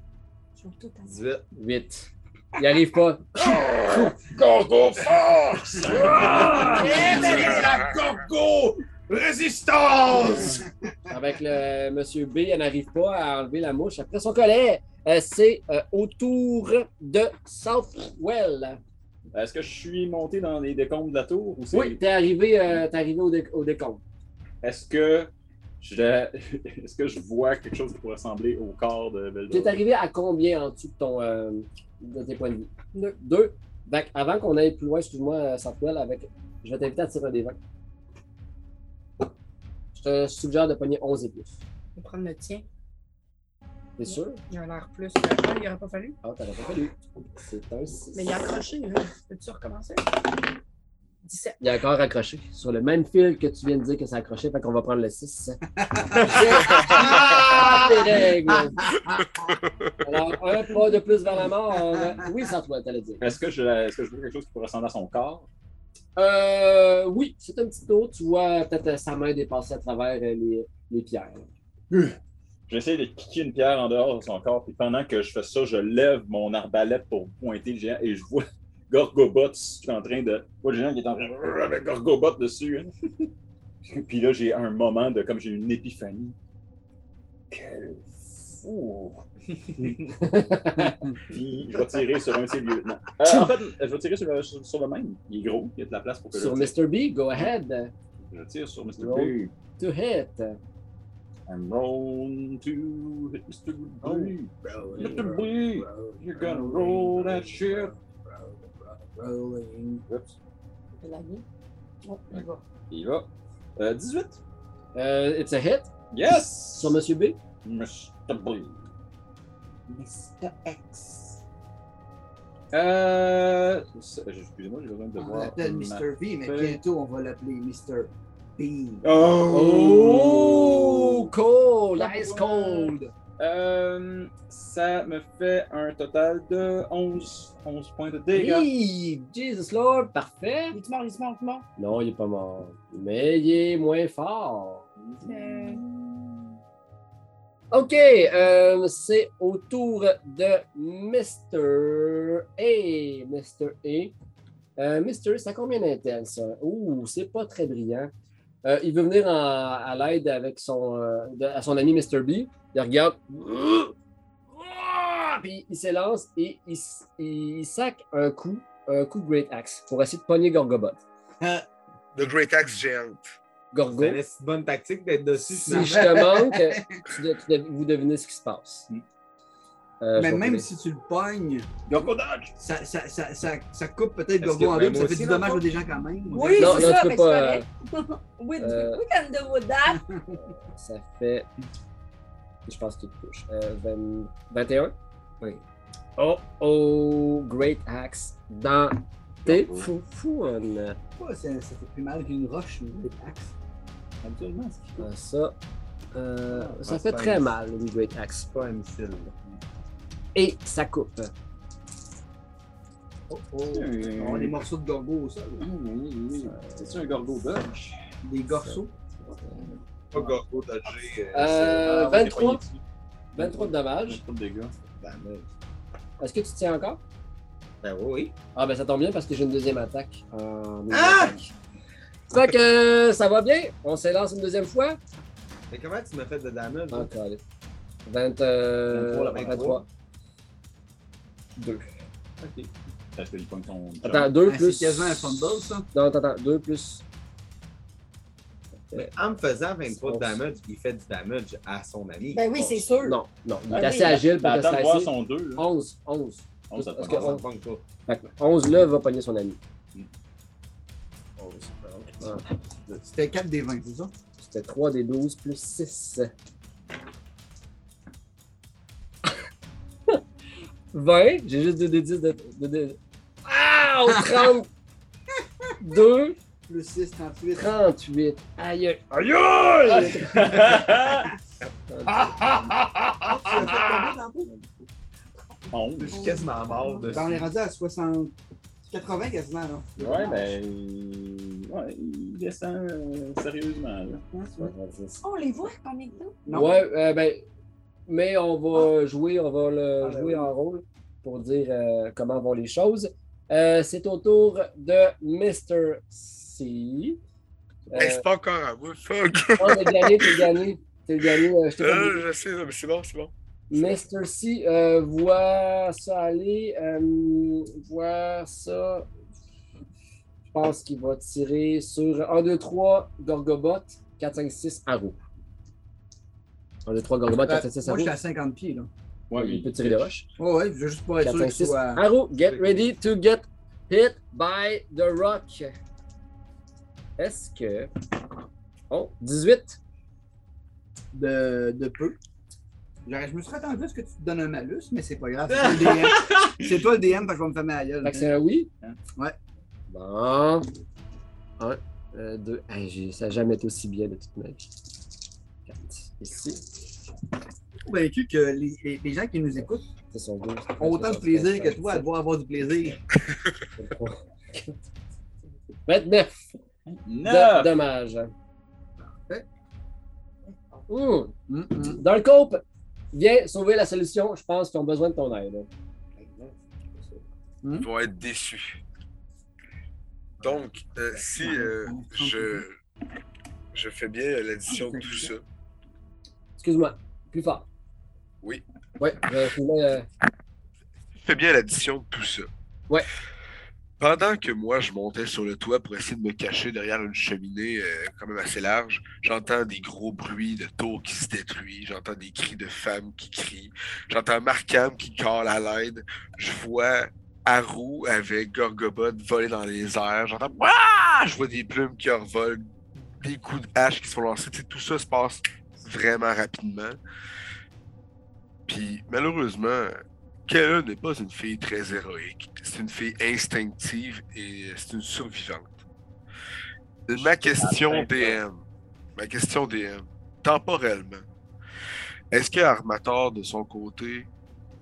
vais tout à 18. 8. Il arrive pas. Gorgo force! la Gorgo résistance! Avec le monsieur B, elle n'arrive pas à enlever la mouche après son collet. Euh, c'est euh, au tour de Southwell. Est-ce que je suis monté dans les décombres de la tour ou c'est... Oui, t'es arrivé, euh, t'es arrivé au, dé- au décompte. Est-ce que je est-ce que je vois quelque chose qui pourrait ressembler au corps de Veldor? T'es arrivé à combien en dessous de, ton, euh, de tes points de vie? Deux. Deux. Fait que avant qu'on aille plus loin, excuse-moi, euh, Southwell, avec... je vais t'inviter à tirer un des 20. Je te suggère de pogner 11 et plus. vais prendre le tien. T'es sûr? Il y a un l'air plus. Ah, il aurait pas fallu. Ah, t'aurais pas fallu. C'est un six. Mais il a accroché, là. Peux-tu recommencer? 17. Il est encore accroché sur le même fil que tu viens de dire que ça accrochait, fait qu'on va prendre le 6. Tes règles. Alors, un pas de plus vers la mort. hein. Oui, sans toi, t'allais dire. Est-ce que, je, est-ce que je vois quelque chose qui pourrait ressembler à son corps? Euh, oui, c'est un petit tour. Tu vois peut-être euh, sa main dépasser à travers euh, les, les pierres. J'essaie de kicker une pierre en dehors de son corps, puis pendant que je fais ça, je lève mon arbalète pour pointer le géant et je vois Gorgobot qui est en train de. Moi, le géant qui est en train de. avec Gorgobot dessus. hein. puis là, j'ai un moment de. comme j'ai une épiphanie. Quel fou! puis je vais tirer sur un de ses lieutenants. Euh, en fait, je vais tirer sur le, sur- sur le même. Il est gros, il y a de la place pour que je Sur tire. Mr. B, go ahead. Je tire sur Mr. Roll. Blue. To hit. I'm rolling to hit Mr. Blue. Mr. Blue, you're gonna roll that shit. Rolling. Oups, Je vais l'amener. Bon, il va. il va. Euh, 18. Euh, it's a hit. Yes! Sur Monsieur B. Mr. Blue. Mr. X. Euh. ça- Excusez-moi, j'ai besoin de On voir. l'appelle ma- Mr. Ah, V, mais fait. bientôt on va l'appeler Mr. B. Oh! cold. Ah, Ice ouais. cold. Euh, ça me fait un total de 11, 11 points de dégâts. Oui, Jesus Lord, parfait. Il est mort, il est mort, il est mort. Non, il est pas mort. Mais il est moins fort. Euh. OK, euh, c'est au tour de Mr. A. Mr. A. Euh, Mr. ça a combien d'intel, ça? Ouh, c'est pas très brillant. Euh, il veut venir en- à l'aide avec son, euh, de- à son ami Mr. B. Il regarde. Ah! Puis il s'élance et il, s- il sac un coup, un coup de Great Axe pour essayer de pogner Gorgobot. The Great Axe Géant. Gorgo, C'est une bonne tactique d'être dessus. si finalement. je te manque, tu de- tu de- vous devinez ce qui se passe. Hmm. Euh, je Mais vais même reculer. si tu le pognes, Gorgo Dodge! ça, ça, ça, ça, ça coupe peut-être Est-ce Gorgo que- en ben, deux, puis ça moi fait aussi, du dans le dommage fond? aux des gens quand même. Oui, Non, c'est non, ça, tu mais peux pas, c'est correct. we, euh, we can do with that. Ça fait. Je pense qu'il te touche. Euh, 20 21? Oui. Oh oh, Great Axe dans tes fou fou. Ouais, ça, ça fait plus mal qu'une roche ou un axe. Habituellement, c'est qui Ah, Ça, euh, ça ouais, fait c'est très pas- mal, une Great Axe. pas un missile. là. Et ça coupe. Oh, oh. Hmm. On a des morceaux de Gorgo au sol. Ah oui, oui. C'est-tu un Gorgo Dodge? Des gorceaux. Pas Gorgo dodgé. Euh, Ah, ouais, 23. t'es poigné dessus. 23 de dommages. 23 de dégâts. Est-ce que tu tiens encore? Ben oui. Ah, ben ça tombe bien parce que j'ai une deuxième attaque. en une Ah! attaque. Fait que euh, ça va bien. On s'élance une deuxième fois. Mais comment tu m'as fait de damage? là? Encore. 20, euh, 23, 23. 2. Ok. Parce qu'il pogne ton. Attends, 2 Ah, plus. C'est quasiment un fumble, ça. Non, attends, attends, 2 plus. Mais en me faisant 23 de damage, il fait du damage à son ami. Ben oui, c'est sûr. Non, non, il est Ah assez oui, agile pour Ben, te attends de voir slicer. son 2. 11, 11. On ça te Parce Ah, pogne. ça que- me pogne pas. Fait que 11 là va pogner son ami. Hmm. 11. C'était 4 des 20, c'est ça? C'était 3 des 12 plus 6. 20, j'ai juste 2 des 10 de. de, de... Ah! 32, Plus 6, 38. Ah, 38. Aïe! Aïe aïe! Ah, ah, Ça fait combien tantôt? Je 11. suis quasiment mort de Ben, on est rendu à 60... 80 quasiment, là. Ouais, ben. Ouais, il descend euh, sérieusement. Là. On les voit combien de temps? Non. Ouais, euh, ben, mais on va jouer, on va le Ah, ben jouer oui. en rôle pour dire euh, comment vont les choses. Euh, c'est au tour de Mr. C. Euh, Hey, c'est pas encore à moi. Fuck. oh, t'es gagné, t'es gagné. T'es gagné, euh, je t'ai pas dit. Euh, je sais, mais c'est bon, c'est bon. Mr. C euh, voit ça aller, euh, voit ça. Je pense qu'il va tirer sur 1, 2, 3, Gorgobot, 4, 5, 6, Arrow. 1, 2, 3, Gorgobot, 4, 5, 6, Moi, Arrow. j'étais à 50 pieds, là. Ouais, Il peut tirer des roches. Ouais, ouais, je veux juste pour être 4, sûr 5, que ce 6. soit... Arrow, get ready to get hit by the rock. Est-ce que. Oh, 18. de, de peu. J'aurais- je me serais attendu à ce que tu te donnes un malus, mais c'est pas grave. C'est toi le DM. C'est toi le DM, parce que je vais me fermer la gueule. Fait que c'est un oui. Hein? Ouais. Bon. euh, 1, 2. ça n'a jamais été aussi bien de toute ma vie. Quatre. Ici, convaincu que les, les- les gens qui nous écoutent c'est son deux. ont autant de plaisir que toi à devoir avoir du plaisir. 29. Neuf! Do- dommage. Parfait. Hum. Mm, Hum, hum. Dans le couple, viens sauver la solution. Je pense qu'ils ont besoin de ton aide. Ils vont être déçus. Donc, euh, si euh, je, je fais bien l'addition de tout ça, Excuse-moi, plus fort. Oui. Oui, je voulais, euh, je fais bien l'addition de tout ça. Ouais. Pendant que moi, je montais sur le toit pour essayer de me cacher derrière une cheminée euh, quand même assez large, j'entends des gros bruits de tours qui se détruisent, j'entends des cris de femmes qui crient, j'entends Markham qui cale à l'aide, je vois Haru avec Gorgobot voler dans les airs, j'entends Ah! Je vois des plumes qui revolent, des coups de hache qui se font lancer, Tu sais, tout ça se passe vraiment rapidement. Puis malheureusement, Kella n'est pas une fille très héroïque. C'est une fille instinctive et c'est une survivante. Ma question DM. Ma question DM. Temporellement. Est-ce que Armator, de son côté,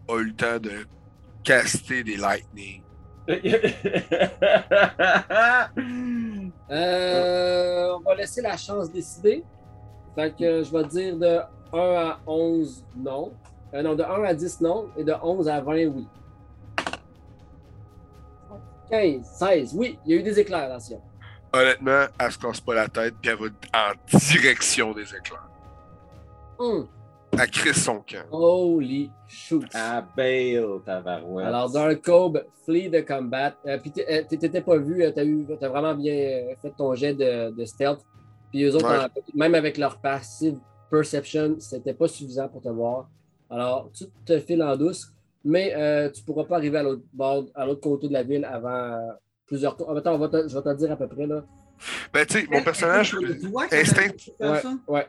a eu le temps de caster des lightning? euh, on va laisser la chance décider. Fait que euh, je vais dire de 1 à 11, non. Euh, non, de 1 à 10, non. Et de 11 à 20, oui. 15, 16, oui. Il y a eu des éclairs dans le ciel. Honnêtement, elle se casse pas la tête puis elle va en direction des éclairs. Hum, Elle crée son camp. Holy shoot. Ah, À Bale, Tavarouette. Alors, dans le cobe, flee de combat. Euh, puis t'é- euh, t'é- t'étais pas vu, euh, t'as eu- t'as vraiment bien euh, fait ton jet de, de stealth. Puis eux autres, Ouais. en- même avec leur passive perception, c'était pas suffisant pour te voir. Alors, tu te files en douce, mais euh, tu pourras pas arriver à l'autre bord, à l'autre côté de la ville avant euh, plusieurs tours. Ah, Attends, on va te- je vais te dire à peu près là. Euh, Ben, tu sais, mon personnage. Tu vois que Instinct. ça- Ouais, ça? ouais.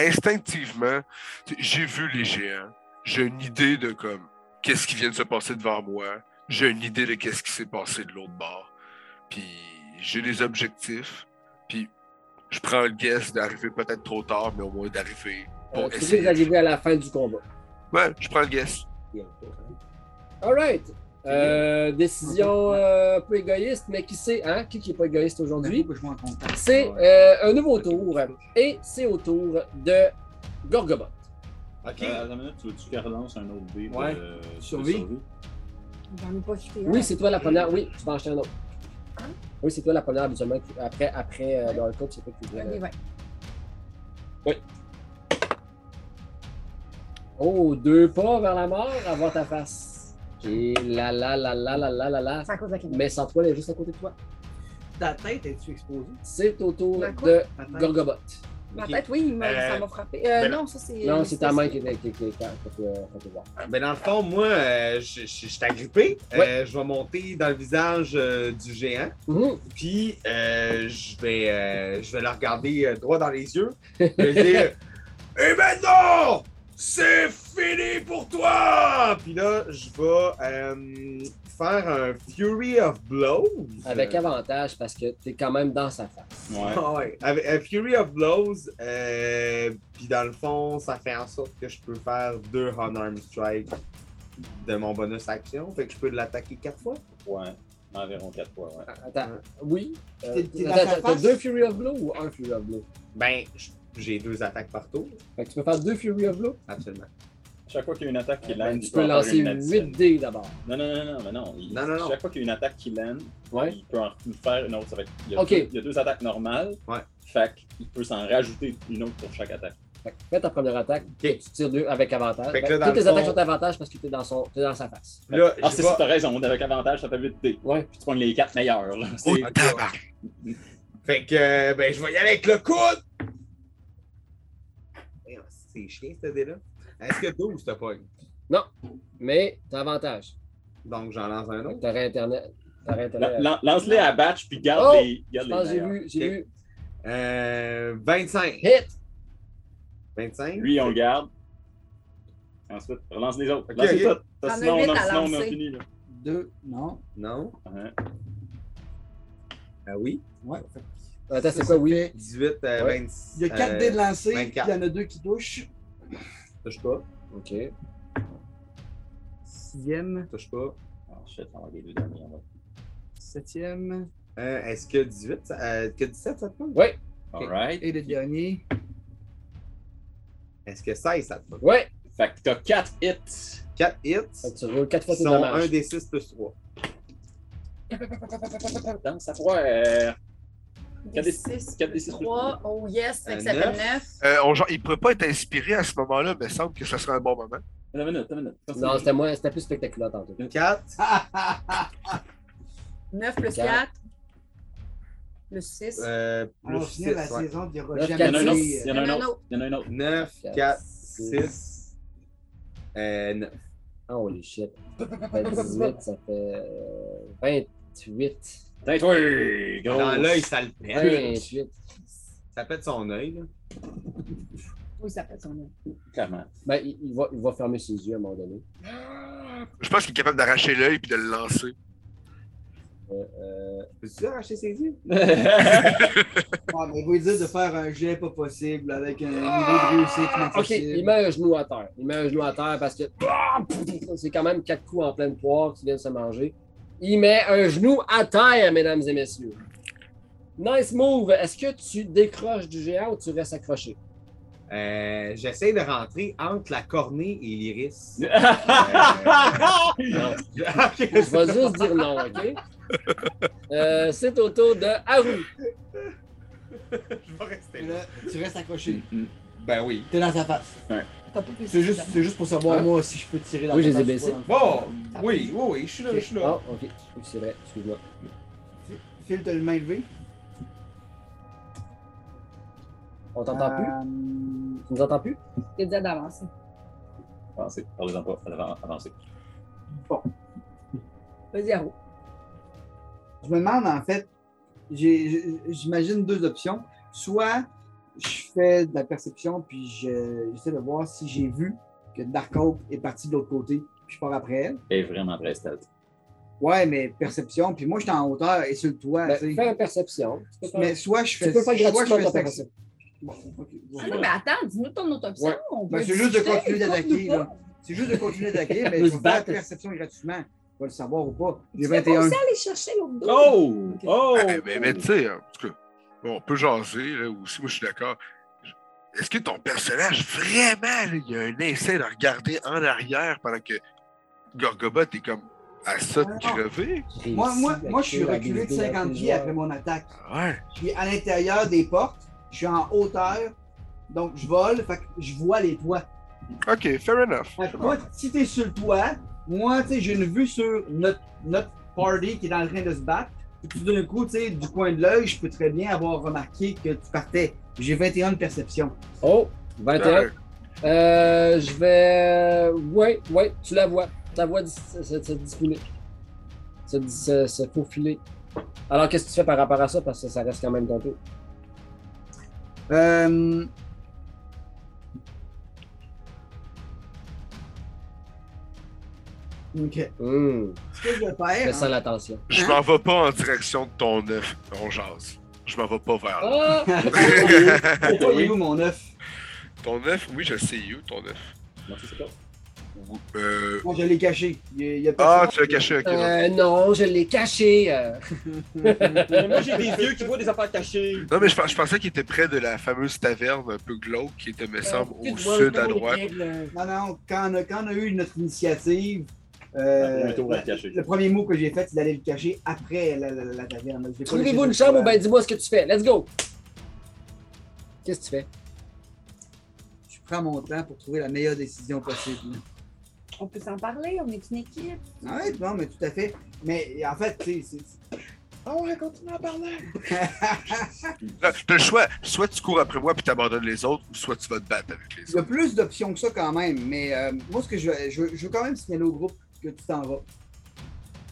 instinctivement, tu sais, j'ai vu les géants. J'ai une idée de comme qu'est-ce qui vient de se passer devant moi. J'ai une idée de qu'est-ce qui s'est passé de l'autre bord. Puis j'ai des objectifs. Puis je prends le guess d'arriver peut-être trop tard, mais au moins d'arriver. Euh, Bon, tu essayez. risques d'arriver à la fin du combat. Ouais, je prends le guess. All right. Euh, décision euh, un peu égoïste, mais qui sait, hein? Qui qui est pas égoïste aujourd'hui? Je m'en contacte. C'est euh, un nouveau tour et c'est au tour de Gorgobot. Ok. Euh, à la minute, tu veux-tu qu'elle relance un autre dé de- Ouais. de Survie. J'en ai pas quitté. Oui, c'est toi la première. Oui, tu vas en acheter un autre. Oui, c'est toi la première habituellement. qui- Après, après euh, dans le couple, c'est toi qui Un des vingt. Oh, deux pas vers la mort avant ta face. Et là, là, là, là, là, là, là, là. C'est à cause de la clinique. Mais sans toi, elle est juste à côté de toi. Ta tête, es-tu exposée? C'est au tour Ben quoi? de Ta tête? Gorgobot. Ma tête, oui, il m'a- Euh, ça m'a frappé. ben Euh, là- non, ça c'est. Non, c'est ta ça, main qui est qui est- qui est- qui est- qui est voir. Ben dans le fond, moi, euh, je, je- je suis agrippé. Euh, je vais monter dans le visage euh, du géant. Mhm. Puis euh, je vais, euh, je vais le regarder euh, droit dans les yeux. Je vais dire Et maintenant, c'est fini pour toi! Ah! Puis là, je vais euh, faire un Fury of Blows. Avec avantage parce que t'es quand même dans sa face. Ouais. Ah ouais. Avec- un Fury of Blows. euh, Puis dans le fond, ça fait en sorte que je peux faire deux Unarmed Strikes de mon bonus action. Fait que je peux l'attaquer quatre fois. Ouais. Environ quatre fois, ouais. Attends, oui. Euh, T'es- t'es dans attends, sa t'as- T'as face? deux Fury of Blow ou un Fury of Blow? Ben, j- j'ai deux attaques par tour. Fait que tu peux faire deux Fury of Blow. Absolument. Chaque fois qu'il y a une attaque qui Ben, land, tu il peux peut en faire lancer une additionnelle. 8 dés d'abord. Non, non, non, non, non, mais non. Il- Non, non, non. Chaque fois qu'il y a une attaque qui land, Ouais. il peut en faire une autre. Ça fait qu'il y a Ok. deux- il y a deux attaques normales. Ouais. Fait qu'il peut s'en rajouter une autre pour chaque attaque. Fait que fais ta première attaque, Ok. tu tires deux avec avantage. Fait que Fait que là, toutes dans tes le attaques fond- sont avantage parce que t'es dans, son... t'es dans sa face. Fait- Là, ah, je c'est vais- ça, t'as raison. Avec avantage, ça fait 8 dés. Ouais. Puis tu prends les quatre meilleurs. là. Oh, C'est- tabarnak! Fait que, euh, ben, je vais y aller avec le coude! Eh, C'est chiant, ce dé-là. Est-ce que 12 t'as pas eu? Mais t'as avantage. Donc, j'en lance un Donc autre. t'aurais internet. T'aurais internet. Lan- lan- Lance-les à batch, puis garde Oh! les, garde Je les pense que j'ai meilleurs. vu, j'ai Ok. vu. Euh, 25. Hit! 25? Lui, on le garde. Ensuite, relance les autres. Ok, Lance les ok. autres. T'en as Sinon, huit non, à sinon, on a lancer. fini. Là. Deux, non. Non. Ouais. Ah oui? Ouais. Attends, c'est quoi, oui? 18, euh, Ouais. 26. Il y a 4 euh, dés de lancer, puis 24. il y en a 2 qui touchent. Touche pas, OK. Sixième, touche pas. Ah, shit, on va les deux derniers. ouais. septième Euh, Est-ce que 18, ça- euh, que 17, ça te tombe? Ouais, Alright. et le dernier. Est-ce que 16, ça te tombe? ouais. Fait que t'as 4 hits. 4 hits Fait que tu roules 4 fois qui tes sont dommages. 1 des 6 plus 3. Dans sa poire. 4 des 6, 4 des 6. 3. Oh yes, fait que Un ça fait neuf. 9. Euh, on- genre, il ne pourrait pas être inspiré à ce moment-là, mais il semble que ce serait un bon moment. Une minute, une minute. Non, c'était moins- c'était plus spectaculaire tantôt. 4, 9 plus Quatre. 4. Plus 6. euh, On plus va 6, finir la ouais. saison, il n'y aura Neuf, Il y en jamais a un autre. Il de- y en a un autre. Il y en a un autre. 9, Quatre, 4, six. 6, euh, 9. Oh, les shit. Ça fait 18, ça fait euh, 28. Tête, oui! Gros! Dans l'œil, ça le pète. 28. Ça pète son œil. là. Oui, ça fait son nom. Clairement. Ben, il, il va, il va fermer ses yeux à un moment donné. Je pense qu'il est capable d'arracher l'œil puis de le lancer. Euh, euh, Peux-tu arracher ses yeux? Ah, mais il va lui dire de faire un jet pas possible avec un niveau de réussite non Ah, ok, il possible. met un genou à terre. Il met un genou à terre parce que Ah! c'est quand même quatre coups en pleine poire qui viennent se manger. Il met un genou à terre, mesdames et messieurs. Nice move. Est-ce que tu décroches du géant ou tu restes accroché? Euh, J'essaie de rentrer entre la cornée et l'iris. Euh, Je vais juste dire non, ok? Euh, c'est au tour de Haru. Je vais rester Et là, tu restes accroché. Ben oui. T'es dans sa face. Ouais. T'as pas pris- C'est juste, c'est juste pour savoir, Hein? moi, si je peux tirer dans Oui, ta je les ai face ou baissés. pas, dans le fond. Bon, oui, oui, oui, je suis là, je suis là. Ah, ok. Oui, C'est vrai, excuse-moi. Phil, t'as le main levée. On t'entend plus? Euh, Tu nous entends plus? Il dit d'avancer. Avancez, parlez-en pas, Avant- avancez. Vas-y, Aro. Je me demande, en fait, j'ai- j'- j'imagine deux options. Soit je fais de la perception, puis je- j'essaie de voir si j'ai vu que Dark Oak est parti de l'autre côté, puis je pars après elle. Et vraiment très stealth. Ouais, mais perception, puis moi, j'étais en hauteur et sur le toit, Ben, tu fais sais. une perception. Tu peux faire- Mais soit je tu fais... peux faire soit je gratuitement fais ta ça- perception. Bon, ok. Ah non, mais attends, dis-nous ton autopsie. Ouais. on Ben, peut c'est juste de discuter, continuer d'attaquer, écoute-nous là. pas. C'est juste de continuer d'attaquer, mais Nous je vais faire battre. perception gratuitement. Je vais le savoir ou pas. Tu J'ai vas pas 21. aussi aller chercher l'autre dos. Oh! Ok. Ah, Oh! Eh, mais mais tu sais, en tout cas, bon, on peut jaser là, aussi. Moi, je suis d'accord. Est-ce que ton personnage, vraiment, là, il y a un instinct de regarder en arrière pendant que Gorgobot est comme à ça de Ah. crever? Moi, moi, Réussis à moi, je suis créer la reculé de visibilité dans 50 tes pieds joueurs. après mon attaque. Ouais. Je suis à l'intérieur des portes, je suis en hauteur, donc je vole, fait que je vois les toits. OK, fair enough. Fait que toi, si t'es sur le toit, moi, tu sais, j'ai une vue sur notre, notre party qui est en train de se battre. Puis tout d'un coup, tu sais, du coin de l'œil, je peux très bien avoir remarqué que tu partais. J'ai 21 de perception. Oh, 21. Euh, je vais. Ouais, ouais, tu la vois. Tu la vois dis- se se- se dissimuler. Se, dis- se, se faufiler. Alors, qu'est-ce que tu fais par rapport à ça? Parce que ça reste quand même ton tour. Euh... Ok. Ce Hum, que je vais Je faire, sens l'attention. Je m'en vais pas en direction de ton œuf. On jase. Je m'en vais pas vers là. Ah! hein, voyez-vous mon œuf? Ton œuf, oui, je le sais, you, ton œuf. Non, c'est ça. Euh, Moi, je l'ai caché. Il y a- il y a Ah, personne. tu l'as caché, ok. non. Euh, non, je l'ai caché. euh. Mais moi, j'ai des yeux qui voient des affaires cachées. Non, mais je, pens- je pensais qu'il était près de la fameuse taverne un peu glauque qui était, me semble, Tu au te vois sud dans à les droite. règles. Non, non, quand on a, quand on a eu notre initiative, euh, Il y a un tour à le cacher. le premier mot que j'ai fait, c'est d'aller le cacher après la, la, la, la taverne. Je l'ai pas Trouvez-vous laissé une sur le chambre ou toit. ben dis-moi ce que tu fais. Let's go! Qu'est-ce que tu fais? ben- Je prends mon temps pour trouver la meilleure décision possible. On peut s'en parler, on est une équipe. Ouais, non, mais tout à fait. Mais en fait, tu sais, c'est- Ah ouais, continue à parler. Là, T'as le choix. Soit tu cours après moi puis t'abandonnes les autres, ou soit tu vas te battre avec les il y a autres. plus d'options que ça quand même. Mais euh, moi, ce que je, veux- je, veux- je veux quand même signaler au groupe que tu t'en vas.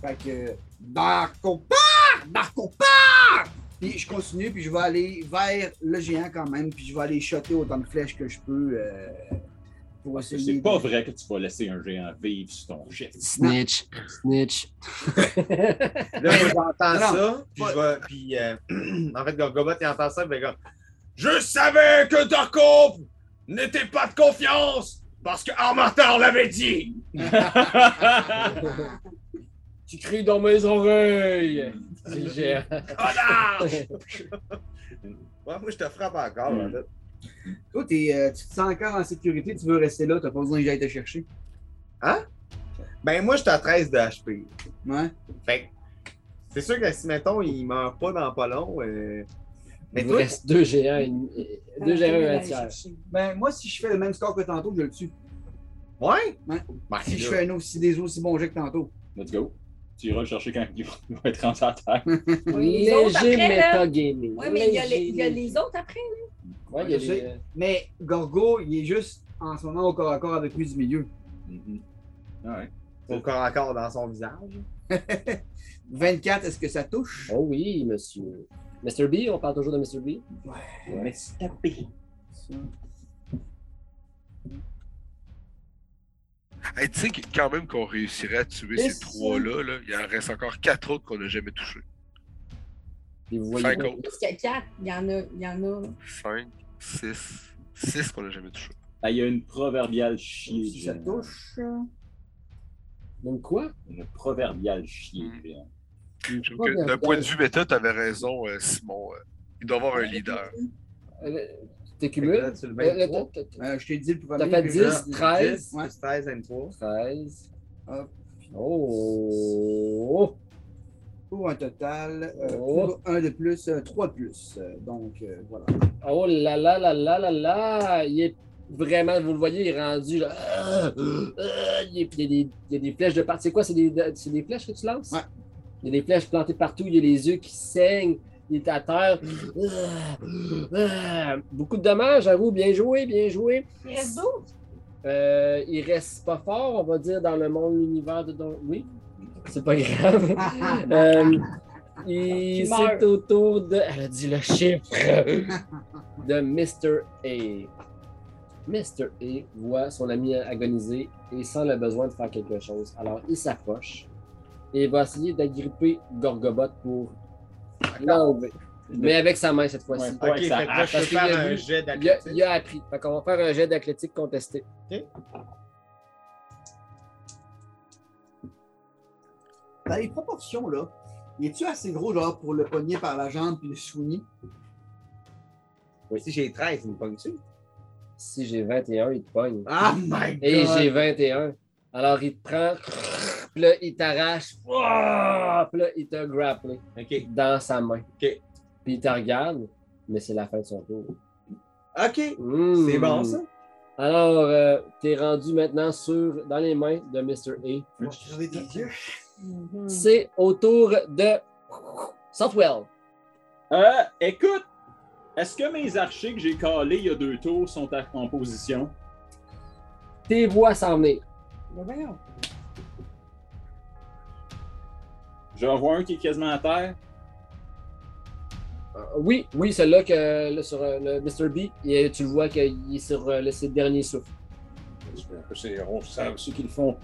Fait que, Darko part! Darko part! Puis je continue, puis je vais aller vers le géant quand même, puis je vais aller shotter autant de flèches que je peux. euh, pour Parce que essayer. c'est de- pas vrai que tu vas laisser un géant vivre sur ton jet. Snitch, snitch. Là, moi, j'entends Non, ça, puis je vais. Puis, euh, en fait, Gorgobot, il entend ça, puis il est comme, Je savais que Darko n'était pas de confiance parce que Armatar l'avait dit. Tu cries dans mes oreilles! C'est le géant. Connard! Ouais, moi, je te frappe encore, Mm. en fait. Toi, t'es, euh, tu te sens encore en sécurité, tu veux rester là, t'as pas besoin que j'aille te chercher. Ben, moi, je suis à 13 de HP. hein? Ouais. Fait que, c'est sûr que si, mettons, il meurt pas dans pas long. euh, Mais Il vous toi, reste deux géants, et demi- et- deux géants et un tiers. Ben, moi, si je fais le même score que tantôt, je le tue. ouais? Ouais. Ben, Si je là, fais un aussi des aussi bon jet que tantôt. Let's go. Tu iras le chercher quand il va être rendu à terre. Léger là. metagaming. Oui, mais il y, a les, Léger il y a les autres après. Ouais, il y a Je les- sais. Mais Gorgo, il est juste en ce moment au corps à corps avec lui du milieu. Mhm. Ah ouais. Au corps à corps dans son visage. 24, est-ce que ça touche? Oh oui, monsieur. Mr. B, on parle toujours de Mr. B. Mais c'est tapé. Ça. Hey, tu sais que- quand même qu'on réussirait à tuer Mais ces trois-là. là. Il en reste encore quatre autres qu'on n'a jamais touchés. Puis vous voyez. Cinq autres. Parce qu'il y a quatre, il y en a. Il y en a. Cinq, six. Six qu'on n'a jamais touchés. Ah, il y a une proverbiale chier. Si ça Jean. touche. Donc quoi? Une proverbiale chier. Mm. Jean. Je trouve que D'un point de vue méta, tu avais raison, euh, Simon. euh, il doit y avoir un leader. Euh, T'es Fait que là, cumulé? tu le Euh, mets t'as- trois. t'as- t'as- Euh, je t'ai dit le premier. T'as fait puis 10, je- 13. 10, plus 13, 23. 13. Hop. Oh! Pour un total, euh, Oh. pour un de plus, euh, trois de plus. Euh, donc, euh, voilà. Oh là là là là là là! Il est vraiment, vous le voyez, il est rendu là. Ah, ah, Il, est- il y a des, il y a des flèches de partout. C'est quoi? C'est des, c'est des flèches que tu lances? Ouais. Il y a des flèches plantées partout. Il y a les yeux qui saignent. Il est à terre. Ah, ah. Beaucoup de dommages, j'avoue. Bien joué, bien joué. Il reste d'autres. Euh, il reste pas fort, on va dire, dans le monde, l'univers de Don. Oui, c'est pas grave. Ah, Euh, Tu il meurs. c'est autour de. Elle a dit le chiffre de Mr. A. Mr. A voit son ami agoniser et sent le besoin de faire quelque chose. Alors il s'approche et va essayer d'agripper Gorgobot pour l'enlever. Mais avec sa main cette fois-ci. Ouais, Ok, fait que là, je peux parce qu'il faire a un vu- jet Il a, d'athlétisme. il a appris. Fait qu'on va faire un jet d'athlétique contesté. Dans les proportions, là, es-tu assez gros, genre, pour le pogner par la jambe puis le soumis? Si j'ai 13, il me pogne-tu? Si j'ai 21, il te pogne. Ah, my God! Et j'ai 21. Alors, il te prend, puis là, il t'arrache, ouah, puis là, il t'a grapplé Ok. dans sa main. OK. Puis il te regarde, mais c'est la fin de son tour. Ok. Hmm. C'est bon, ça? Alors, euh, t'es rendu maintenant sur, dans les mains de Mr. A. Moi, je vais des yeux. Hmm. Mhm. C'est au tour de Southwell. Euh, écoute, est-ce que mes archers que j'ai calés il y a deux tours sont à- en position? Tes voix s'en venir. Ben voyons. Je vais en voir un qui est quasiment à terre. Euh, oui, oui, celui-là que là, sur euh, le Mr. B, il- tu le vois qu'il est sur euh, le, ses derniers souffles. Je vais approcher, On sait ceux qui le font.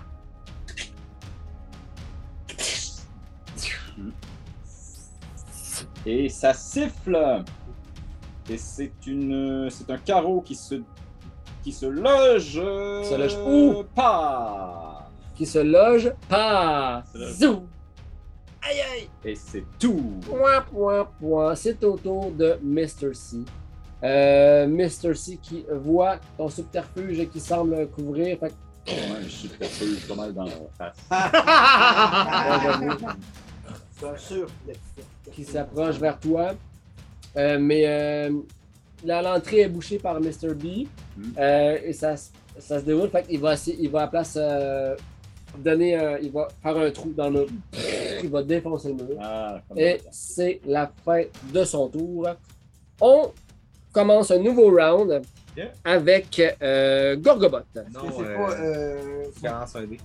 Et ça siffle. Et c'est une, c'est un carreau qui se, qui se loge. euh, Se loge où? Pas. Qui se loge par Se loge. Zou! Aïe aïe! Et c'est tout. Point, point, point. C'est au tour de Mr. C. Euh, Mr. C qui voit ton subterfuge qui semble couvrir. Fait que- Ouais, je suis perdu pas mal dans la face. Ah, C'est un sûr. qui s'approche vers toi. Euh, mais euh, la- l'entrée est bouchée par Mr. B. Mm. Euh, et ça, se- ça se déroule. Fait qu'il va, essayer- il va à place euh, donner un- il va faire un trou dans le mur. Il va défoncer le mur. Ah, comme Et c'est la fin de son tour. On commence un nouveau round Yeah. avec euh, Gorgobot. Non, c'est euh, pas. Euh, je lance un dé.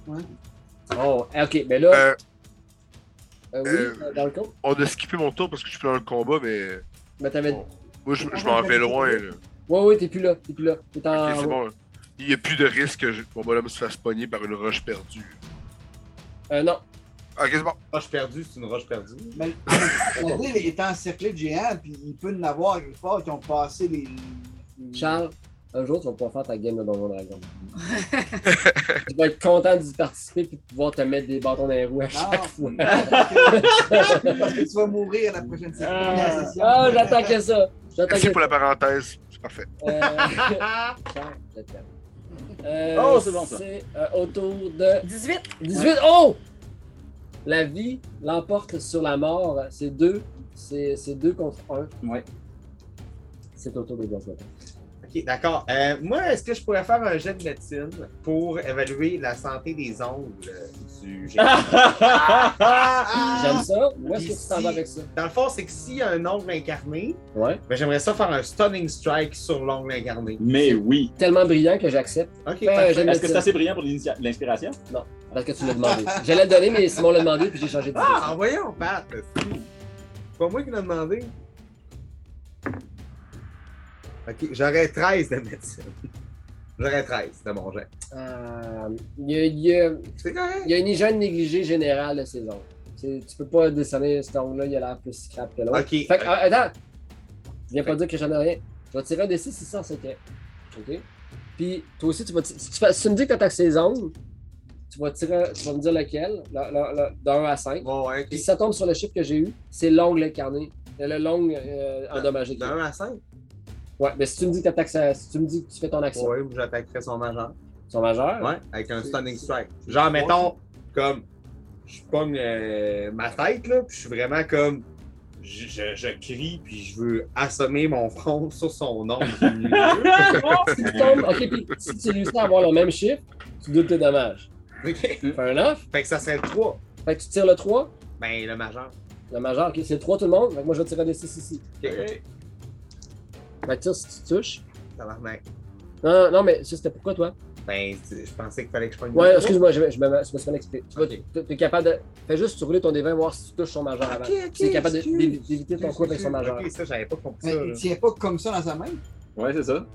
Oh, ok, mais là, Euh, euh, oui, euh, dans le compte. on a skippé mon tour parce que je suis dans le combat, mais Mais t'avais. Moi, je, je m'en vais loin. Là. Ah, Ouais, ouais, t'es plus là, t'es plus là. T'es en. Ok, c'est bon. là. Il n'y a plus de risque que mon bonhomme se fasse pogner par une roche perdue. Euh, non. Ok, c'est bon. Roche perdue, c'est une roche perdue. Mais la ville est encerclée de géants, puis il peut en avoir quelque part qui ont passé les. les- Charles, un jour, tu vas pouvoir faire ta game de Donjon Dragon. tu vas être content d'y participer et de pouvoir te mettre des bâtons dans les roues à chaque fois. Non, parce que- parce que tu vas mourir la prochaine session. la session. Ah, j'attaquais ça. Merci J'attaquais pour la parenthèse. C'est parfait. Euh, Charles, je t'aime. Euh, Oh, c'est bon, ça. C'est euh, autour de 18. 18. Oh! La vie l'emporte sur la mort. C'est deux. C'est c'est deux contre un. Ouais. C'est autour de Blackwater. Ok, d'accord. Euh, moi, est-ce que je pourrais faire un jet de médecine pour évaluer la santé des ongles euh, du géant? Ah. J'aime ça. Où est-ce que tu Ici. t'en vas avec ça? Dans le fond, c'est que s'il y a un ongle incarné, Ouais. ben, j'aimerais ça faire un stunning strike sur l'ongle incarné. Mais oui. Tellement brillant que j'accepte. Ok, Ben, parfait. j'aime- Est-ce que c'est assez brillant pour l'initia- l'inspiration? Parce que tu l'as demandé. J'allais le donner, mais Simon l'a demandé, puis j'ai changé de Ah, voyons, Pat! C'est pas moi qui l'ai demandé. Ok, j'aurais 13 de médecine. J'aurais 13 de mon jet. Euh, Il y, a- il y a- C'est il correct. y a une hygiène négligée générale de ces ongles. C'est- Tu peux pas décerner cet ongle-là, il a l'air plus scrap que l'autre. Ok. Fait que, ah, attends! Je viens pas dire que j'en ai rien. Je vais tirer un des 6 c'est sans secret. OK? Puis, toi aussi, tu vas. ti- Si tu, fais- si tu me dis que t'attaques ces ongles, tu vas, tirer, tu vas me dire lequel, le- le- le- de 1 à 5. Bon, ouais, Puis, si ok. ça tombe sur le chiffre que j'ai eu, c'est l'ongle incarné. Le l'ongle euh, endommagé. De 1 à 5? Ouais, mais si tu me dis que t'attaques ça- si tu me dis que tu fais ton action, Oui, j'attaquerais son majeur. ils sont majeurs. Ouais, avec un C'est- stunning c'est- strike. Genre, mettons, comme, je pogne euh, ma tête, là, puis je suis vraiment comme, je, je- je crie, puis je veux assommer mon front sur son nom. Si tu tombes, ok, puis si tu réussis à avoir le même chiffre, tu doubles tes dommages. fait Fais un off, que ça serait le 3. fait que tu tires le 3, Ben, le majeur. le majeur, ok, c'est le 3 tout le monde, fait que moi je vais tirer des 6 ici. Ok, Fait que tire si tu touches. tabarnak. Non, non, non, mais ça c'était pourquoi toi? Ben, tu- je pensais qu'il fallait que je pogne. Ouais, le excuse-moi, je, me- je me je me suis mal expliqué. Tu vas- Ok. t'es- t'es capable de. Fais juste tu rouler ton D20 voir si tu touches son majeur avant. Ok, ok, tu es capable de- excuse. d'évi- d'éviter ton Excuse, coup avec son excuse. majeur. Ok, ça, j'avais pas compris Mais ça. il là. tient pas comme ça dans sa main. Ouais, c'est ça.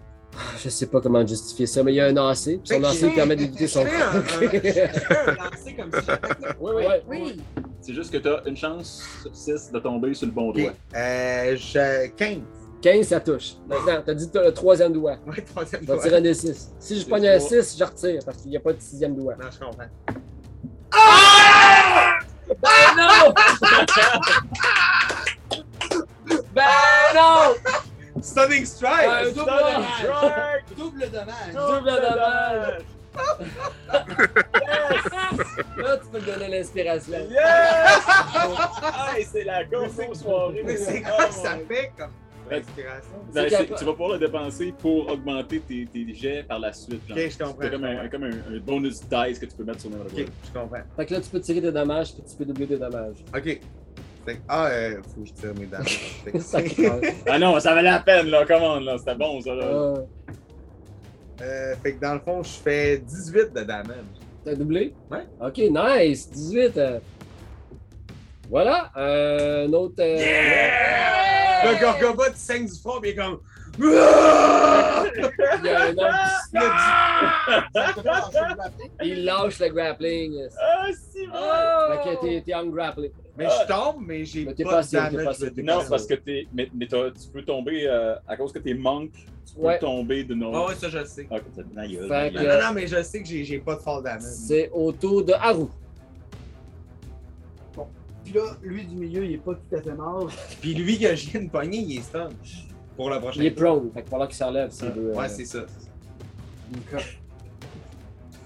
Je sais pas comment justifier ça, mais il y a un AC, puis son Fait que AC j'ai- permet d'éviter son j'ai coup. un- un- euh, j'ai un lancer comme si j'attaquais. Oui, oui. Ouais. Oui. C'est juste que t'as une chance sur 6 de tomber sur le bon Ok, doigt. euh, je- 15. 15, ça touche. Maintenant, t'as dit t'as le troisième doigt. Ouais, troisième Je vais doigt. tirer un des 6. Si je C'est pogne un trois. 6, je retire parce qu'il n'y a pas de sixième doigt. Non, je comprends. Ah, non! ben non! Ben, Stunning strike! Ouais, double Stunning dommage. Double Oh, dommage. Double dommage! Là, tu peux te donner l'inspiration. Yes! hey, Ah, c'est la grosse soirée. Mais c'est Ah, Oh quoi mon ça Dieu. fait comme respiration? Ben, C'est c'est- capable. tu vas pouvoir le dépenser pour augmenter tes, tes jets par la suite. Genre. Ok, je C'est comprends. comme, un, comme un, un bonus dice que tu peux mettre sur n'importe quoi. Ok, je comprends. Fait que là, tu peux tirer des dommages puis tu peux doubler tes dommages. Ok. Fait que- Ah, euh, faut que je tire mes damages. Fait Ça que- craint. Ah non, ça valait la peine, là. Comment, là? C'était bon, ça, là. Euh, Euh, fait que dans le fond, je fais 18 de damage. T'as doublé? Ouais. Ok, nice! 18. euh. Voilà, euh, un autre. euh, Le Gorgoba, tu saignes du front, mais il est comme. Ah! il y a un homme Il a qui- Il lâche le grappling. Ah, si, bon! Oh! Fait que t'es- t'es ungrapplé. dit- Mais je tombe, mais j'ai Mais pas, t'es pas de sûr, t'es pas damage. sûr, de t'es Non, dégâts. c'est parce que t'es. Mais, mais t'as- tu peux tomber. euh, à cause que t'es monk, tu peux Ouais. tomber de nos. Ah ouais, ça, je le sais. Ah, comme ça, non, il y a- Fait il y Non, a- que- non, non, mais je sais que j'ai j'ai pas de fall damage. C'est au tour de Haru. Puis là, lui du milieu, il est pas tout à fait mort. Puis lui que j'ai une poignée, il est stun. Pour le prochain. Il est tour. prone, fait que pendant qu'il s'enlève, c'est deux. euh, Ouais, c'est ça.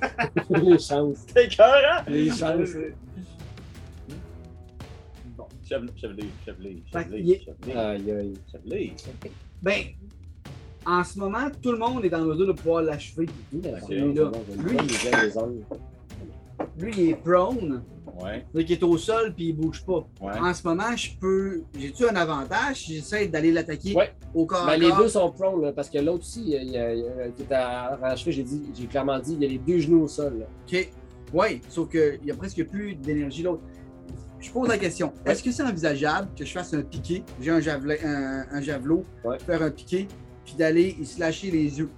euh, les chances. T'es écœurant! Les chances. Chevelu, chevelu, chevelu, Fait que chevelu, il est- chevelu, Aïe, aïe. chevelu. Ben, en ce moment, tout le monde est en mesure de pouvoir l'achever. Lui, il gère les ongles. Lui, il est prone, Ouais, donc il est au sol puis il bouge pas. ouais. En ce moment, je peux. J'ai-tu un avantage si j'essaie d'aller l'attaquer Ouais. au corps à Ben, les corps? deux sont prone, là, parce que l'autre aussi, il, y a- il y a- qui est à rachever, j'ai dit, j'ai clairement dit, il y a les deux genoux au sol. là. OK. Oui, sauf qu'il n'y a presque plus d'énergie l'autre. Je pose la question. Est-ce que c'est envisageable que je fasse un piqué? J'ai un, javelin- un, un javelot, Ouais. faire un piqué, puis d'aller y slasher les yeux.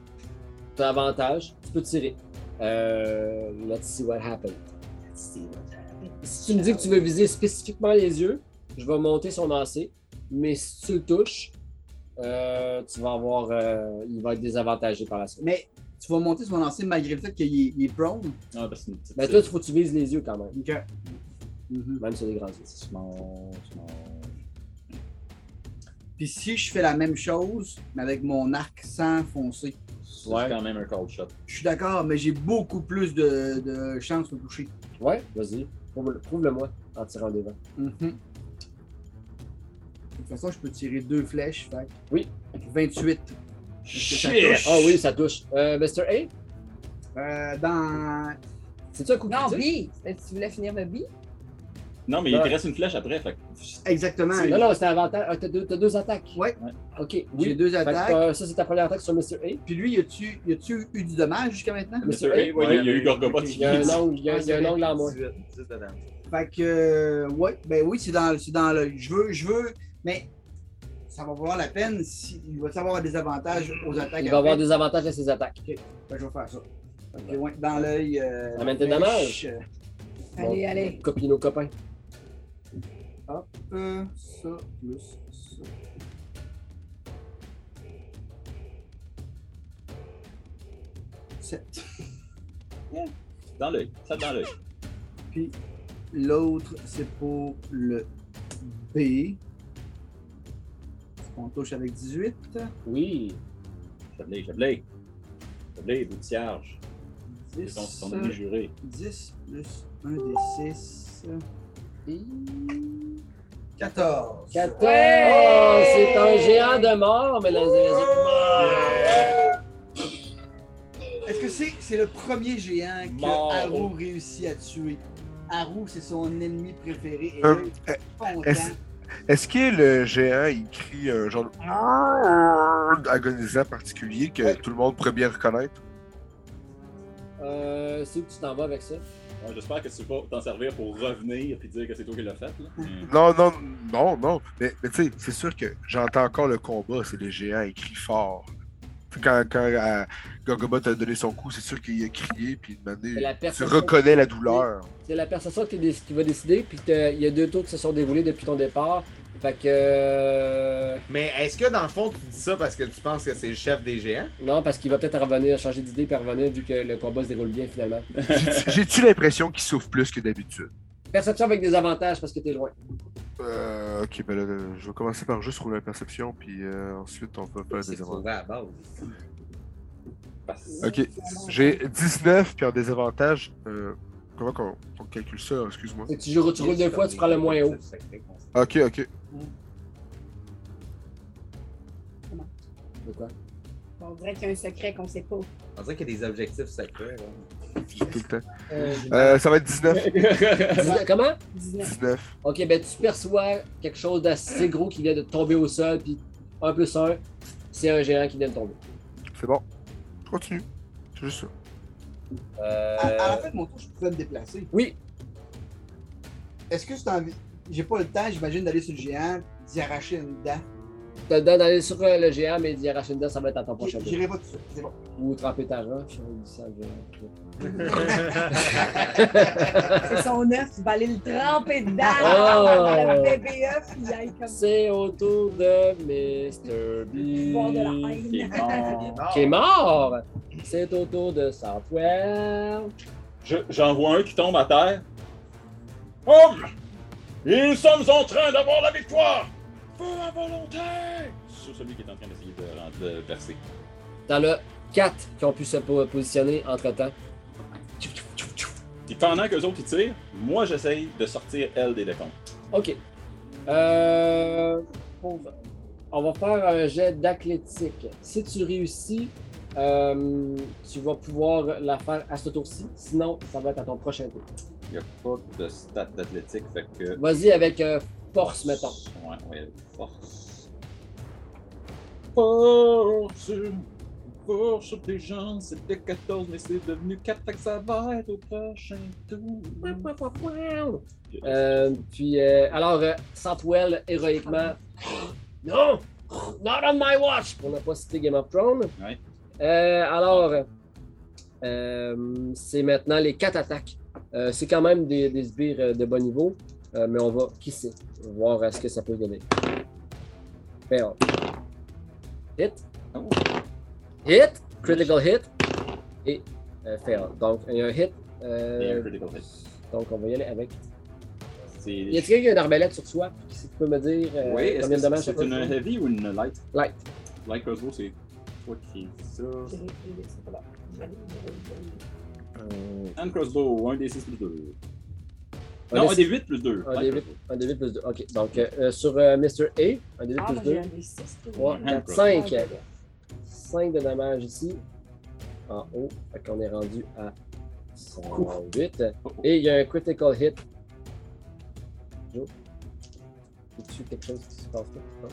T'as avantage, tu peux tirer. Euh, let's see what happens. Si tu me dis que tu veux viser spécifiquement les yeux, je vais monter son AC. Mais si tu le touches, euh, tu vas avoir. euh, il va être désavantagé par la suite. Mais tu vas monter sur mon lancer malgré le fait qu'il est, il est prone. Ah, parce que c'est une petite. Mais Ben, toi, il faut que tu vises les yeux quand même. Ok. Mhm. Même sur les grands yeux. c'est mon- c'est mon- Puis si je fais la même chose, mais avec mon arc sans foncer, c'est Ouais. quand même un cold shot. je suis d'accord, mais j'ai beaucoup plus de, de chances de toucher. Ouais, vas-y. Prouve- Prouve-le-moi en tirant des vents. Mhm. De toute façon, je peux tirer deux flèches. Fait. que- Oui. 28. Est-ce que ça touche? Ah oui, ça touche. Euh, Mr. A, Euh, dans. c'est-tu un coup Non, critique? B. Ben, Tu voulais finir le B? Non, mais il Ouais. te reste une flèche après. Fait que- Exactement. Non, non, c'était avantage. Ah, t'as deux, t'as deux attaques. Ouais. Ok, J'ai oui. deux Fait que, attaques. euh, ça, c'est ta première attaque sur Mr. A. Puis lui, y a-tu y a-tu eu du dommage jusqu'à maintenant? Mr. A, Ouais, ouais, il y a eu Gorgobot Il qui y a un vient. ongle, il y a, il y a un ongle en moins. 18, 18 de damage. Fait que, euh, ouais, ben oui, c'est dans, c'est dans le. Je veux, je veux, mais ça va valoir la peine. Si, il va savoir avoir des avantages aux attaques. Il va avoir après. des avantages à ses attaques. Fait que je vais faire ça. Fait que, ouais, dans l'œil. euh, Amène tes la flèche, dommages. euh, Allez, allez. Copie nos copains. euh, ça, plus ça. Sept. Dans l'œil. Ça dans l'œil. Puis l'autre, c'est pour le B. Est-ce qu'on touche avec 18? Oui. Chablé, Chablé. Chablé, bout de cierge. C'est 10, ton ton ennemi juré. 10 plus 1 des 6. 14. 14! Ouais! Oh, C'est un géant de mort, mesdames et messieurs. Est-ce que c'est c'est le premier géant que Mort. Haru réussit à tuer? Haru, c'est son ennemi préféré. Et Hein? là, il est Est-ce content. est-ce que le géant, il crie un genre de agonisant particulier que tout le monde pourrait bien reconnaître? Euh, c'est où que tu t'en vas avec ça? Ouais, J'espère que tu vas t'en servir pour revenir et dire que c'est toi qui l'as fait. Là. Non, non, non, non. Mais, mais tu sais, c'est sûr que j'entends encore le combat, c'est le géant, il crie fort. Puis Quand, quand euh, Gogobot a donné son coup, c'est sûr qu'il a crié, puis il C'est demandé. la Tu perception. reconnais la douleur. C'est la perception qui, dé- qui va décider, puis t'as- il y a deux tours qui se sont déroulés depuis ton départ. Fait que. euh, Mais est-ce que dans le fond, tu dis ça parce que tu penses que c'est le chef des géants? Non, parce qu'il va peut-être revenir, changer d'idée, puis revenir vu que le combat se déroule bien finalement. J'ai- J'ai-tu l'impression qu'il souffre plus que d'habitude? Perception avec des avantages parce que t'es loin. Euh, ok, ben là, là, je vais commencer par juste rouler la perception, puis euh, ensuite on va faire C'est des trouvé à la base. Parce- Ok, j'ai 19, puis en désavantage, euh, comment qu'on on calcule ça, excuse-moi? C'est que tu, joues- tu roules deux fois, tu prends le moins haut. Ok, ok. De quoi? On dirait qu'il y a un secret qu'on sait pas. On dirait qu'il y a des objectifs secrets. là. J'ai tout le temps. Euh, Euh, ça va être 19. Dix- Comment? 19. 19. Ok, ben tu perçois quelque chose d'assez gros qui vient de tomber au sol, puis un plus un, c'est un géant qui vient de tomber. C'est bon. Je continue. C'est juste ça. Euh, Ah, À, à la fin de mon tour, je pouvais me déplacer. Oui, Est-ce que c'est envie. J'ai pas le temps, j'imagine, d'aller sur le géant, d'y arracher une dent. t'as le temps d'aller sur euh, le géant, mais d'y arracher une dent, ça va être à ton prochain J'- tour. J'irai pas tout seul. C'est bon. Ou tremper ta roche, on dit ça, je- C'est son œuf, tu vas aller le tremper dedans. Oh! Le bébé œuf, E il aille comme ça. C'est au tour de Mr. Boire de la B. Il est haine. mort. Qui est mort! C'est au tour de Southwell. Je- J'en vois un qui tombe à terre. Homme! Ils sommes en train d'avoir la victoire! Feu à volonté! Sur celui qui est en train d'essayer de, ren- de percer. T'en as quatre qui ont pu se po- positionner entre temps. Puis pendant qu'eux autres ils tirent, moi j'essaye de sortir elle des décombres. Ok. Euh, pauvre. On va faire un jet d'athlétique. Si tu réussis, euh, tu vas pouvoir la faire à ce tour-ci. Sinon, ça va être à ton prochain tour. Il n'y a pas de stat d'athlétique, fait que. Vas-y avec euh, force, mettons. Ouais, ouais, force. Force! Force des gens, c'était 14, mais c'est devenu 4, fait que ça va être au prochain tour. Euh, puis, euh, alors, euh, Santwell, héroïquement, non, not on my watch! On n'a pas cité Game of Thrones. Ouais. Euh, alors, euh, c'est maintenant les quatre attaques. Euh, c'est quand même des, des sbires euh, de bon niveau, euh, mais on va, qui sait, On va voir euh, ce que ça peut donner. Fail. Hit. Euh, Hit. Critical hit. Et euh, fail. Donc, il y a un hit. euh, Et un critical hit. donc, on va y aller avec. C'est- Y a-t-il quelqu'un qui a une arbalète sur soi? Si tu peux me dire euh, Oui, est-ce combien de que c'est- dommages ça c'est peut une faire? heavy ou une light? Light. Light crossbow, c'est toi qui dis ça. Euh, And crossbow, 1 des 6 plus 2. Un Non, des- 1 des 8 plus 2. Un D8, un D8 plus 2. OK. Donc, euh, sur euh, Mr. A, un D8 Ah, plus ben, 2. j'ai un des six, plus 3, deux. Ouais. 4, 5. 5 de dommages ici. En haut. Fait qu'on est rendu à Oh, 108. Et il y a un critical hit. Joe. tu quelque chose qui se passe là? Non?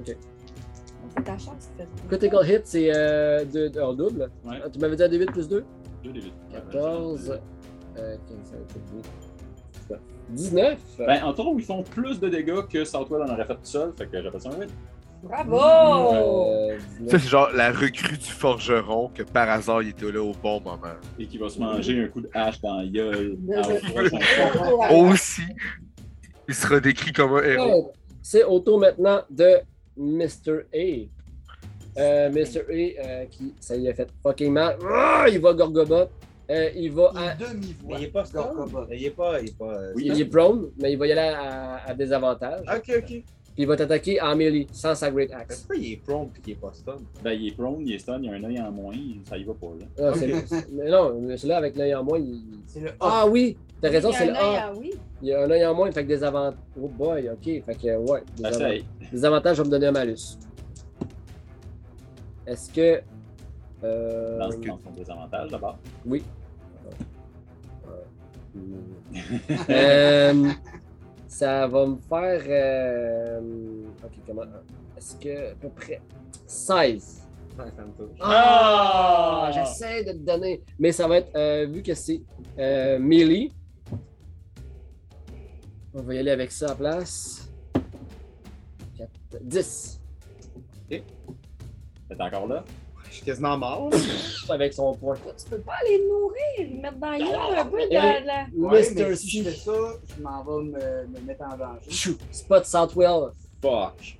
On fait ta chance, peut-être. Critical hit, c'est euh, deux- deux- en double. Ouais, Ah, Tu m'avais dit un D8 plus 2? 2 des 8. 14. euh, 15, 16, 19. Ben, en tout cas, ils font plus de dégâts que Southwell en aurait fait tout seul, fait que j'appelle ça un 8. Bravo! Euh, Ça, 19. c'est genre la recrue du forgeron que par hasard il était là au bon moment. Et qui va se manger un coup de hache dans la gueule. Non, Ah, je- ouais, son corps. Aussi, il sera décrit comme un héros. Oh, C'est au tour maintenant de Mr. A. Euh, Mr. A, euh, qui, ça y a fait fucking mal. Ah, il va Gorgobot. Euh, il va à- Mais demi-voix. il est pas stun. Gorkoba. Il est pas. Il est pas euh, Il est prone, mais il va y aller à, à désavantage. Ok, ok. Puis il va t'attaquer en melee, sans sa Great Mais Axe. Pourquoi il est prone puis qu'il est pas stun? Ben, il est prone, il est stun, il a un œil en moins, ça y va pas, là. Ah, c'est- c'est- mais non, mais celui-là avec l'œil en moins, il... C'est le A. Ah oui! T'as raison, Il y a c'est le un œil A. à oui. Il y a un œil en moins, fait que désavantage. Oh boy, ok. Fait que, ouais. Ah, désavantage. ça, hey, Les avantages vont me donner un malus. Est-ce que. euh, lance lance ton désavantage d'abord. Oui. Euh, ça va me faire. euh, Ok, comment. Est-ce que à peu près 16? Ouais, ça me touche. Ah! J'essaie de te donner. Mais ça va être, euh, vu que c'est euh, melee, on va y aller avec ça à place. 4, 10. T'es encore là? Ah, Je suis quasiment mort. Avec son point. Tu peux pas aller nourrir, mettre dans la gueule un peu de Eh, la- la. Ouais, Mr. mais si C. je fais ça, je m'en vais me, me mettre en danger. Chou. Spot Southwell. Fuck!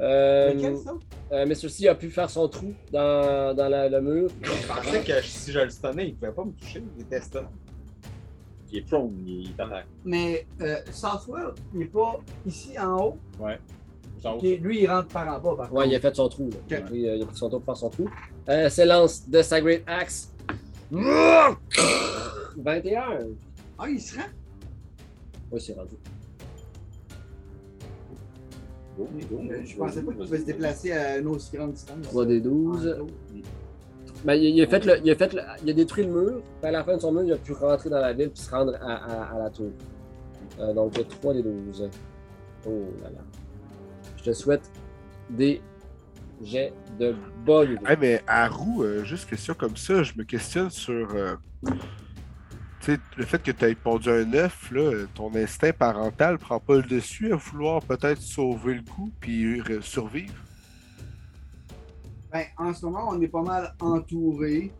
Euh, Lequel, ça? euh, Mr. C a pu faire son trou dans, dans la- le mur. Je pensais que si je le stunnais, il pouvait pas me toucher. Il était stun. Il est prone, il t'attaque. Mais euh, Southwell, il est pas ici en haut. Genre, Ok, Lui, il rentre par en bas. Par Ouais, il contre. a fait son trou. là. Il, a, il a pris son tour pour faire son trou. Euh, S'élance de sa Great Axe. 21. Ah, il se rend. Oui, c'est rendu. go, go, Euh, Je go, pensais go, pas qu'il vas-y, pouvait se vas-y. déplacer à une aussi grande distance. 3 des 12. En haut. Ben, il, il a fait le, il, a fait le- il a détruit le mur. puis à la fin de son mur, il a pu rentrer dans la ville puis se rendre à, à- à la tour. Euh, donc, 3 des 12. Oh là là. Je te souhaite des jets de bon niveau. Hey, mais à roue, euh, juste question comme ça, je me questionne sur euh, tu sais, le fait que tu aies pondu un œuf, là, euh, ton instinct parental prend pas le dessus à vouloir peut-être sauver le coup puis euh, survivre. Ben, en ce moment, on est pas mal entouré.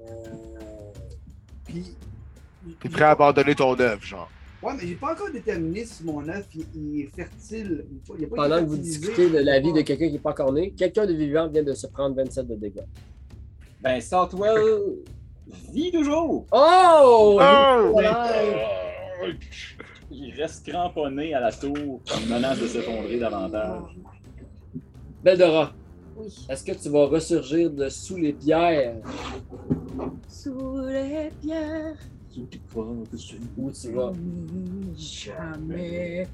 Euh, Puis. T'es prêt à abandonner ton œuf, genre. Ouais, mais j'ai pas encore déterminé si mon œuf il, il est fertile. ou pas. Il a pas Pendant été que vous fertilisé. discutez de la vie de quelqu'un qui n'est pas encore né, quelqu'un de vivant vient de se prendre 27 de dégâts. Ben, Southwell vit toujours! Oh! Oh! Ah! Il reste cramponné à la tour, menace de s'effondrer davantage. Beldora, Oui. est-ce que tu vas ressurgir de sous les pierres Sous les pierres. ou tu vas. Jamais.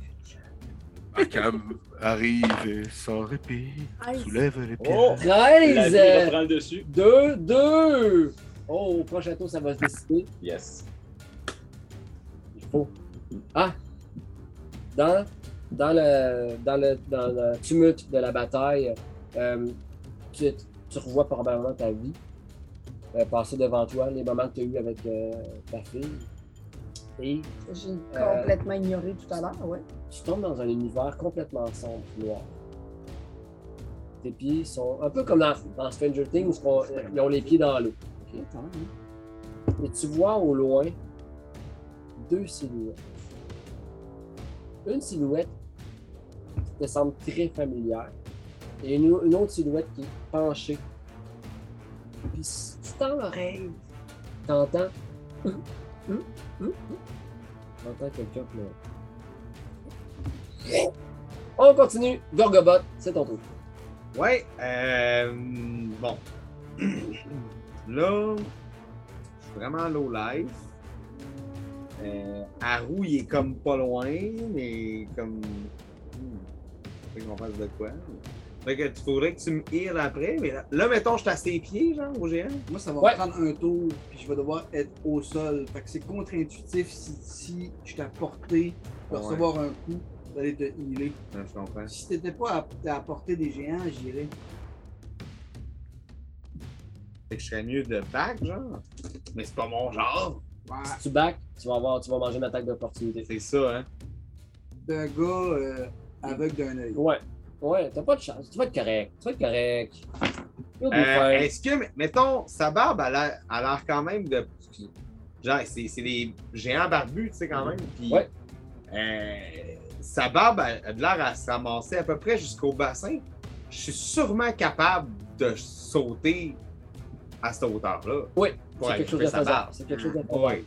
Arkham arrive sans répit, soulève les pieds. Oh! La vie 13! reprend le dessus. 2, 2! Oh, au prochain tour, ça va se décider. Yes. Il faut. Ah! Dans, dans, le, dans, le, dans le tumulte de la bataille, euh, tu, tu revois probablement ta vie euh, passer devant toi, les moments que tu as eu avec euh, ta fille. Et euh, J'ai complètement ignoré tout à l'heure, ouais. tu tombes dans un univers complètement sombre, noir. tes pieds sont un peu comme dans, dans Stranger Things, où on- ils ont les pieds dans l'eau. Ok, quand même. hein. Et tu vois au loin deux silhouettes. Une silhouette qui te semble très familière et une, une autre silhouette qui est penchée. Puis si tu tends l'oreille, t'entends. Hum, hum, hum, hum. T'entends quelqu'un pleurer. On continue. Gorgobot, c'est ton tour. Ouais, euh, bon. Là, je suis vraiment low life. Euh, Haru, il est comme pas loin, mais comme. Hmm, Faudrait qu'on fasse de quoi. Fait que tu faudrait que tu me hires après, mais là, là, mettons, je suis à ses pieds, genre, au géant. Moi, ça va Ouais. prendre un tour, puis je vais devoir être au sol. Fait que c'est contre-intuitif si, si je t'ai portée de Ouais. recevoir un coup, d'aller te healer. Ouais, je comprends. Si t'étais pas à, à portée des géants, j'irais. Fait que je serais mieux de back, genre. Mais c'est pas mon genre. Ouais. Si tu back, tu vas, avoir, tu vas manger une attaque d'opportunité. Ah. C'est ça, hein. D'un gars euh, aveugle d'un œil. Ouais. Ouais, t'as pas de chance. Tu vas être correct. Tu vas être correct. You'll be Euh, fine. Est-ce que, mettons, sa barbe elle a l'air- elle a l'air quand même de. Genre, c'est c'est des géants barbus, tu sais, quand même. Puis, Ouais. euh, sa barbe elle a de l'air à se ramasser à peu près jusqu'au bassin. Je suis sûrement capable de sauter à cette hauteur-là. Oui, pour c'est quelque chose de récupérer sa faisable. barbe. C'est quelque chose de faisable. Oui.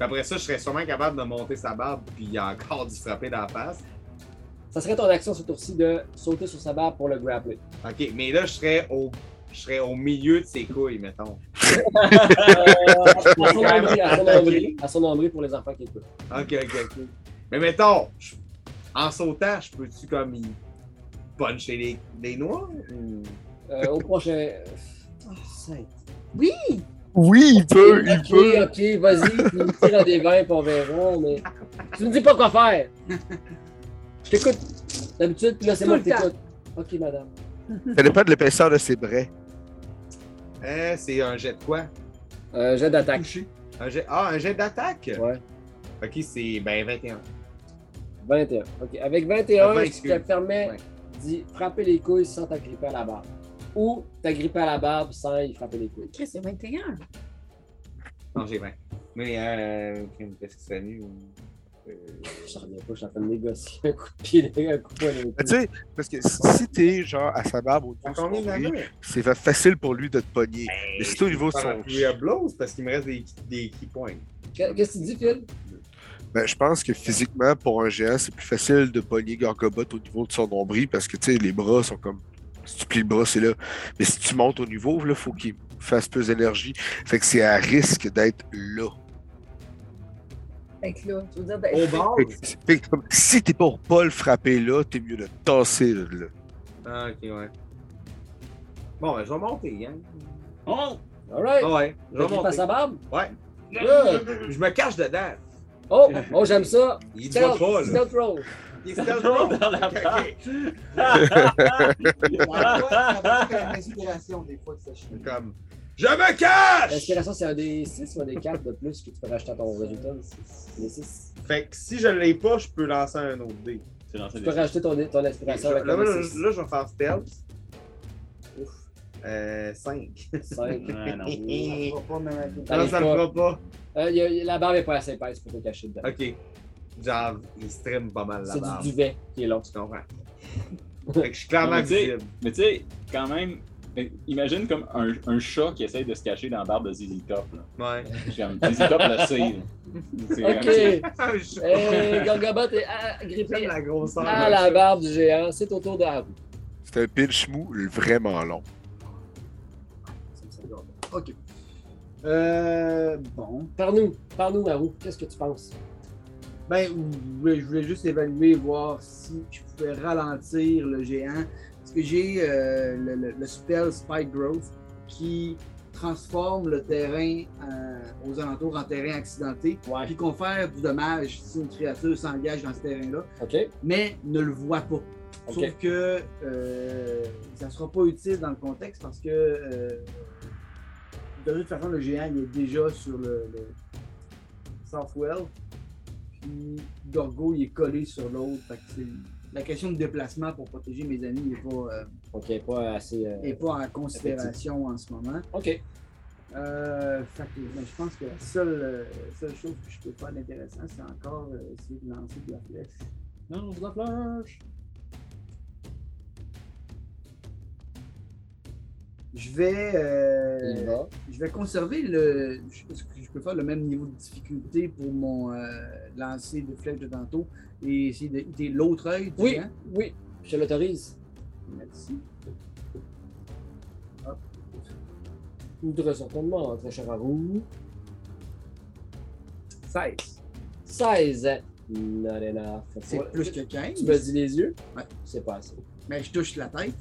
Après ça, je serais sûrement capable de monter sa barbe, puis encore d'y frapper dans la face. Ça serait ton action ce tour-ci de sauter sur sa barre pour le grappler. OK, mais là, je serais au, je serais au milieu de ses couilles, mettons. Euh, à, son nombril, à son nombril, à son nombril pour les enfants qui écoutent. Ok, ok, ok. Mais mettons, je- en sautant, je peux-tu comme y puncher les, les noix? Hmm. ou- Euh, au prochain. Oh, Oui! Oui, il peut, il ok, peut. ok, vas-y, tu me tires à des vins puis on verra, mais. Tu me dis pas quoi faire! Je t'écoute d'habitude, puis là c'est Tout moi le qui t'écoute. Ok, madame. Ça dépend de l'épaisseur de ses brais. Hein, c'est un jet de quoi? Euh, jet d'attaque. Un jet... Ah, un jet d'attaque? Ouais. Ok, c'est ben 21. 21. Ok, avec 21, Ah, ben, ce qui te excuse. permet Ouais. d'y frapper les couilles sans t'agripper à la barbe. Ou t'agripper à la barbe sans y frapper les couilles. Chris, c'est 21. Non, j'ai 20. Mais euh, qu'est-ce qui serait mieux? Euh, Je reviens pas, je suis en train de négocier un coup de pied, un coup de poing. dans les Mais couilles. tu sais, parce que si- si t'es genre à sa barbe au niveau à de son combien de nombril, l'armure? c'est fa- facile pour lui de te pogner. Mais c'est au niveau de Faire un son. career blows parce qu'il me reste des, des key points. Qu'est- Qu'est-ce que tu dis, Phil? Ben, je pense que physiquement, pour un géant, c'est plus facile de pogner Gorgobot au niveau de son nombril parce que tu sais, les bras sont comme. Si tu plies le bras, c'est là. Mais si tu montes au niveau, il faut qu'il fasse plus d'énergie. Fait que c'est à risque d'être là. Fait que là, tu veux dire, Au ben, bord? Fait que- fait que comme- si t'es pour pas le frapper là, t'es mieux de tasser de là. Ah, ok, ouais. Bon, ben, je vais monter, hein. Oh! Alright. Ah ouais, je T'as vais grippé à monter. sa barbe? Ouais. Good. Je me cache dedans. Oh, oh j'aime ça. Il te voit Stealth, pas, là. stealth roll. Il est Dans stealth roll. la Ok, ok. barre. Ça va ça va être une inspiration des fois que ça chie. Comme, Je me cache! L'inspiration, Ben, c'est un des 6 ou un des 4 de plus que tu peux rajouter à ton résultat. Les 6. Fait que si je l'ai pas, je peux lancer un autre dé. C'est lancé Tu des peux rajouter ton, ton Fait que inspiration je- là, avec là, le je- là, je vais faire stealth. Ouf. Euh, 5. 5. Ah, Ouais, non. Ça ne va pas même Ben, avec- Non, ça le fera pas. Euh, la barbe est pas assez épaisse pour te cacher dedans. Ok. Genre, il stream pas mal la C'est barbe. du duvet qui est long. Tu comprends? Fait que je suis clairement Non, mais tu sais- visible. Mais tu sais, quand même, euh, imagine comme un, un chat qui essaye de se cacher dans la barbe de ZZ Top. Là. Ouais. J'ai un ZZ Top le sait. là. C'est Ok. comme- Je- Et Gorgobot est à- J'aime grippé la à grosseur. de Euh, Ah, la ça. barbe du géant. C'est au tour de Haru. C'est un pinch mou vraiment long. Ok. Euh, bon. Parle-nous, parle-nous, Haru. Qu'est-ce que tu penses? Ben, oui, je voulais juste évaluer, voir si je pouvais ralentir le géant. Parce que j'ai euh, le, le- le spell Spike Growth qui transforme le terrain euh, aux alentours en terrain accidenté, Ouais. puis confère du dommage si une créature s'engage dans ce terrain-là, Ok. mais ne le voit pas. Ok. Sauf que euh, ça ne sera pas utile dans le contexte parce que euh, de toute façon, le géant il est déjà sur le, le Southwell. Puis Gorgo il est collé sur l'autre. Fait que c'est- la question de déplacement pour protéger mes amis n'est pas, euh, Ok, pas assez. euh, est pas en considération en ce moment. Ok. Euh, fait que, ben, je pense que la seule, euh, seule chose que je peux faire d'intéressant, c'est encore euh, essayer de lancer de la flèche. Non, je la flèche. Je vais, euh, Il va. je vais conserver le. je- Est-ce que je peux faire le même niveau de difficulté pour mon euh, lancer de flèche de tantôt et essayer de hitter l'autre œil? tu Oui, vois? oui, je l'autorise. Merci. Outre son tournement, très cher à vous. 16. 16. Not enough. C'est Voilà. plus que Tu m'as 15. dit les yeux? Ouais. C'est pas assez. Mais je touche la tête.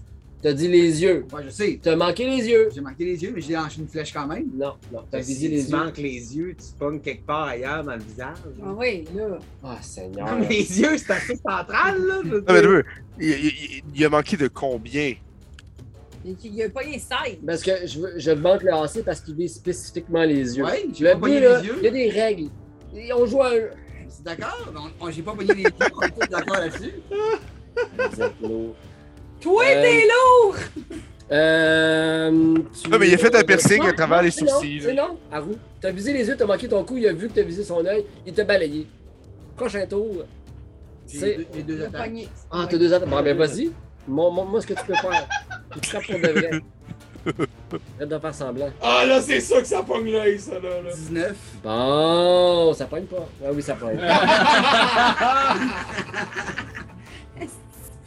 T'as dit les yeux. Ouais, je sais. T'as manqué les yeux. J'ai manqué les yeux, mais j'ai lancé une flèche quand même. Non, non, t'as Fait que visé Si les tu yeux. manques les yeux, tu pognes quelque part ailleurs dans le visage. Ah oui, là. Ah, Seigneur. Non, mais les yeux, c'est assez central, là. je veux Non, mais dire. deux, il, il- il- il a manqué de combien? Il n'y a pas les 16. Parce que je, veux- je manque le AC parce qu'il vise spécifiquement les yeux. Oui, j'ai Le pas but, pogné là, les yeux. il y a des règles. Et on joue à un. C'est d'accord, mais on- on- j'ai pas pogné les yeux, on est tous d'accord là-dessus. Vous êtes lourd. Toi, Euh, t'es lourd! Euh, tu- Non, Ah, mais il a fait un euh, piercing non, à travers non, les c'est non, sourcils. C'est non, à vous. T'as visé les yeux, t'as manqué ton coup, il a vu que t'as visé son œil, il t'a balayé. Prochain tour. J'ai C'est. deux, j'ai deux Il a attaques. pogné. Ah, t'as deux attaques. Bon, ben vas-y. Mon- mon- Moi, ce que tu peux faire. Tu frappes pour de vrai. Arrête de faire semblant. Ah là, c'est ça que ça pogne l'œil, ça là. là. 19. Bon, ça pogne pas. Ah oui, ça pogne.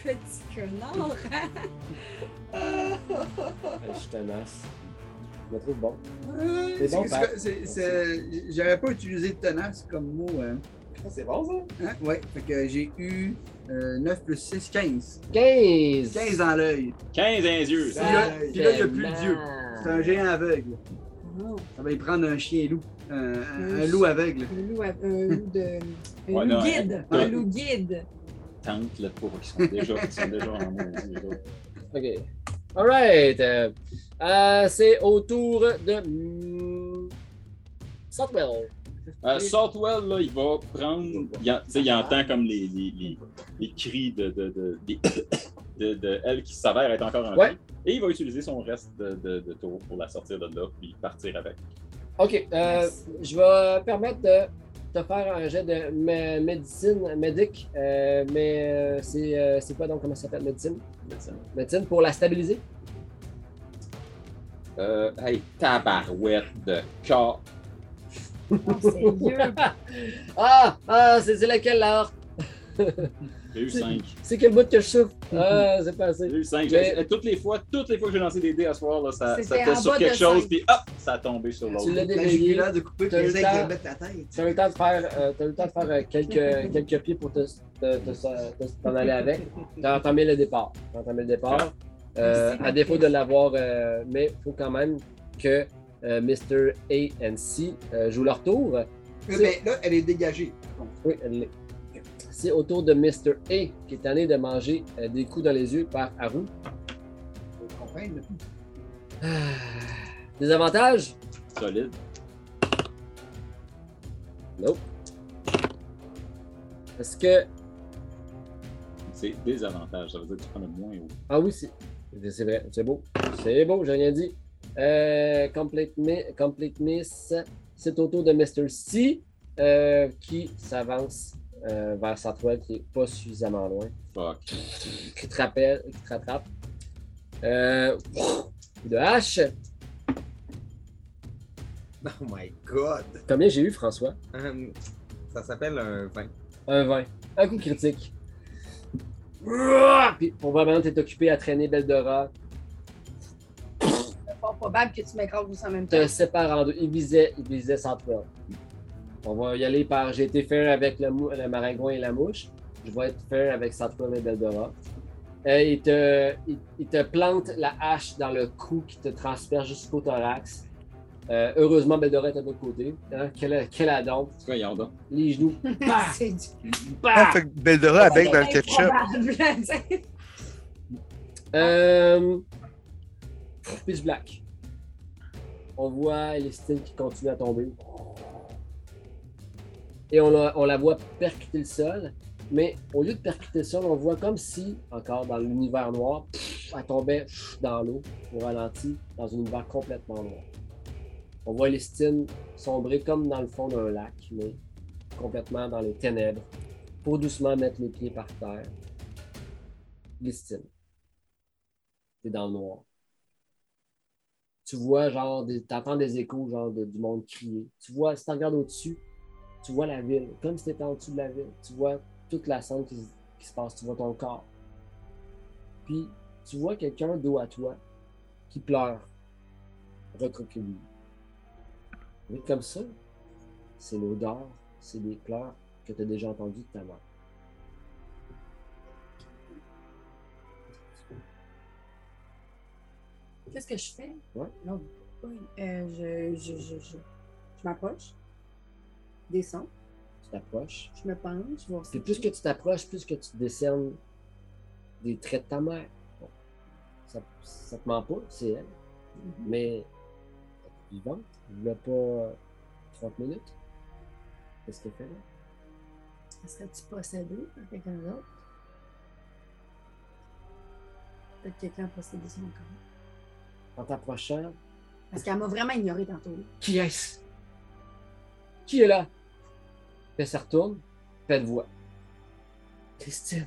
Petit connard! Je suis tenace. Je me trouve bon. Euh, C'est c'est- bon, c'est- Pat. c'est- c'est- J'aurais pas utilisé tenace comme mot. Hein. C'est bon, ça? Hein? Ouais, fait que j'ai eu euh, 9 plus 6, 15. 15! 15 dans l'œil. 15 dans les yeux. Puis là, puis là, il n'y a plus de dieu. C'est un géant aveugle. Non, Ça va y prendre un chien loup. Un, un- un Oui. loup aveugle. un loup, av- un loup de. Un Ouais, loup non, guide! ouais. Un loup guide! Tente le pauvre. Ils sont déjà, ils sont déjà en maudit, les autres. Ok. Alright! Euh, euh, c'est au tour de. hmm, Sandwell. Euh, Saltwell, là, il va prendre. Il, en- tu sais, il entend comme les, les, les, les cris de, de, de, des- de- de elle qui s'avère être encore en vie. Ouais. Et il va utiliser son reste de, de, de tour pour la sortir de là puis partir avec. Ok, euh, je vais permettre de te faire un jet de mé- médecine, médic, euh, mais euh, c'est euh, c'est quoi donc, comment ça s'appelle, médecine? Médecine. Médecine pour la stabiliser? Euh, hey, tabarouette de corps. Non, sérieux! Ah! Ah! C'est c'est laquelle la horte? J'ai eu 5. C'est quel bout que je souffre? Ah, c'est pas J'ai assez. eu 5. Mais- Toutes les fois, toutes les fois que j'ai lancé des dés à ce soir, là, ça, ça C'était était en sur bas quelque de chose, cinq. puis hop, ça a tombé sur l'autre. Tu ben, l'as La déveillé. jugulaire de couper, puis T'as les le aigles temps. de mettre la tête. T'as eu le temps de faire, euh, t'as eu le temps de faire euh, quelques, quelques pieds pour te- te- te- te- te- t'en aller avec. T'as entamé le départ. T'as entamé le départ. Euh, Merci, à défaut de l'avoir, euh, mais il faut quand même que euh, Mr. A and C euh, jouent leur tour. Euh, Mais ben, là, elle est dégagée. Oui, elle l'est. C'est au tour de Mr. A qui est tanné de manger euh, des coups dans les yeux par Haru. Faut comprendre. Ah. Des avantages? Solide. Non. Est-ce que. C'est désavantage. Ça veut dire que tu prends le moins haut. Ah oui, c'est c'est vrai, c'est beau. C'est beau, j'ai rien dit. Euh, complete, mi- complete Miss. C'est au tour de Mr. C euh, qui s'avance euh, vers sa toile qui est pas suffisamment loin. Fuck. qui te rappelle, qui te rattrape. Euh, de hache. Oh my god. Combien j'ai eu, François? Hum, ça s'appelle un vin. Un 20. Un coup critique. Puis pour vraiment, t'es occupé à traîner Beldora. C'est fort probable que tu m'écrases tous en même temps. Te sépare en deux. Il visait, il visait Sandwell. On va y aller par. J'ai été faire avec le, mou- le maringouin et la mouche. Je vais être faire avec Sandwell et Beldora. Euh, il, te, il, il te plante la hache dans le cou qui te transperce jusqu'au thorax. Euh, heureusement, Beldora est à l'autre côté. Hein? Quel, quel adon. Voyons donc. Les genoux. Bah! C'est du Bah! Ah, fait que Beldora avec dans le C'est ketchup. improbable, tu sais. Euh, Pitch Black. On voit Elistine qui continue à tomber. Et on la, on la voit percuter le sol. mais au lieu de percuter ça, on voit comme si, encore dans l'univers noir, pff, elle tombait pff, dans l'eau, au ralenti, dans un univers complètement noir. On voit Elistine sombrer comme dans le fond d'un lac, mais complètement dans les ténèbres, pour doucement mettre les pieds par terre. Elistine, t'es dans le noir. Tu vois, genre, des, t'entends des échos, genre, de- du monde crier. Tu vois, si tu regardes au-dessus, tu vois la ville, comme si t'étais en dessous de la ville. Tu vois toute la scène qui, se- qui se passe, tu vois ton corps. Puis, tu vois quelqu'un dos à toi qui pleure, recroquevillé. Mais comme ça, c'est l'odeur, c'est les pleurs que tu as déjà entendues de ta mère. Qu'est-ce que je fais? Ouais. Non. Oui. euh, je je, je, je, je m'approche, descends, Tu t'approches. je me penche, je vois Puis plus que tu t'approches, plus que tu décernes des traits de ta mère. Bon, ça, ça te ment pas, c'est elle. Mm-hmm. Mais elle est vivante, elle n'a pas euh, 30 minutes. Qu'est-ce qu'elle fait là? Serais-tu possédé par quelqu'un d'autre? Peut-être quelqu'un a possédé son corps. En t'approchant, Parce qu'elle m'a vraiment ignoré tantôt. qui est-ce? Qui est là? Puis elle se retourne, puis elle te voit. Christine,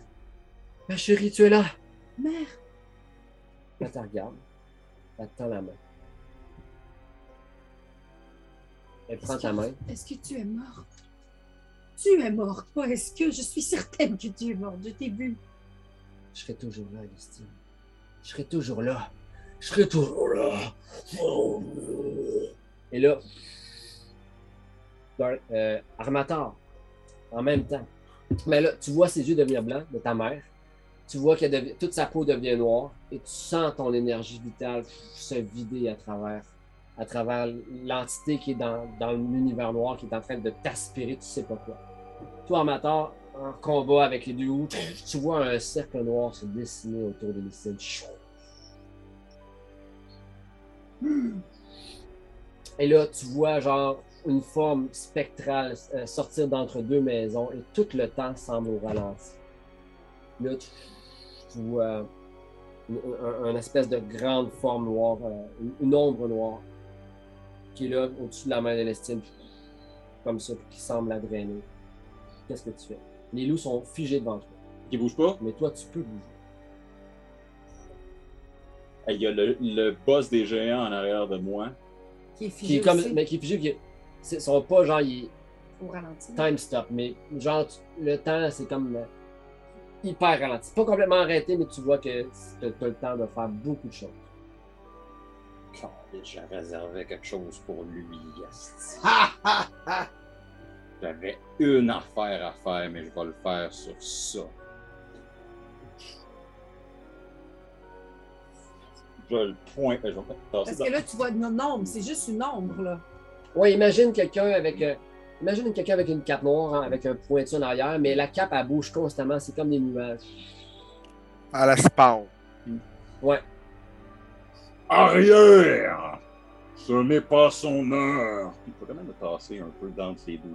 ma chérie, tu es là! Mère! Elle te regarde, elle te tend la main. Elle prend ta main. Est-ce que tu es morte? Tu es morte, pas est-ce que je suis certaine que tu es morte? Je t'ai vu. Je serai toujours là, Christine. Je serai toujours là. Je serai toujours là. Et là, dans, euh, Armator, en même temps. Mais là, tu vois ses yeux devenir blancs de ta mère. Tu vois que toute sa peau devient noire et tu sens ton énergie vitale se vider à travers, à travers l'entité qui est dans, dans l'univers noir, qui est en train de t'aspirer, tu sais pas quoi. Toi, Armator, en combat avec les deux houts, tu vois un cercle noir se dessiner autour de Lucille. Et là, tu vois genre une forme spectrale euh, sortir d'entre deux maisons et tout le temps semble au ralenti. Là, tu, tu vois une, un- un espèce de grande forme noire, euh, une, une ombre noire qui est là au-dessus de la main d'Elestine, comme ça, puis qui semble la drainer. Qu'est-ce que tu fais? Les loups sont figés devant toi, Qui bouge pas. mais toi, tu peux bouger. Il y a le, le boss des géants en arrière de moi. Qui est qui figé est comme aussi, mais qui est figé qui est- c'est- sont pas genre il est au ralenti. time stop mais genre tu- le temps c'est comme euh, hyper ralenti pas complètement arrêté mais tu vois que t'as t'as le temps de faire beaucoup de choses Caliste, J'avais réservé quelque chose pour lui. asti. Ah! Ha, ha, ha. J'avais une affaire à faire, mais je vais le faire sur ça. Je vais le point. Je vais tasser Parce que dans- là, tu vois une ombre, c'est juste une ombre, là. ouais imagine quelqu'un avec euh, imagine quelqu'un avec une cape noire hein, avec un pointu en arrière mais la cape elle bouge constamment c'est comme des nuages À la spawn. ouais Arrière! Ce n'est pas son heure! Il faut quand même me tasser un peu dans ses deux.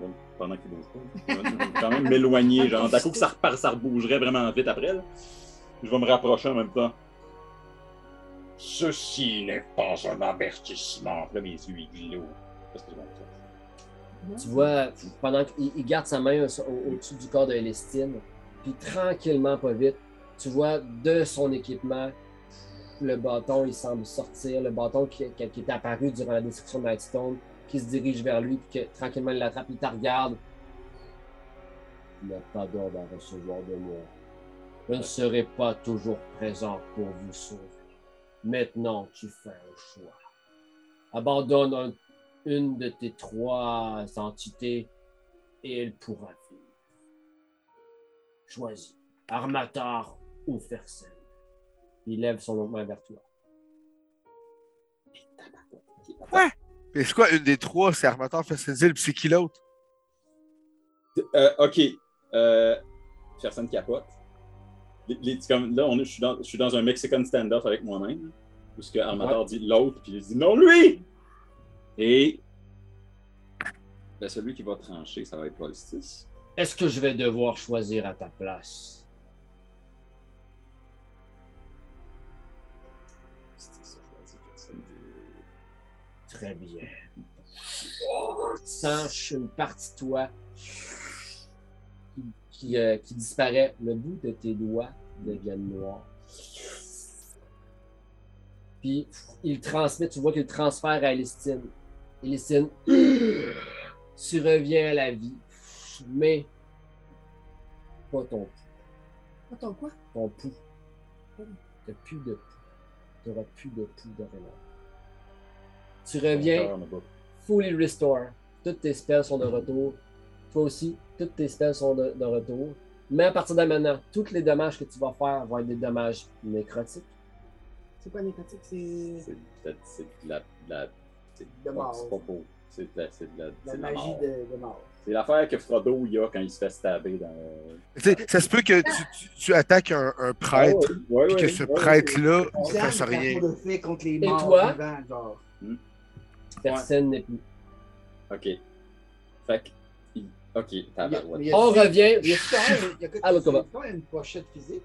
là, Pendant qu'il bouge pas. Je vais quand même m'éloigner, genre. D'un coup que ça repart, ça rebougerait vraiment vite après, là. Je vais me rapprocher en même temps. Ceci n'est pas un avertissement. Puis Là, mes yeux, ils glowent. Parce que j'ai mal au sens. tu vois pendant qu'il il garde sa main au- au- au-dessus du corps de Lestine puis tranquillement pas vite tu vois de son équipement le bâton, il semble sortir, le bâton qui, qui- qui est apparu durant la destruction de Nightstone, qui se dirige vers lui, puis que tranquillement il l'attrape, il te regarde. Il n'y a pas d'ordre à recevoir de moi. Je ne serai pas toujours présent pour vous sauver. Maintenant, tu fais un choix. Abandonne un- une de tes trois entités et elle pourra vivre. Choisis Armatar ou Fersen. Il lève son autre main vers toi. Mais c'est quoi, une des trois, c'est Armateur Fessensil, puis c'est qui l'autre? Euh, ok. Euh, personne capote. Les, les- comme, là, on est, je, suis dans, je suis dans un Mexican stand-off avec moi-même. Où ce que Armator dit l'autre, puis il dit non, lui! Et ben, celui qui va trancher, ça va être Paul 6. Est-ce que je vais devoir choisir à ta place? Très bien. Sanche une partie de toi qui, qui, euh, qui disparaît. Le bout de tes doigts devient noir. Puis il transmet, tu vois qu'il transfère à Elistine. Elistine, tu reviens à la vie, mais pas ton, Attends, quoi? ton pouls. T'as plus de pouls. T'auras plus de pouls dorénavant. Tu reviens Encore, Ah, on a pas- fully restore. Toutes tes spells sont de retour. Toi aussi, toutes tes spells sont de, de retour. Mais à partir de maintenant, tous les dommages que tu vas faire vont être des dommages nécrotiques. C'est quoi nécrotique? C'est. C'est de- c'est de la. de la- c'est De pas- mort. c'est pas beau. C'est de la. C'est de la. La c'est de la magie mort. de, de mort. C'est l'affaire que Frodo il a quand il se fait stabber dans. euh, Tu sais, ça se peut que tu, tu- tu attaques un, un prêtre, Ah Ouais, puis ouais, que ce ouais, prêtre-là On ne fasse rien. de fait contre les Et morts toi? vivants, genre. Personne n'est plus. ouais. Ok. Fait que. il- Ok, tabarouette. Il y a- On revient. Il y a quand même- il y a Ah, le quand combat. même- quand même une pochette physique.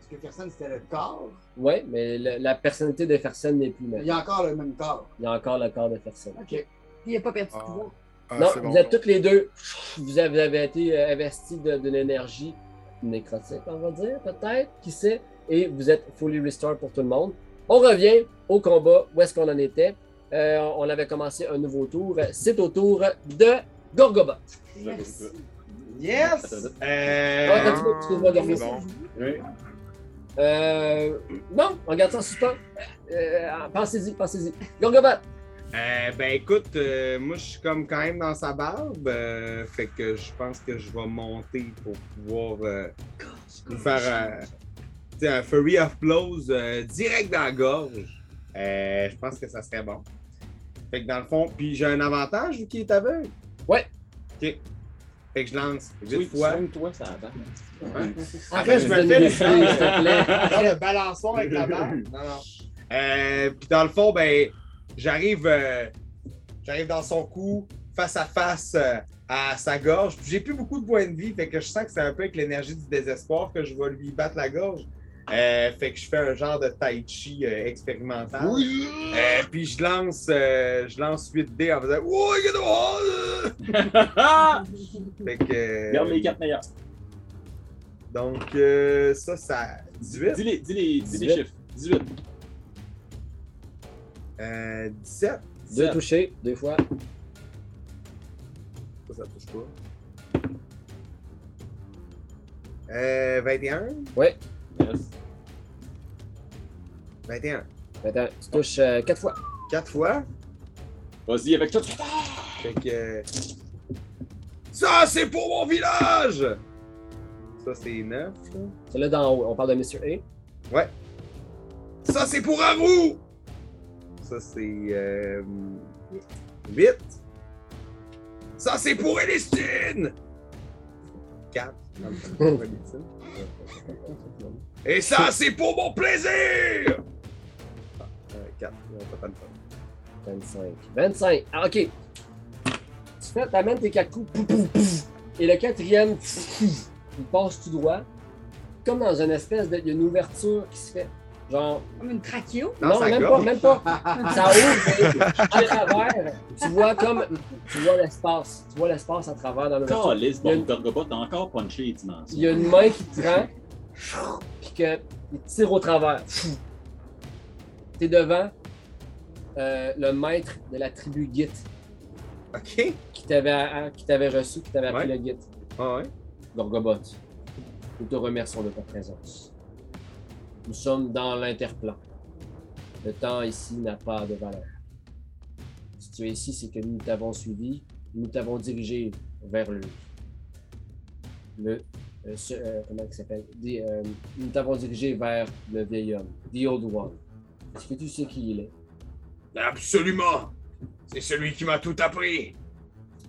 Parce que personne, c'était le corps. Ouais, mais la, la personnalité de personne n'est plus Il même. y a encore le même corps. Il y a encore le corps de personne. OK. Il n'a pas perdu de Ah. pouvoir. Ah, non, c'est bon. vous êtes toutes les deux. Vous avez, vous avez été euh, investis de- d'une énergie nécrotique, on va dire, peut-être, qui sait. Et vous êtes fully restored pour tout le monde. On revient au combat. Où est-ce qu'on en était? Euh, on avait commencé un nouveau tour. C'est au tour de Gorgobot. Merci. Yes! Ah, Euh... continue, excuse-moi, Gorgobot. C'est bon. Oui. Euh, non, on garde ça en suspens. Euh, pensez-y, pensez-y. Gorgobot! Euh, ben écoute, euh, moi je suis comme quand même dans sa barbe, euh, fait que je pense que je vais monter pour pouvoir euh, lui faire euh, tu sais, un Furry of Blows euh, direct dans la gorge. Euh, je pense que ça serait bon. Fait que dans le fond, puis j'ai un avantage vu qu'il est aveugle. Ouais. Ok. Fait que je lance huit Oui, fois. toi, ça avance. Après, je me fais Donne-nous des une idée, s'il te plaît. Dans le balançoire avec la barre. Non, non. Euh, puis dans le fond, ben, j'arrive, euh, j'arrive dans son cou, face à face euh, à sa gorge. Puis J'ai plus beaucoup de points de vie, fait que je sens que c'est un peu avec l'énergie du désespoir que je vais lui battre la gorge. Euh, fait que je fais un genre de tai chi euh, expérimental. Euh, puis je lance, euh, je lance 8 d en faisant Oh, get the Ah! wall! Fait que. euh, Garde les quatre meilleurs. donc, euh, ça, ça. 18, Dis les, dis les, dis les 18. chiffres. 18. euh, 17. Deux touchés, deux fois. Ça, ça touche pas. Euh, 21. Yes. 21. Attends, tu touches euh, quatre fois. 4 fois. Vas-y, avec toi. tu- Fait que. euh, Ça, c'est pour mon village! Ça, c'est 9. C'est là d'en haut. On parle de Monsieur A. Ça, c'est pour Haru! Ça, c'est. Euh, 8. Ça, c'est pour Elistine! 4. Et ça, c'est pour mon plaisir! Ah, 4. 25. 25. Ah, ok. Tu fais, t'amènes tes quatre coups. pouf, pouf, pouf. et le quatrième, pouf, pouf, il passe tout droit. Comme dans une espèce de. Il y a une ouverture qui se fait. Genre. Comme une trachio. Dans non, sa même pas, gorge. même pas. Ça ouvre, mais à travers. Tu vois comme. Tu vois l'espace. Tu vois l'espace à travers dans l'ouverture. Calice, Il y a bon, une- Gorgobot, t'as encore punché les dimensions. Il y a une main qui te prend, puis que il tire au travers. T'es devant euh, le maître de la tribu Git Ok. qui t'avait hein, qui t'avait reçu, qui t'avait appelé Ouais. le Git. Ah ouais. Gorgobot, nous te remercions de ta présence. Nous sommes dans l'interplan. Le temps ici n'a pas de valeur. Si tu es ici, c'est que nous t'avons suivi, nous t'avons dirigé vers le. Le. euh, ce- euh, comment il s'appelle Des, euh, Nous t'avons dirigé vers le vieil homme, The Old One. Est-ce que tu sais qui il est Absolument. C'est celui qui m'a tout appris.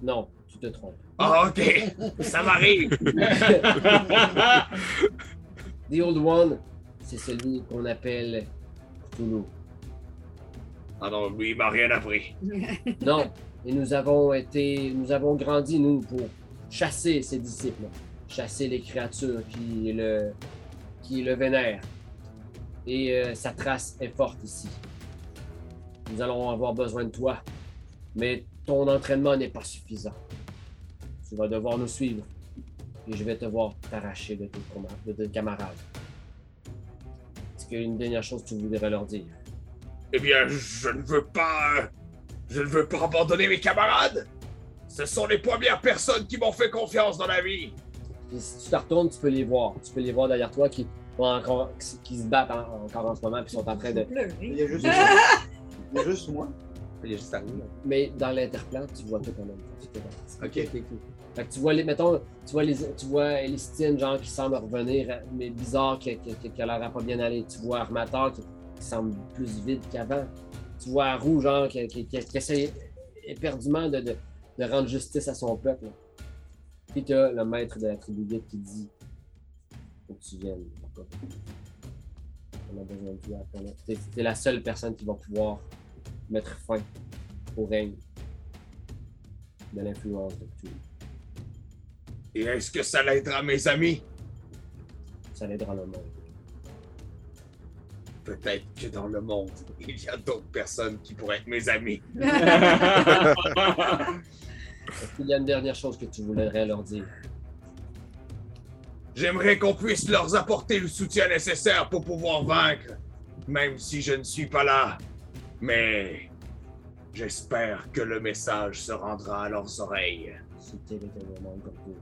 Non, tu te trompes. Ah, ok. Ça m'arrive. The Old One, c'est celui qu'on appelle Cthulhu. Ah non, lui, il m'a rien appris. Non, et nous avons été, nous avons grandi, nous, pour chasser ses disciples, chasser les créatures qui le, qui le vénèrent. Et euh, sa trace est forte ici. Nous allons avoir besoin de toi, mais ton entraînement n'est pas suffisant. Tu vas devoir nous suivre et je vais te voir t'arracher de tes com- de tes camarades. Est-ce qu'il y a une dernière chose que tu voudrais leur dire? Eh bien, je ne veux pas. euh, Je ne veux pas abandonner mes camarades. Ce sont les premières personnes qui m'ont fait confiance dans la vie. Puis si tu te retournes, tu peux les voir. Tu peux les voir derrière toi qui, vont encore, qui- qui se battent en- encore en ce moment, puis sont en train de. Il y a juste, il y a juste moi. Il est juste à nous. Mais dans l'interplan, tu vois tout quand même. temps. C'est pas Ok. Fait que tu vois les, mettons, tu vois les, tu vois Elistine, genre, qui semble revenir, mais bizarre, qui, qui, qui- qui a l'air à pas bien aller. Tu vois Armateur, qui, qui semble plus vide qu'avant. Tu vois Arou, genre, qui, qui, qui- qui essaie éperdument de, de, de rendre justice à son peuple. Puis t'as le maître de la tribu guide qui dit Faut que tu viennes, mon copain. On a besoin de toi. on a- T'es, t'es la seule personne qui va pouvoir mettre fin au règne de l'influence de Cthulhu. Et est-ce que ça l'aidera mes amis? Ça l'aidera le monde. Peut-être que dans le monde, il y a d'autres personnes qui pourraient être mes amis. Est-ce qu'il y a une dernière chose que tu voudrais leur dire? J'aimerais qu'on puisse leur apporter le soutien nécessaire pour pouvoir vaincre, même si je ne suis pas là. Mais j'espère que le message se rendra à leurs oreilles. Si tel est le moment comme tout,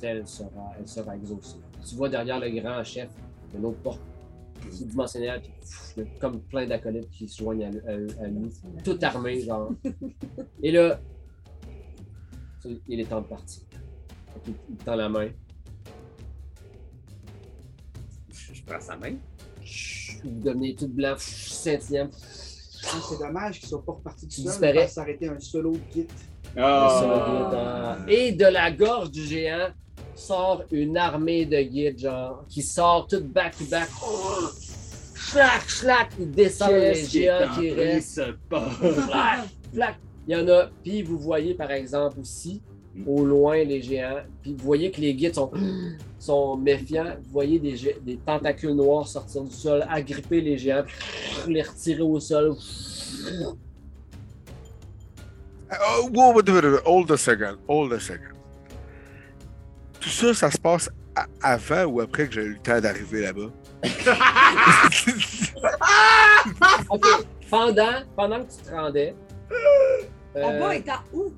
tel sera, elle sera exaucée. Tu vois derrière le grand chef une autre porte subdimensionnelle, puis pff, il y a comme plein d'acolytes qui se joignent à, lui- à- à lui, tout armés, genre. Et là, tu- il est temps de partir. Fait qu'il- Il tend la main. Je je prends sa main. Chut, Vous devenez tout blanc, septième. Ah, C'est dommage qu'ils ne soient pas repartis tout Tu seul. disparais. Ils peuvent s'arrêter un solo kit. Ah. Euh, Et de la gorge du géant sort une armée de guides, genre, qui sort tout back-to-back. Schlac, schlac, ils descendent les Qu'est-ce qui est géants en qui train de restent. se passer? Flac, flac. Il y en a. Puis vous voyez, par exemple, aussi, au loin, les géants. Puis vous voyez que les guides sont, sont méfiants. Vous voyez des, gé- des tentacules noirs sortir du sol, agripper les géants, puis les retirer au sol. Oh, whoa, wait, wait, wait, hold a second, hold a second. Tout ça, ça se passe a- avant ou après que j'ai eu le temps d'arriver là-bas? OK. Pendant, pendant que tu te rendais. euh, En bas, étant où?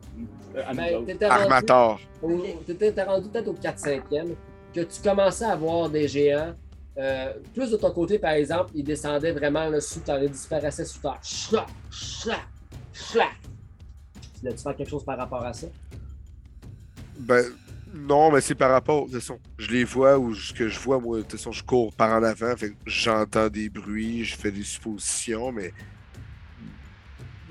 Euh, à nous ben, autres. t'étais rendu- Armator. au- t'étais- t'es rendu peut-être au 4-5e, que tu commençais à voir des géants. euh, plus de ton côté, par exemple, ils descendaient vraiment là, sous terre, ils disparaissaient sous terre. Chlac, chlac, chlac. Tu voulais-tu faire quelque chose par rapport à ça? Ben, non, mais c'est par rapport. De toute façon, je les vois ou ce que je vois, moi, de toute façon, je cours par en avant, fait que j'entends des bruits, je fais des suppositions, mais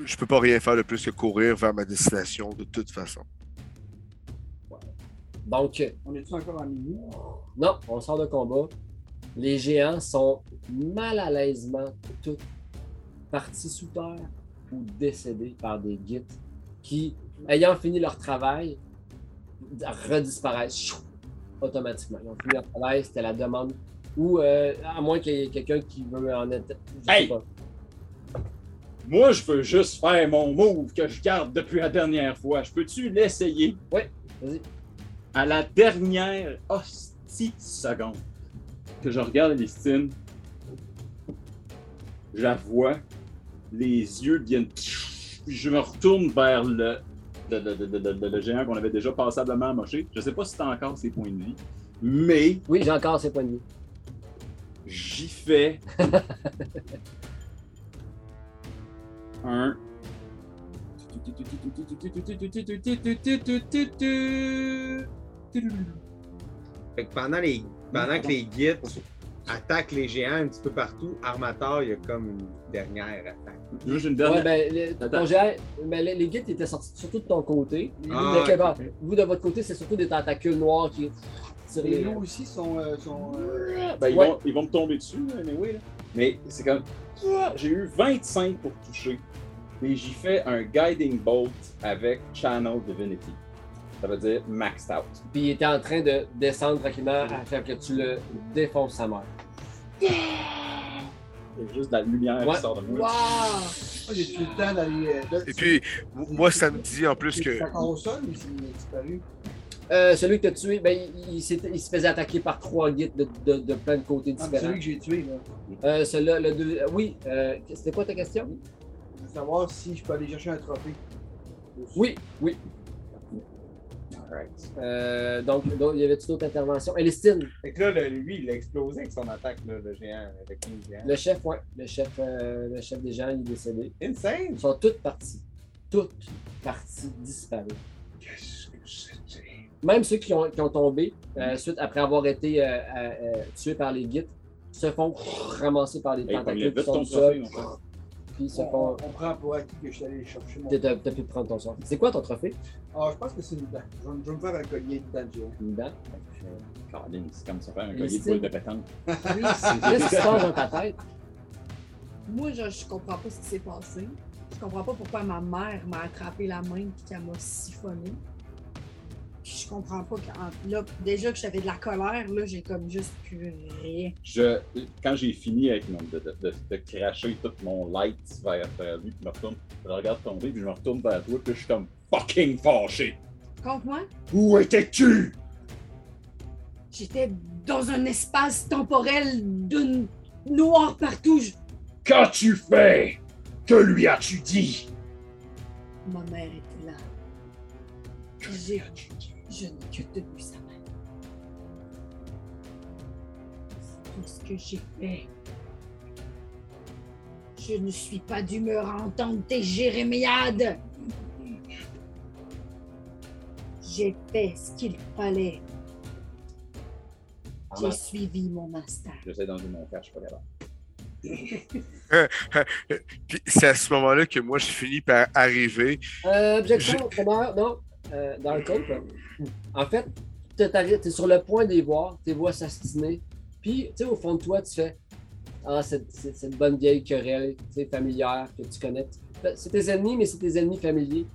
je peux pas rien faire de plus que courir vers ma destination de toute façon. Donc, euh, On est-tu encore à minuit? non, on sort de combat. Les géants sont mal à l'aisement tous partis sous terre ou décédés par des guides qui, ayant fini leur travail, redisparaissent chou, automatiquement. Ils ont fini leur travail, c'était la demande. Ou euh, à moins qu'il y ait quelqu'un qui veut en être. je sais Hey! pas. Moi, je veux juste faire mon move que je garde depuis la dernière fois. Je peux-tu l'essayer? Ouais, vas-y. À la dernière hostie seconde que je regarde Elistine, je la vois, les yeux viennent... Je me retourne vers le, le- le- le- le- le- le géant qu'on avait déjà passablement amoché. Je sais pas si t'as encore ses points de vie, mais Oui, j'ai encore ces points de vie. j'y fais un. Fait que pendant, les, pendant que les guides attaquent les géants un petit peu partout, Armator, il y a comme une dernière attaque. Là, j'ai une Ouais, dernière. ben, le- ton Attends. géant- mais les, les guides étaient sortis surtout de ton côté. Ah, De ouais. quelque part. Vous, de votre côté, c'est surtout des tentacules noirs qui tirent Les les loups aussi sont. euh, sont euh, Ben, ils, Ouais. vont, ils vont me tomber dessus, là, mais oui. là. Mais c'est comme. Ah, J'ai eu 25 pour toucher. Et j'y fais un Guiding Bolt avec Channel Divinity. Ça veut dire maxed out. Puis il était en train de descendre tranquillement Mhm. afin que tu le défonces sa mère. Il y a juste de la lumière Ouais. qui sort de Waouh! moi. Moi, Ah, j'ai tout le temps d'aller. euh, de- Et puis, m- moi, ça me dit en plus que. C'est encore au sol, mais il est disparu. Euh, celui que tu as tué, ben, il, il s'était- il se faisait attaquer par trois guides de, de- de plein de côtés Ah, mais différents. celui que j'ai tué, là. Euh, celui-là, le deux- euh, Oui, euh, c'était quoi ta question? Je veux savoir si je peux aller chercher un trophée. Oui, oui. Alright. Euh, donc, donc, il y avait-tu d'autres interventions? Elistine, Fait que là, le- lui, il a explosé avec son attaque, là, le géant, le king géant. le chef, ouais, le chef, euh, le chef des gens, il est décédé. Insane! Ils sont toutes parties. Toutes parties disparues. Qu'est-ce que c'était? Même ceux qui ont, qui ont tombé, euh, suite après avoir été euh, euh, euh, tués par les guides, se font ramasser par les Hey, il tentacules vite qui sont ton au sol, trophée, hein. en fait. puis ils se On, font. on- on prend pour acquis que je suis allé chercher mon. T'as t'as- t'as pu prendre ton sort. C'est quoi ton trophée? Ah, je pense que c'est une dent. Je vais, je vais me faire un collier de dent, Joe. Une dent. Caroline, c'est comme ça faire un Mais collier de c'est- boules de pétanque. Qu'est-ce qui se passe dans ta tête? Moi, je, je comprends pas ce qui s'est passé. Je comprends pas pourquoi ma mère m'a attrapé la main et qu'elle m'a siphonné. Puis je comprends pas que là, déjà que j'avais de la colère, là, j'ai comme juste plus rien. Je, quand j'ai fini avec mon, de, de, de- de cracher tout mon light vers, vers lui, puis je me retourne, je le regarde tomber, puis je me retourne vers toi, puis je suis comme fucking fâché. Contre moi, Où étais-tu? j'étais dans un espace temporel d'une noire partout. Je- Qu'as-tu fait? Que lui as-tu dit? Ma mère était là. J'ai... Je n'ai que tenu sa main. C'est tout ce que j'ai fait. Je ne suis pas d'humeur à entendre tes jérémiades. J'ai fait ce qu'il fallait. J'ai Ah. suivi mon instinct. J'essaie d'enlever mon père, je suis pas capable. Puis c'est à ce moment-là que moi, je finis par arriver. Euh, objection, Robert, non, euh, dans le couple. En fait, tu es sur le point de les voir, tu les vois s'astiner, puis tu sais, au fond de toi, tu fais Ah, c'est c'est- c'est une bonne vieille querelle tu sais, familière que tu connais. Ben, C'est tes ennemis, mais c'est tes ennemis familiers.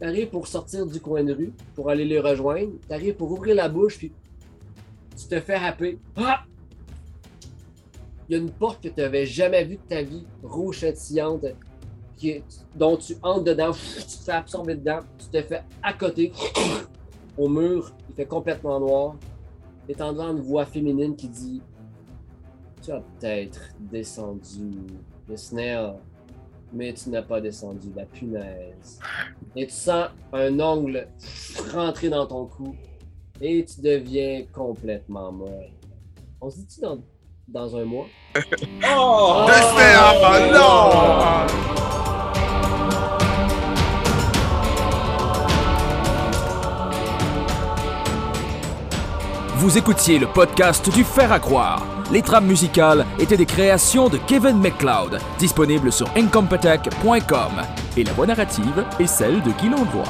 Tu arrives pour sortir du coin de rue, pour aller les rejoindre, tu arrives pour ouvrir la bouche, puis tu te fais happer. Ah! Il y a une porte que tu n'avais jamais vue de ta vie, rouge châtillante, qui est- dont tu entres dedans, tu te fais absorber dedans, tu te fais à côté au mur, il fait complètement noir, étant devant une voix féminine qui dit Tu as peut-être descendu le snail, mais tu n'as pas descendu la punaise. Et tu sens un ongle rentrer dans ton cou et tu deviens complètement mort. On se dit-tu dans, dans un mois? Oh! Le Stéphane, non! Vous écoutiez le podcast du Fer à croire. Les trames musicales étaient des créations de Kevin McLeod, disponibles sur incompetech.com. Et la voix narrative est celle de Guy Londois.